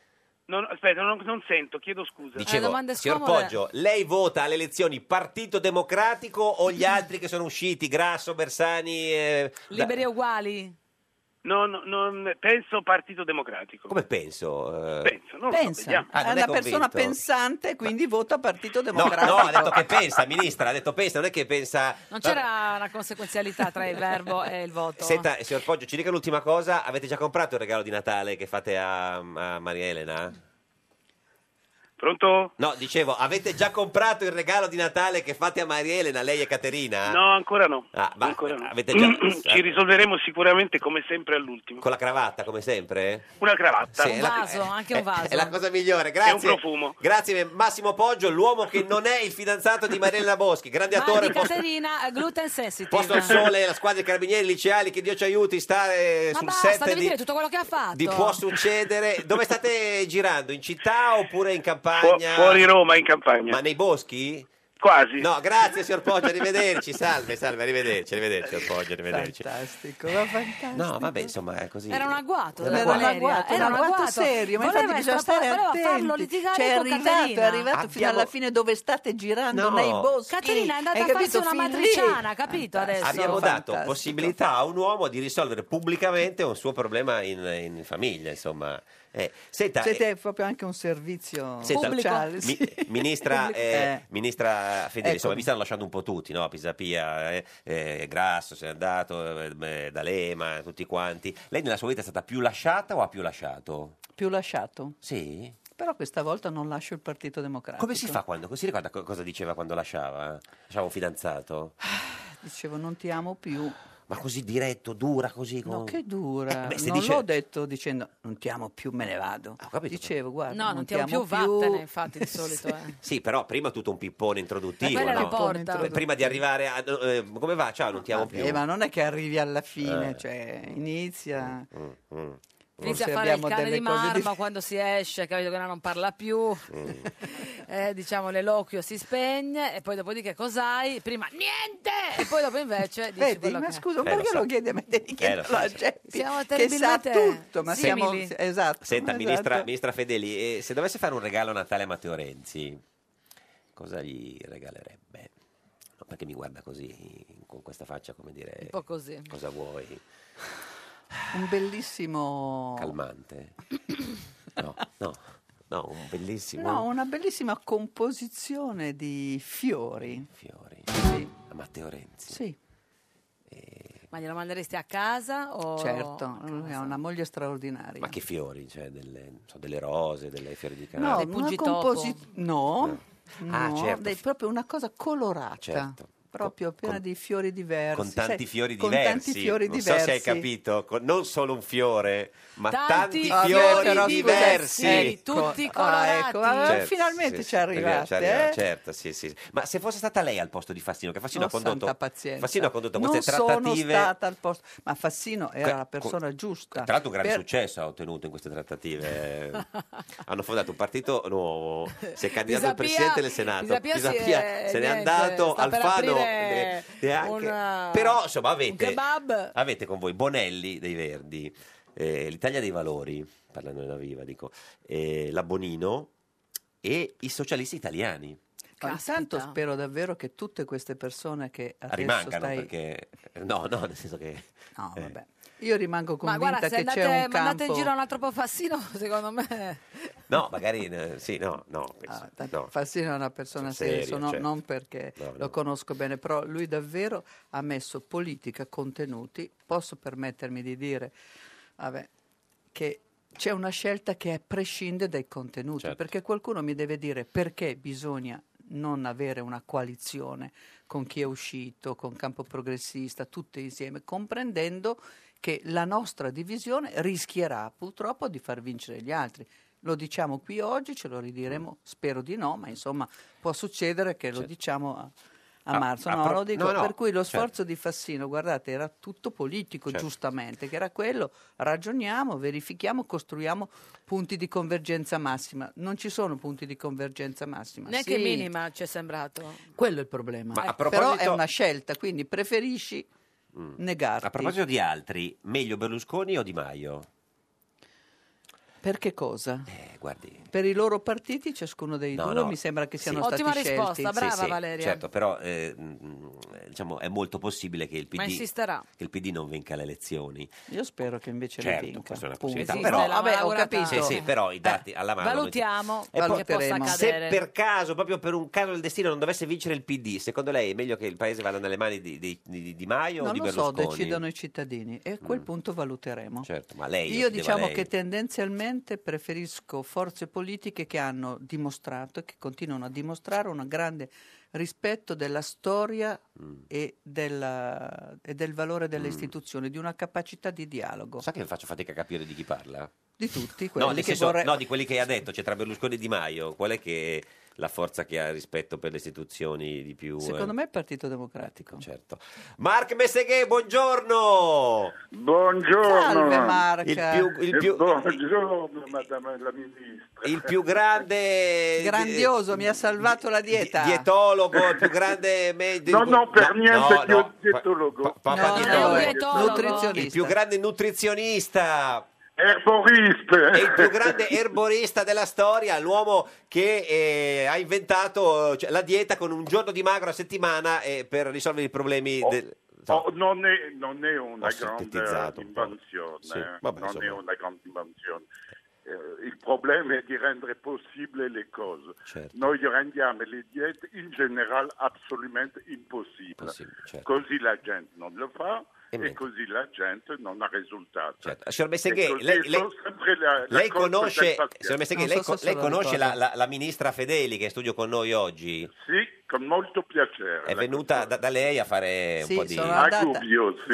Speaker 16: Non- aspetta, non, non sento, chiedo scusa.
Speaker 2: Dicevo, signor Poggio, lei vota alle elezioni Partito Democratico o gli altri che sono usciti? Grasso, Bersani... eh, da-
Speaker 3: Liberi e uguali.
Speaker 16: No, no, non- penso Partito Democratico.
Speaker 2: Come penso? eh?
Speaker 16: Penso, non lo so,
Speaker 11: Pensa,
Speaker 16: vediamo.
Speaker 2: Ah,
Speaker 11: è
Speaker 2: non
Speaker 11: una
Speaker 2: è
Speaker 11: persona
Speaker 2: convinto?
Speaker 11: pensante, quindi vota Partito
Speaker 2: No,
Speaker 11: Democratico.
Speaker 2: no, ha detto che pensa, ministra, ha detto pensa, non è che pensa...
Speaker 3: Non c'era una conseguenzialità tra il verbo e il voto.
Speaker 2: Senta, signor Poggio, ci dica l'ultima cosa, avete già comprato il regalo di Natale che fate a, a Maria Elena?
Speaker 16: Pronto?
Speaker 2: No, dicevo, avete già comprato il regalo di Natale che fate a Maria Elena, lei e Caterina?
Speaker 16: No, ancora no.
Speaker 2: Ah, ma avete già... eh.
Speaker 16: Ci risolveremo sicuramente come sempre all'ultimo.
Speaker 2: Con la cravatta, come sempre?
Speaker 16: Una cravatta.
Speaker 2: Sì, è la-
Speaker 3: anche
Speaker 2: un vaso. È la cosa migliore, grazie.
Speaker 16: È un profumo.
Speaker 2: Grazie Massimo Poggio, l'uomo che non è il fidanzato di Maria Elena Boschi, grande
Speaker 3: Ma
Speaker 2: attore,
Speaker 3: di
Speaker 2: posto,
Speaker 3: Caterina, eh, gluten sensitive.
Speaker 2: posto al sole, la squadra dei carabinieri liceali, che Dio ci aiuti, sta eh,
Speaker 3: Ma
Speaker 2: sul
Speaker 3: basta,
Speaker 2: set
Speaker 3: devi
Speaker 2: di...
Speaker 3: dire tutto quello che ha fatto.
Speaker 2: di può succedere. Dove state girando? In città oppure
Speaker 16: Fu-
Speaker 2: in campagna?
Speaker 16: fuori Roma, in campagna.
Speaker 2: Ma nei boschi?
Speaker 16: Quasi.
Speaker 2: No, grazie signor Poggio, arrivederci. Salve, salve, arrivederci, arrivederci signor Poggio, arrivederci.
Speaker 11: Fantastico, va fantastico.
Speaker 2: No, vabbè, insomma, è così.
Speaker 3: Era un agguato,
Speaker 2: Era
Speaker 3: eh,
Speaker 2: un
Speaker 3: Valeria,
Speaker 11: agguato,
Speaker 3: era
Speaker 11: un agguato serio, ma infatti
Speaker 3: Voleva
Speaker 11: bisogna
Speaker 3: estrapolare,
Speaker 11: stare
Speaker 3: voleva farlo
Speaker 11: attenti.
Speaker 3: litigare
Speaker 11: Cioè, è
Speaker 3: con
Speaker 11: arrivato,
Speaker 3: Caterina.
Speaker 11: è arrivato fino alla
Speaker 2: Abbiamo-
Speaker 11: fine dove state girando
Speaker 2: No.
Speaker 11: nei boschi.
Speaker 3: Caterina è andata
Speaker 11: Hai
Speaker 3: a farsi
Speaker 11: capito?
Speaker 3: una
Speaker 11: Fin lì.
Speaker 3: matriciana, capito adesso?
Speaker 2: Abbiamo dato possibilità a un uomo di risolvere pubblicamente un suo problema in, in famiglia, insomma. Eh, senta, eh,
Speaker 11: Siete proprio anche un servizio
Speaker 2: Senta,
Speaker 11: sociale.
Speaker 2: cioè, mi-
Speaker 11: sì.
Speaker 2: ministra,
Speaker 11: Pubblico.
Speaker 2: eh,
Speaker 11: Eh. Ecco.
Speaker 2: ministra Fedeli, insomma,
Speaker 11: Eccomi.
Speaker 2: vi stanno lasciando un po' tutti, no? Pisapia, eh, eh, Grasso, se n'è andato, eh, eh, D'Alema, tutti quanti. Lei nella sua vita è stata più lasciata o ha più lasciato?
Speaker 11: Più lasciato.
Speaker 2: Sì?
Speaker 11: Però questa volta non lascio il Partito Democratico.
Speaker 2: Come si fa quando? Si ricorda co- cosa diceva quando lasciava? Lasciava un fidanzato?
Speaker 11: Dicevo, non ti amo più.
Speaker 2: Ma così diretto, dura così?
Speaker 11: No,
Speaker 2: con-
Speaker 11: che dura.
Speaker 2: Eh, beh, se
Speaker 11: non
Speaker 2: dice- Ah,
Speaker 11: l'ho detto dicendo non ti amo più, me ne vado. Dicevo, guarda,
Speaker 3: No, non ti amo più, vattene, infatti, di solito. eh.
Speaker 2: Sì, però prima tutto un pippone introduttivo,
Speaker 3: Quella è la
Speaker 2: no?
Speaker 3: porta.
Speaker 2: Beh, Prima di arrivare a... eh, come va? Ciao, non ti amo più.
Speaker 11: Eh, ma non è che arrivi alla fine,
Speaker 2: Eh.
Speaker 11: cioè inizia.
Speaker 2: Mm, mm.
Speaker 3: Inizia a
Speaker 11: Forse
Speaker 3: fare il
Speaker 11: abbiamo
Speaker 3: cane
Speaker 11: delle
Speaker 3: di
Speaker 11: cose
Speaker 3: Marma
Speaker 11: dif-
Speaker 3: quando si esce, capito che no, non parla più,
Speaker 11: Mm.
Speaker 3: Eh, diciamo l'eloquio si spegne e poi dopo di che cos'hai? Prima niente! E poi dopo invece dici
Speaker 11: Vedi,
Speaker 3: quello
Speaker 11: ma
Speaker 3: che...
Speaker 11: scusa,
Speaker 2: Eh, lo
Speaker 11: perché
Speaker 2: so.
Speaker 11: lo chiedi a me di
Speaker 2: Eh, lo so,
Speaker 11: chiederlo
Speaker 2: sì.
Speaker 3: Siamo
Speaker 11: che sa
Speaker 3: terribilmente
Speaker 11: tutto, Certo, ma siamo
Speaker 3: simili.
Speaker 11: esatto.
Speaker 2: Senta,
Speaker 11: esatto.
Speaker 2: Ministra, ministra Fedeli, eh, se dovesse fare un regalo a Natale a Matteo Renzi, cosa gli regalerebbe? No, perché mi guarda così, con questa faccia, come dire...
Speaker 3: Un po' così.
Speaker 2: Cosa vuoi?
Speaker 11: un bellissimo
Speaker 2: Calmante? No, no, no, un bellissimo...
Speaker 11: No, una bellissima composizione di fiori.
Speaker 2: Fiori. A Matteo Renzi.
Speaker 11: Sì,
Speaker 3: Ma glielo manderesti a casa o...
Speaker 11: certo, lui ha una moglie straordinaria.
Speaker 2: Ma che fiori? Cioè, delle, non so, delle rose, delle fiori di campo.
Speaker 11: No,
Speaker 3: Dei
Speaker 11: una
Speaker 3: Pugitopo.
Speaker 11: composizione no,
Speaker 2: Ah,
Speaker 11: no,
Speaker 2: certo.
Speaker 11: dei- proprio una cosa colorata.
Speaker 2: Certo.
Speaker 11: Proprio piena di fiori diversi.
Speaker 2: Con tanti
Speaker 11: sai,
Speaker 2: fiori
Speaker 11: con
Speaker 2: diversi.
Speaker 11: tanti fiori
Speaker 2: non
Speaker 11: diversi.
Speaker 2: so se hai capito, con- non solo un fiore, ma
Speaker 3: Tanti
Speaker 2: tanti,
Speaker 3: fiori
Speaker 2: fiori
Speaker 3: però, scusa,
Speaker 2: diversi.
Speaker 3: sì, tutti colorati.
Speaker 11: Ah, ecco, ma
Speaker 2: Certo,
Speaker 11: finalmente
Speaker 2: sì,
Speaker 11: ci
Speaker 2: sì,
Speaker 11: arrivate.
Speaker 2: ci arriva,
Speaker 11: eh?
Speaker 2: certo, sì, sì. Ma se fosse stata lei al posto di Fassino, che Fassino
Speaker 11: Oh,
Speaker 2: ha condotto,
Speaker 11: santa pazienza.
Speaker 2: Fassino ha condotto
Speaker 11: non
Speaker 2: queste
Speaker 11: sono
Speaker 2: trattative.
Speaker 11: stata al posto, ma Fassino era
Speaker 2: Que-
Speaker 11: la persona giusta.
Speaker 2: Tra l'altro un grande
Speaker 11: Per-
Speaker 2: successo ha ottenuto in queste trattative. Hanno fondato un partito nuovo, si è candidato
Speaker 3: Pisapia-
Speaker 2: al Presidente del Senato.
Speaker 3: Pisapia si è-
Speaker 2: se n'è
Speaker 3: niente,
Speaker 2: andato,
Speaker 3: sta per
Speaker 2: Alfano
Speaker 3: aprire
Speaker 2: ne- neanche.
Speaker 3: una-
Speaker 2: Però insomma
Speaker 3: Un
Speaker 2: avete,
Speaker 3: kebab?
Speaker 2: avete con voi Bonelli dei Verdi, eh, l'Italia dei Valori, parlando della Viva dico, eh, la Bonino e i socialisti italiani.
Speaker 11: Ma intanto
Speaker 3: Caspita.
Speaker 11: spero davvero che tutte queste persone che adesso
Speaker 2: Ah, Rimangano
Speaker 11: stai...
Speaker 2: perché... No, no, nel senso che...
Speaker 11: No,
Speaker 2: eh,
Speaker 11: vabbè. Io rimango
Speaker 3: Ma
Speaker 11: convinta
Speaker 3: guarda, se
Speaker 11: che
Speaker 3: andate,
Speaker 11: c'è un
Speaker 3: mandate in
Speaker 11: campo...
Speaker 3: giro un altro po' fassino, secondo me...
Speaker 2: no, magari... eh, Sì, no, no. penso-
Speaker 11: Ah, tanto
Speaker 2: no.
Speaker 11: Fassino è una
Speaker 2: Sono
Speaker 11: persona
Speaker 2: seria,
Speaker 11: seria, sono-
Speaker 2: certo.
Speaker 11: non perché
Speaker 2: No, no.
Speaker 11: lo conosco bene, però lui davvero ha messo politica, contenuti. Posso permettermi di dire vabbè, che c'è una scelta che è- prescinde dai contenuti,
Speaker 2: Certo.
Speaker 11: perché qualcuno mi deve dire perché bisogna non avere una coalizione con chi è uscito, con Campo Progressista, tutti insieme, comprendendo che la nostra divisione rischierà purtroppo di far vincere gli altri. Lo diciamo qui oggi, ce lo
Speaker 2: Mm.
Speaker 11: ridiremo, spero di no, ma insomma può succedere che lo diciamo a, a
Speaker 2: A-
Speaker 11: marzo.
Speaker 2: Certo. Ah, a
Speaker 11: No,
Speaker 2: pro-
Speaker 11: lo dico,
Speaker 2: no, no,
Speaker 11: per cui lo
Speaker 2: certo.
Speaker 11: sforzo di Fassino, guardate, era tutto politico,
Speaker 2: Certo.
Speaker 11: giustamente, che era quello, ragioniamo, verifichiamo, costruiamo punti di convergenza massima. Non ci sono punti di convergenza massima.
Speaker 3: Neanche
Speaker 11: sì.
Speaker 3: minima ci è sembrato.
Speaker 11: Quello è il problema.
Speaker 2: Ma a
Speaker 11: Però è
Speaker 2: proposito- Mm.
Speaker 11: una scelta, quindi preferisci negarti.
Speaker 2: A proposito di altri, meglio Berlusconi o Di Maio?
Speaker 11: Per che cosa?
Speaker 2: Eh, guardi.
Speaker 11: Per i loro partiti ciascuno dei
Speaker 2: No,
Speaker 11: due
Speaker 2: no,
Speaker 11: mi sembra che
Speaker 2: sì.
Speaker 11: siano
Speaker 3: Ottima
Speaker 11: stati
Speaker 3: risposta,
Speaker 11: scelti.
Speaker 3: brava
Speaker 2: sì, sì,
Speaker 3: Valeria.
Speaker 2: Certo, però eh, mh, diciamo, è molto possibile che il,
Speaker 3: Ma
Speaker 2: PD,
Speaker 3: insisterà.
Speaker 2: che il PD non vinca le elezioni.
Speaker 11: Io spero che invece
Speaker 2: Certo,
Speaker 11: li vinca.
Speaker 2: questa è una
Speaker 11: Punto.
Speaker 2: possibilità,
Speaker 3: Esiste però- la
Speaker 11: vabbè, ho
Speaker 3: malaugurata-
Speaker 11: capito.
Speaker 2: Sì, sì, però i dati alla mano. non ci-
Speaker 3: Valutiamo
Speaker 2: E poi-
Speaker 3: che possa
Speaker 11: Valuteremo.
Speaker 3: accadere.
Speaker 2: Eh, Se per caso, proprio per un caso del destino, non dovesse vincere il PD, secondo lei è meglio che il paese vada nelle mani di, di- di- di Maio o
Speaker 11: Non
Speaker 2: di
Speaker 11: lo so,
Speaker 2: Berlusconi? Mm.
Speaker 11: decidono i cittadini e a quel punto valuteremo.
Speaker 2: Certo, ma lei lo
Speaker 11: Io
Speaker 2: chiedeva
Speaker 11: diciamo
Speaker 2: lei.
Speaker 11: che Presidente, preferisco forze politiche che hanno dimostrato e che continuano a dimostrare un grande rispetto della storia e, della- e del valore delle
Speaker 2: Mm.
Speaker 11: istituzioni, di una capacità di dialogo.
Speaker 2: Sai che faccio fatica a capire di chi parla?
Speaker 11: Di tutti quelli
Speaker 2: No, nel
Speaker 11: che
Speaker 2: senso-
Speaker 11: vorre-
Speaker 2: no, di quelli che ha detto, cioè tra Berlusconi e Di Maio, qual è che è la forza che ha rispetto per le istituzioni di più? eh,
Speaker 11: Secondo me è il Partito Democratico.
Speaker 2: Certo. Mark Messeghe, buongiorno! Buongiorno!
Speaker 11: Salve, Mark.
Speaker 2: Il più, il
Speaker 11: Eh,
Speaker 2: più,
Speaker 14: Buongiorno, madame la ministra.
Speaker 2: il più grande... eh,
Speaker 11: Grandioso, mi ha salvato la dieta.
Speaker 2: Dietologo, il più grande medico.
Speaker 14: No, no, per niente
Speaker 2: no,
Speaker 14: più
Speaker 2: no,
Speaker 14: dietologo.
Speaker 2: pa-
Speaker 14: No,
Speaker 2: papà
Speaker 14: no,
Speaker 2: dietologo.
Speaker 14: è un dietologo. Nutrizionista.
Speaker 2: Il più grande nutrizionista.
Speaker 14: Erborista.
Speaker 2: È il più grande erborista della storia, l'uomo che eh, ha inventato eh, cioè, la dieta con un giorno di magro a settimana eh, per risolvere i problemi del...
Speaker 14: Oh, non, è, non è una
Speaker 2: Ho
Speaker 14: grande
Speaker 2: sintetizzato un po'.
Speaker 14: invenzione,
Speaker 2: Sì,
Speaker 14: eh,
Speaker 2: vabbè,
Speaker 14: non
Speaker 2: insomma.
Speaker 14: è una grande invenzione. Eh, il problema è di rendere possibile le cose.
Speaker 2: Certo.
Speaker 14: Noi rendiamo le diete in generale assolutamente impossibili.
Speaker 2: Possibile, certo.
Speaker 14: Così la gente non lo fa
Speaker 2: E
Speaker 14: e,
Speaker 2: niente.
Speaker 14: così la gente non ha risultati.
Speaker 2: Signor
Speaker 14: E
Speaker 2: Messeghe,
Speaker 14: così
Speaker 2: lei, lei-
Speaker 14: sono sempre la- la
Speaker 2: lei
Speaker 14: colpa del
Speaker 2: conosce,
Speaker 14: paziente.
Speaker 2: signor Messeghe, lei, co- lei conosce la, la- la ministra Fedeli che è in studio con noi oggi?
Speaker 14: Sì, con molto piacere. Ah,
Speaker 2: È venuta da, da lei a fare un
Speaker 11: Sì,
Speaker 2: po' di...
Speaker 11: sono andata-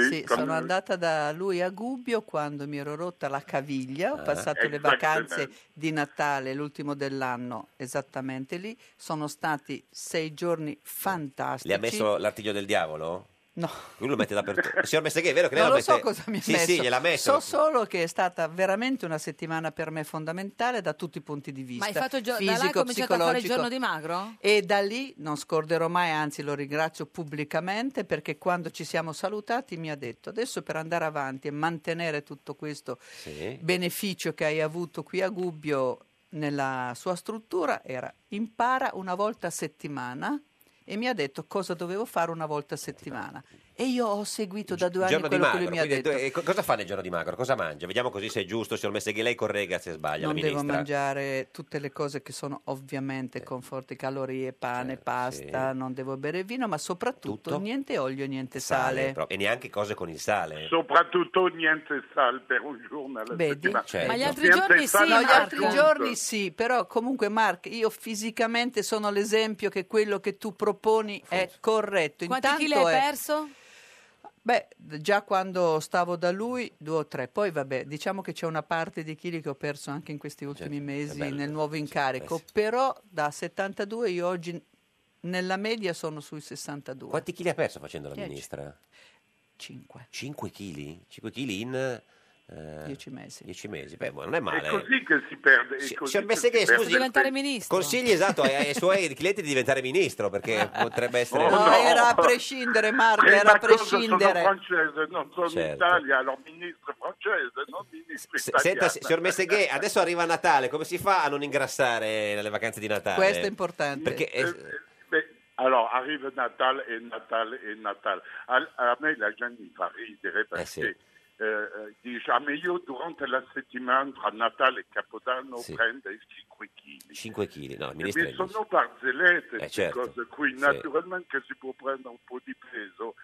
Speaker 14: sì,
Speaker 11: sono
Speaker 14: con-
Speaker 11: andata da lui a Gubbio quando mi ero rotta la caviglia, ho
Speaker 2: Ah.
Speaker 11: passato le
Speaker 14: Esattamente.
Speaker 11: vacanze di Natale, l'ultimo dell'anno, esattamente lì. Sono stati sei giorni fantastici.
Speaker 2: Le ha messo l'artiglio del diavolo?
Speaker 11: No.
Speaker 2: Lui lo mette dappertutto. Signor Messeghe, è vero che lei
Speaker 11: Non
Speaker 2: lo
Speaker 11: lo so
Speaker 2: mette-
Speaker 11: cosa mi ha
Speaker 2: sì,
Speaker 11: messo.
Speaker 2: Sì, gliel'ha messo.
Speaker 11: So solo che è stata veramente una settimana per me fondamentale da tutti i punti di vista.
Speaker 3: Ma hai fatto il gio- da là hai
Speaker 11: fisico,
Speaker 3: cominciato a fare il
Speaker 11: psicologico.
Speaker 3: giorno di magro?
Speaker 11: E da lì non scorderò mai, anzi lo ringrazio pubblicamente perché quando ci siamo salutati mi ha detto adesso per andare avanti e mantenere tutto questo
Speaker 2: Sì.
Speaker 11: beneficio che hai avuto qui a Gubbio nella sua struttura era impara una volta a settimana e mi ha detto cosa dovevo fare una volta a settimana. E io ho seguito da due anni
Speaker 2: Giorno di
Speaker 11: quello che
Speaker 2: magro,
Speaker 11: lui mi ha
Speaker 2: quindi,
Speaker 11: detto.
Speaker 2: eh, co- cosa fa nel giorno di magro? Cosa mangia? Vediamo così se è giusto, signor Messeghe, lei corregga se sbaglia
Speaker 11: Non
Speaker 2: la
Speaker 11: devo
Speaker 2: ministra.
Speaker 11: mangiare tutte le cose che sono ovviamente
Speaker 2: Eh.
Speaker 11: con forti calorie, pane, pasta, non devo bere vino, ma soprattutto
Speaker 2: Certo, Tutto?
Speaker 11: niente olio, niente
Speaker 2: Sale,
Speaker 11: sale.
Speaker 2: Eh, proprio. e neanche cose con il sale.
Speaker 14: Soprattutto niente sale per un giorno alla
Speaker 11: Vedi?
Speaker 14: settimana.
Speaker 2: Certo. Ma gli
Speaker 11: altri giorni sì,
Speaker 14: ma
Speaker 11: gli altri giorni sì, però comunque Mark, io fisicamente sono l'esempio che quello che tu proponi è corretto.
Speaker 3: Quanti
Speaker 11: Intanto
Speaker 3: chili hai
Speaker 11: è-
Speaker 3: perso?
Speaker 11: Beh, già quando stavo da lui, due o tre, poi vabbè, diciamo che c'è una parte di chili che ho perso anche in questi
Speaker 2: Certo,
Speaker 11: ultimi mesi
Speaker 3: bello,
Speaker 11: nel nuovo incarico, però da 72 io oggi nella media sono sui 62.
Speaker 2: Quanti chili ha perso facendo la
Speaker 11: Dieci.
Speaker 2: ministra?
Speaker 11: 5.
Speaker 2: 5 chili? 5 chili in...
Speaker 11: 10 mesi.
Speaker 2: 10 mesi, beh, ma non è
Speaker 14: È
Speaker 2: male.
Speaker 14: così che si perde. è
Speaker 2: Si-
Speaker 14: così
Speaker 2: signor
Speaker 14: che si
Speaker 2: Messeghe,
Speaker 14: perde
Speaker 2: scusi,
Speaker 14: il tempo.
Speaker 3: ministro.
Speaker 2: Consigli esatto ai, ai suoi clienti di diventare ministro perché potrebbe essere...
Speaker 14: Oh,
Speaker 11: No, era a prescindere, Marco,
Speaker 14: Eh,
Speaker 11: era
Speaker 14: ma
Speaker 11: a
Speaker 14: cosa,
Speaker 11: prescindere.
Speaker 14: Sono francese, non sono
Speaker 2: Certo.
Speaker 14: Italia, allora ministro francese, non ministro
Speaker 2: S-
Speaker 14: italiano.
Speaker 2: Senta, signor Messeghe, adesso arriva Natale, come si fa a non ingrassare nelle vacanze di Natale?
Speaker 11: Questo è importante.
Speaker 2: Perché eh,
Speaker 14: Beh, allora, arriva Natale e Natale e Natale. A, a me la gente mi fa ridere perché
Speaker 2: sì.
Speaker 14: eh, eh, dice, ah, ma io durante la settimana tra Natale e Capodanno
Speaker 2: Sì.
Speaker 14: prendo i 5 kg.
Speaker 2: 5 kg, no, il
Speaker 14: E
Speaker 2: ministro... è
Speaker 14: mi
Speaker 2: il ministro.
Speaker 14: sono barzellette
Speaker 2: Eh,
Speaker 14: queste
Speaker 2: certo.
Speaker 14: cose qui,
Speaker 2: Sì.
Speaker 14: naturalmente si può prendere un po' di peso,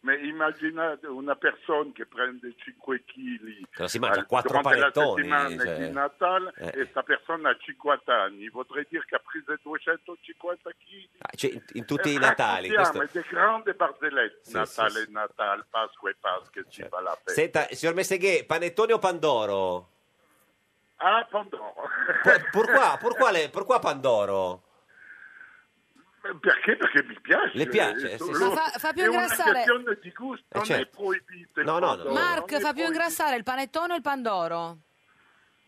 Speaker 14: ma immaginate una persona che prende 5 kg
Speaker 2: Però si mangia
Speaker 14: al-
Speaker 2: quattro
Speaker 14: durante la
Speaker 2: panettoni,
Speaker 14: settimana
Speaker 2: cioè.
Speaker 14: di Natale
Speaker 2: Eh.
Speaker 14: e questa persona ha 50 anni, potrei dire che ha preso 250 kg.
Speaker 2: Ah, cioè, in, in tutti
Speaker 14: Eh,
Speaker 2: i Natali. questo-
Speaker 14: è grande barzellette,
Speaker 2: Sì,
Speaker 14: Natale,
Speaker 2: sì, sì.
Speaker 14: Natale, Pasqua e Pasqua, ci va la pena.
Speaker 2: Senta, signor Messeghe, panettone o Pandoro?
Speaker 14: Ah, Pandoro.
Speaker 2: Purquà, purquà, le- purquà Pandoro?
Speaker 14: Perché? Perché mi piace. eh,
Speaker 2: Le piace? Sì, sì.
Speaker 14: Lo-
Speaker 3: Ma fa- fa più
Speaker 14: è una
Speaker 3: ingrassare.
Speaker 14: questione di gusto,
Speaker 2: Eh,
Speaker 14: non è
Speaker 2: certo.
Speaker 14: proibito. il
Speaker 2: No, no, no.
Speaker 14: Pandoro.
Speaker 3: Mark, fa più ingrassare il panettone o il pandoro?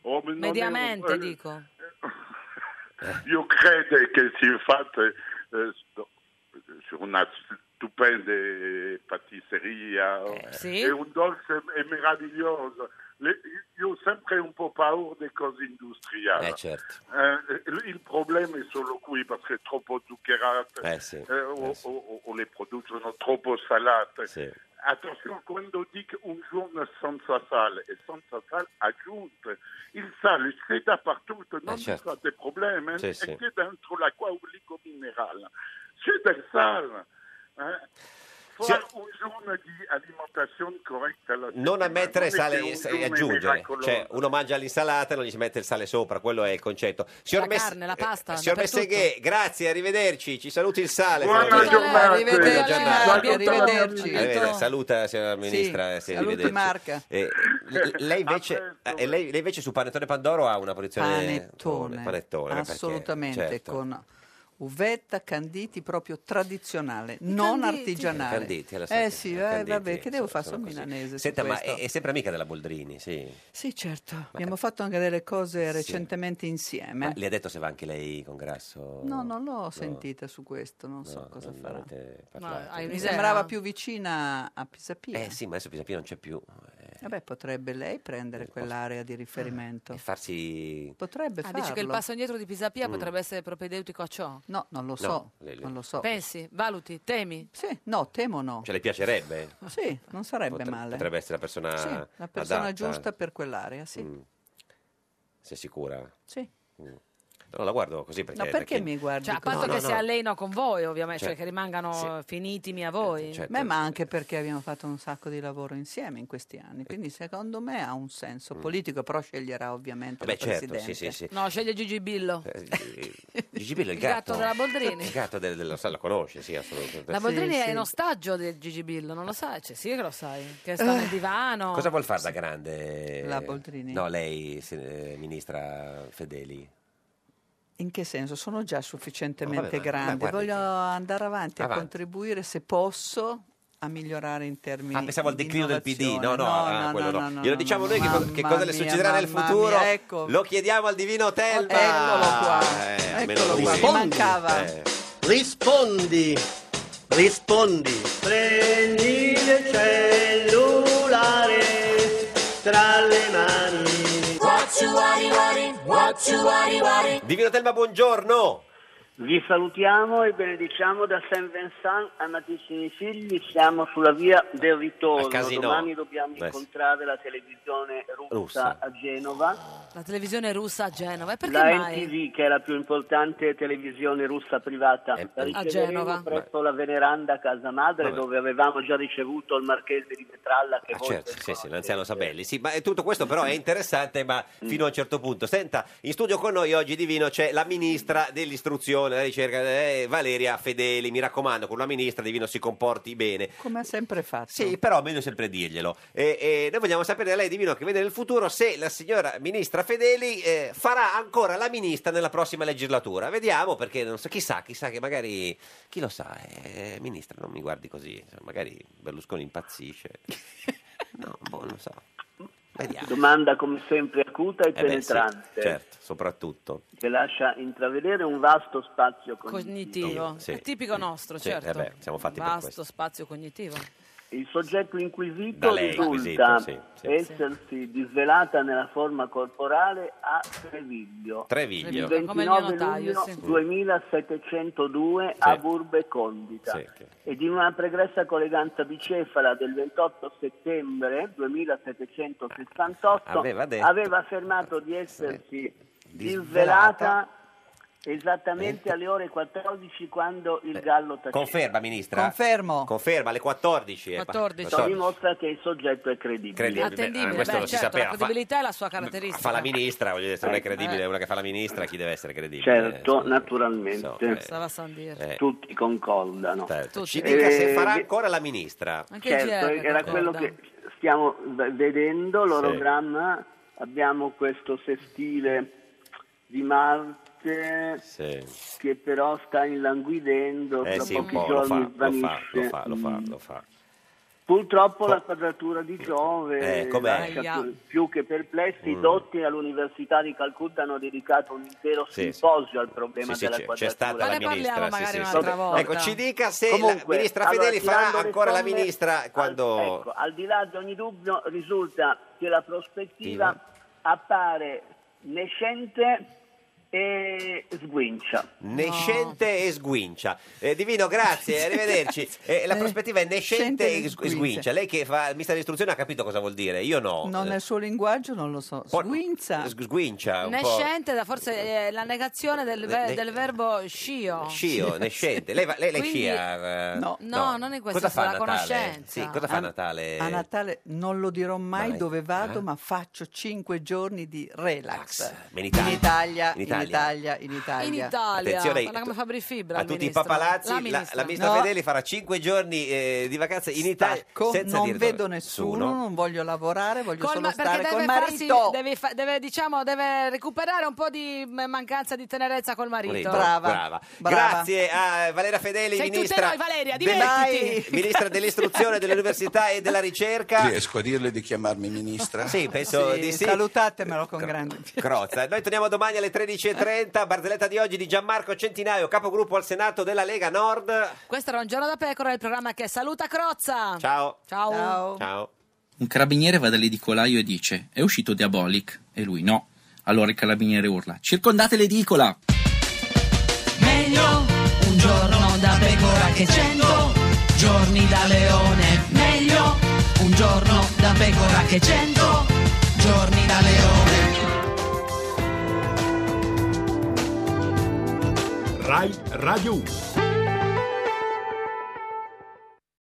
Speaker 14: Oh, ma non è-
Speaker 3: Mediamente,
Speaker 14: eh,
Speaker 3: dico.
Speaker 14: Io credo che si fatta eh, sto- su una stupenda pasticceria
Speaker 2: Eh,
Speaker 3: sì.
Speaker 14: e un dolce è meraviglioso. Le- io ho sempre un po' paura delle cose industriali.
Speaker 2: Eh, certo.
Speaker 14: Eh, il problema è solo qui perché è troppo zuccherato
Speaker 2: Eh, sì.
Speaker 14: eh, o, o- o le producono troppo salate.
Speaker 2: Sì.
Speaker 14: Attenzione, quando dico un giorno senza sale e senza sale aggiunte, il sale c'è dappertutto, non
Speaker 2: Eh, certo.
Speaker 14: ci fate problemi,
Speaker 2: Sì,
Speaker 14: e
Speaker 2: sì.
Speaker 14: c'è dentro l'acqua oligominerale, c'è del sale. eh.
Speaker 2: Signor-
Speaker 14: fare un giorno di alimentazione corretta alla
Speaker 2: non ammettere
Speaker 14: settimana, non è
Speaker 2: sale
Speaker 14: che un giorno è
Speaker 2: e aggiungere.
Speaker 14: miracoloso.
Speaker 2: Cioè, uno mangia l'insalata e non gli si mette il sale sopra, quello è il concetto.
Speaker 3: la carne, la pasta,
Speaker 2: eh, signor
Speaker 3: dappertutto.
Speaker 2: Messeghè, grazie, arrivederci, ci saluti il sale.
Speaker 14: Buona
Speaker 2: fra l'altro.
Speaker 14: giornata.
Speaker 11: Arrivederci,
Speaker 2: Buona giornata.
Speaker 11: Marco, arrivederci.
Speaker 2: Arrivederci. Eh, Saluta, signora ministra. eh, sì,
Speaker 11: saluti
Speaker 2: arrivederci.
Speaker 11: Marca.
Speaker 2: Eh, l- lei, invece, eh, lei- lei invece su Panettone Pandoro ha una posizione...
Speaker 11: Panettone,
Speaker 2: Panettone, perché-
Speaker 11: assolutamente,
Speaker 2: certo.
Speaker 11: con uvetta, canditi, proprio tradizionale, non
Speaker 3: canditi.
Speaker 11: artigianale.
Speaker 2: Canditi, alla
Speaker 11: eh
Speaker 2: sera,
Speaker 11: sì,
Speaker 2: i
Speaker 11: eh,
Speaker 2: canditi,
Speaker 11: vabbè, che devo
Speaker 2: so-
Speaker 11: fare?
Speaker 2: sono
Speaker 11: Sono
Speaker 2: così.
Speaker 11: milanese
Speaker 2: Senta,
Speaker 11: su
Speaker 2: ma
Speaker 11: questo.
Speaker 2: è, eh, è sempre amica della Boldrini, sì.
Speaker 11: Sì, certo, abbiamo fatto anche delle cose recentemente insieme.
Speaker 2: Ma le ha detto se va anche lei con Grasso?
Speaker 11: Eh, No, non l'ho sentita su questo, non so
Speaker 2: No,
Speaker 11: cosa
Speaker 2: non
Speaker 11: farà.
Speaker 2: avete
Speaker 11: Ma
Speaker 2: parlato.
Speaker 11: hai
Speaker 2: Mi
Speaker 11: un'idea?
Speaker 2: sembra-
Speaker 11: Sembrava più vicina a Pisapia.
Speaker 2: Eh sì, ma adesso Pisapia non c'è più. Eh.
Speaker 11: Vabbè, potrebbe lei prendere quell'area di riferimento.
Speaker 2: Farsi...
Speaker 11: Potrebbe
Speaker 3: Ah,
Speaker 11: farlo.
Speaker 3: dici che il passo indietro di Pisapia
Speaker 11: Mm.
Speaker 3: potrebbe essere propedeutico a ciò?
Speaker 11: No, non lo so, non lo so.
Speaker 3: Pensi, valuti, temi?
Speaker 11: Sì, no, temo no.
Speaker 2: Cioè, le piacerebbe?
Speaker 11: Sì, non sarebbe
Speaker 2: Potre-
Speaker 11: male.
Speaker 2: Potrebbe essere la persona
Speaker 11: Sì, la persona
Speaker 2: adatta.
Speaker 11: giusta per quell'area, sì.
Speaker 2: Mm. Sei sicura?
Speaker 11: Sì.
Speaker 2: Mm. No, la guardo così perché...
Speaker 11: No, perché, mi guardi
Speaker 3: Cioè, a
Speaker 11: così?
Speaker 3: patto che sia lei no con voi, ovviamente, cioè,
Speaker 11: Cioè,
Speaker 3: che rimangano eh, finitimi a voi.
Speaker 2: Certo.
Speaker 11: Beh, ma anche perché abbiamo fatto un sacco di lavoro insieme in questi anni, quindi secondo me ha un senso
Speaker 2: Eh. Mm.
Speaker 11: politico, però sceglierà ovviamente
Speaker 2: Vabbè,
Speaker 11: la
Speaker 2: certo,
Speaker 11: Presidente.
Speaker 2: sì, sì, sì.
Speaker 3: No, sceglie Gigi Billo.
Speaker 2: Eh, Gigi Billo, il
Speaker 3: Il
Speaker 2: gatto.
Speaker 3: gatto della Boldrini.
Speaker 2: Il gatto del- della- sa, la conosce, sì, assolutamente.
Speaker 3: La Boldrini è in ostaggio del Gigi Billo, non lo sai? Cioè, sì che lo sai, che
Speaker 11: Eh.
Speaker 3: sta nel divano.
Speaker 2: Cosa vuol fare da grande?
Speaker 11: La Boldrini?
Speaker 2: No, lei, se- eh, ministra Fedeli.
Speaker 11: In che senso? Sono già sufficientemente
Speaker 2: Vabbè, ma-
Speaker 11: grande,
Speaker 2: ma guardi
Speaker 11: voglio andare avanti,
Speaker 2: Avanti.
Speaker 11: a contribuire se posso a migliorare in termini
Speaker 2: Ah, pensavo al
Speaker 11: di
Speaker 2: declino del PD. No, no,
Speaker 11: innovazione.
Speaker 2: ah,
Speaker 11: no,
Speaker 2: quello no.
Speaker 11: no, no,
Speaker 2: Glielo
Speaker 11: no,
Speaker 2: diciamo
Speaker 11: no,
Speaker 2: noi che, co-
Speaker 11: mamma
Speaker 2: che cosa le
Speaker 11: mia,
Speaker 2: succederà nel
Speaker 11: mamma
Speaker 2: futuro.
Speaker 11: mia, ecco.
Speaker 2: Lo chiediamo al divino Telma.
Speaker 11: Eccolo qua,
Speaker 2: Eh, almeno
Speaker 11: eccolo
Speaker 2: lui. Eh.
Speaker 11: qua, mi mancava.
Speaker 17: Rispondi, rispondi. Prendi il cellulare tra le mani.
Speaker 2: Divino Telma, buongiorno.
Speaker 17: Vi salutiamo e benediciamo da Saint Vincent, amatissimi figli, siamo sulla via del ritorno.
Speaker 2: Al casino.
Speaker 17: Domani dobbiamo
Speaker 2: Beh, sì.
Speaker 17: incontrare la televisione russa,
Speaker 2: Russa.
Speaker 17: a Genova,
Speaker 3: La televisione russa a Genova. E perché
Speaker 17: la
Speaker 3: mai?
Speaker 17: NTV che è la più importante televisione russa privata. La
Speaker 3: a
Speaker 17: riceveremo
Speaker 3: Genova.
Speaker 17: presso la veneranda casa madre dove avevamo già ricevuto il marchese di Petralla che
Speaker 2: Ah,
Speaker 17: voi
Speaker 2: certo, sì, sì, l'anziano Sabelli. Sì, ma eh, tutto questo però è interessante, ma fino a un certo punto. Senta, in studio con noi oggi Divino c'è la ministra dell'istruzione, della ricerca, eh, Valeria Fedeli. Mi raccomando, con una ministra Divino si comporti bene.
Speaker 11: Come ha sempre fatto.
Speaker 2: Sì, però meglio sempre dirglielo. E, e noi vogliamo sapere da lei, Divino, che vede nel futuro se la signora ministra Fedeli eh, farà ancora la ministra nella prossima legislatura. Vediamo, perché non so, chissà, chissà che magari, chi lo sa, eh, ministra, non mi guardi così, insomma, magari Berlusconi impazzisce. No, boh, non so. Vediamo.
Speaker 17: Domanda come sempre acuta e
Speaker 2: certo. Eh beh, sì,
Speaker 17: penetrante.
Speaker 2: certo, soprattutto.
Speaker 17: che lascia intravedere un vasto spazio cognitivo.
Speaker 3: Cognitivo.
Speaker 2: Sì.
Speaker 3: È tipico nostro,
Speaker 2: Sì,
Speaker 3: certo.
Speaker 2: vabbè, siamo fatti per
Speaker 3: Vasto
Speaker 2: questo.
Speaker 3: spazio cognitivo.
Speaker 17: Il soggetto
Speaker 2: Da
Speaker 17: inquisito
Speaker 2: lei
Speaker 17: risulta
Speaker 2: inquisito, sì, sì.
Speaker 17: essersi disvelata nella forma corporale a Treviglio.
Speaker 2: Treviglio.
Speaker 17: Il
Speaker 3: Come il mio
Speaker 17: 29
Speaker 3: notaio,
Speaker 17: luglio
Speaker 3: sì.
Speaker 17: 2702 a Burbe Condita
Speaker 2: Sì, che-
Speaker 17: ed in una pregressa colleganza bicefala del 28 settembre 2768
Speaker 2: Aveva detto-
Speaker 17: aveva affermato di essersi
Speaker 2: Disvelata.
Speaker 17: disvelata esattamente alle ore 14 quando il
Speaker 2: Eh,
Speaker 17: gallo taceva.
Speaker 2: Conferma, ministra?
Speaker 11: Confermo.
Speaker 2: Conferma, alle 14. eh, pa-
Speaker 17: Ciò dimostra che il soggetto è credibile.
Speaker 2: Credibile.
Speaker 3: Attendibile,
Speaker 2: Eh, questo
Speaker 3: beh,
Speaker 2: lo si
Speaker 3: certo, la
Speaker 2: sapeva. Fa-
Speaker 3: credibilità è la sua caratteristica.
Speaker 2: Fa la ministra, voglio dire, se non è
Speaker 17: Ecco.
Speaker 2: credibile,
Speaker 3: Eh.
Speaker 2: una che fa la ministra, chi deve essere credibile?
Speaker 17: Certo,
Speaker 2: Eh,
Speaker 17: naturalmente.
Speaker 2: so, eh,
Speaker 3: Stava a San Diego.
Speaker 2: eh,
Speaker 17: Tutti concordano.
Speaker 2: certo. Ci
Speaker 17: Tutti.
Speaker 2: dica se
Speaker 17: Eh,
Speaker 2: farà
Speaker 17: vi-
Speaker 2: ancora la ministra.
Speaker 3: Anche il
Speaker 17: certo,
Speaker 3: GR
Speaker 17: era
Speaker 3: concorda.
Speaker 17: quello che stiamo v- vedendo, l'orogramma, abbiamo questo sestile di Marte che però sta inlanguidendo,
Speaker 2: Eh
Speaker 17: tra
Speaker 2: sì, un
Speaker 17: pochi
Speaker 2: po' lo
Speaker 17: giorni
Speaker 2: fa, lo fa,
Speaker 17: svanisce.
Speaker 2: lo fa, lo fa, lo fa.
Speaker 17: Purtroppo la quadratura di Giove
Speaker 2: Eh, com'è?
Speaker 17: lascia
Speaker 2: Ahia.
Speaker 17: più, più che perplessi. I
Speaker 2: Mm.
Speaker 17: dotti all'Università di Calcutta hanno dedicato un intero
Speaker 2: Sì, sì.
Speaker 17: simposio al problema
Speaker 2: Sì, sì,
Speaker 17: della
Speaker 2: c'è, c'è
Speaker 17: quadratura.
Speaker 2: stata la ministra. sì, sì, sì. Ecco, ci dica se la
Speaker 17: Comunque,
Speaker 2: ministra
Speaker 17: allora,
Speaker 2: Fedeli farà
Speaker 17: tirando le
Speaker 2: ancora la
Speaker 17: somme,
Speaker 2: ministra
Speaker 17: al-
Speaker 2: quando...
Speaker 17: ecco, al di là di ogni dubbio risulta che la prospettiva appare nescente e sguincia.
Speaker 2: Nescente e sguincia. Eh, Divino, grazie, arrivederci. Eh, la prospettiva è nescente e sgu- sguincia. Lei che fa il mister di istruzione ha capito cosa vuol dire, io no.
Speaker 11: No, nel suo linguaggio non lo so. Sguinza.
Speaker 2: Eh, sgu- Sguincia un po'.
Speaker 3: Nescente, da forse eh, la negazione del,
Speaker 2: Ne-
Speaker 3: ve-
Speaker 2: ne-
Speaker 3: del verbo scio.
Speaker 2: Scio, nescente. Lei, va- lei, lei
Speaker 3: Quindi-
Speaker 2: scia? eh?
Speaker 3: No. No, non in questo
Speaker 2: cosa
Speaker 3: senso,
Speaker 2: fa
Speaker 3: la
Speaker 2: a Natale?
Speaker 3: conoscenza.
Speaker 2: Sì, cosa fa a
Speaker 11: A-
Speaker 2: Natale?
Speaker 11: A Natale non lo dirò mai
Speaker 2: eh. Mai.
Speaker 11: dove vado,
Speaker 2: Ah.
Speaker 11: ma faccio 5 giorni di relax.
Speaker 2: In Italia. In
Speaker 11: In Italia, in
Speaker 2: Italia.
Speaker 11: Italia, in
Speaker 3: In
Speaker 11: Italia.
Speaker 3: Italia,
Speaker 2: Attenzione,
Speaker 3: parla come Fabri Fibra.
Speaker 2: A
Speaker 3: il
Speaker 2: tutti
Speaker 3: ministro.
Speaker 2: i papalazzi, la
Speaker 3: ministra.
Speaker 2: la ministra
Speaker 11: No.
Speaker 2: Fedeli farà 5 giorni eh, di vacanze in Italia
Speaker 11: Stacco,
Speaker 2: senza
Speaker 11: non
Speaker 2: dire
Speaker 11: vedo
Speaker 2: dove.
Speaker 11: nessuno, non voglio lavorare, voglio
Speaker 3: Col
Speaker 11: solo
Speaker 3: ma-
Speaker 11: stare
Speaker 3: perché
Speaker 11: col
Speaker 3: deve,
Speaker 11: marito.
Speaker 3: farsi, deve, fa- deve, diciamo, deve recuperare un po' di m- mancanza di tenerezza col marito.
Speaker 2: Marito, Brava. brava. Brava. Grazie a Valeria Fedeli,
Speaker 3: Sei
Speaker 2: ministra.
Speaker 3: tutte noi, Valeria,
Speaker 2: del-
Speaker 3: divertiti.
Speaker 2: Ministra dell'istruzione, dell'università e della ricerca.
Speaker 15: Riesco a dirle di chiamarmi ministra?
Speaker 2: Sì, penso
Speaker 11: Sì,
Speaker 2: di sì.
Speaker 11: Salutatemelo con grande
Speaker 2: Crozza. Noi torniamo domani alle 13.30. Barzelletta di oggi di Gianmarco Centinaio, capogruppo al Senato della Lega Nord.
Speaker 3: Questo era un giorno da pecora, il programma che saluta Crozza.
Speaker 2: Ciao.
Speaker 3: Ciao.
Speaker 2: Ciao.
Speaker 18: Un carabiniere va dall'edicolaio e dice: È uscito Diabolic? E lui no. Allora il carabiniere urla: Circondate l'edicola!
Speaker 19: Meglio un giorno da pecora che cento giorni da leone. Meglio un giorno da pecora che cento giorni da leone.
Speaker 12: Rai Radio 1.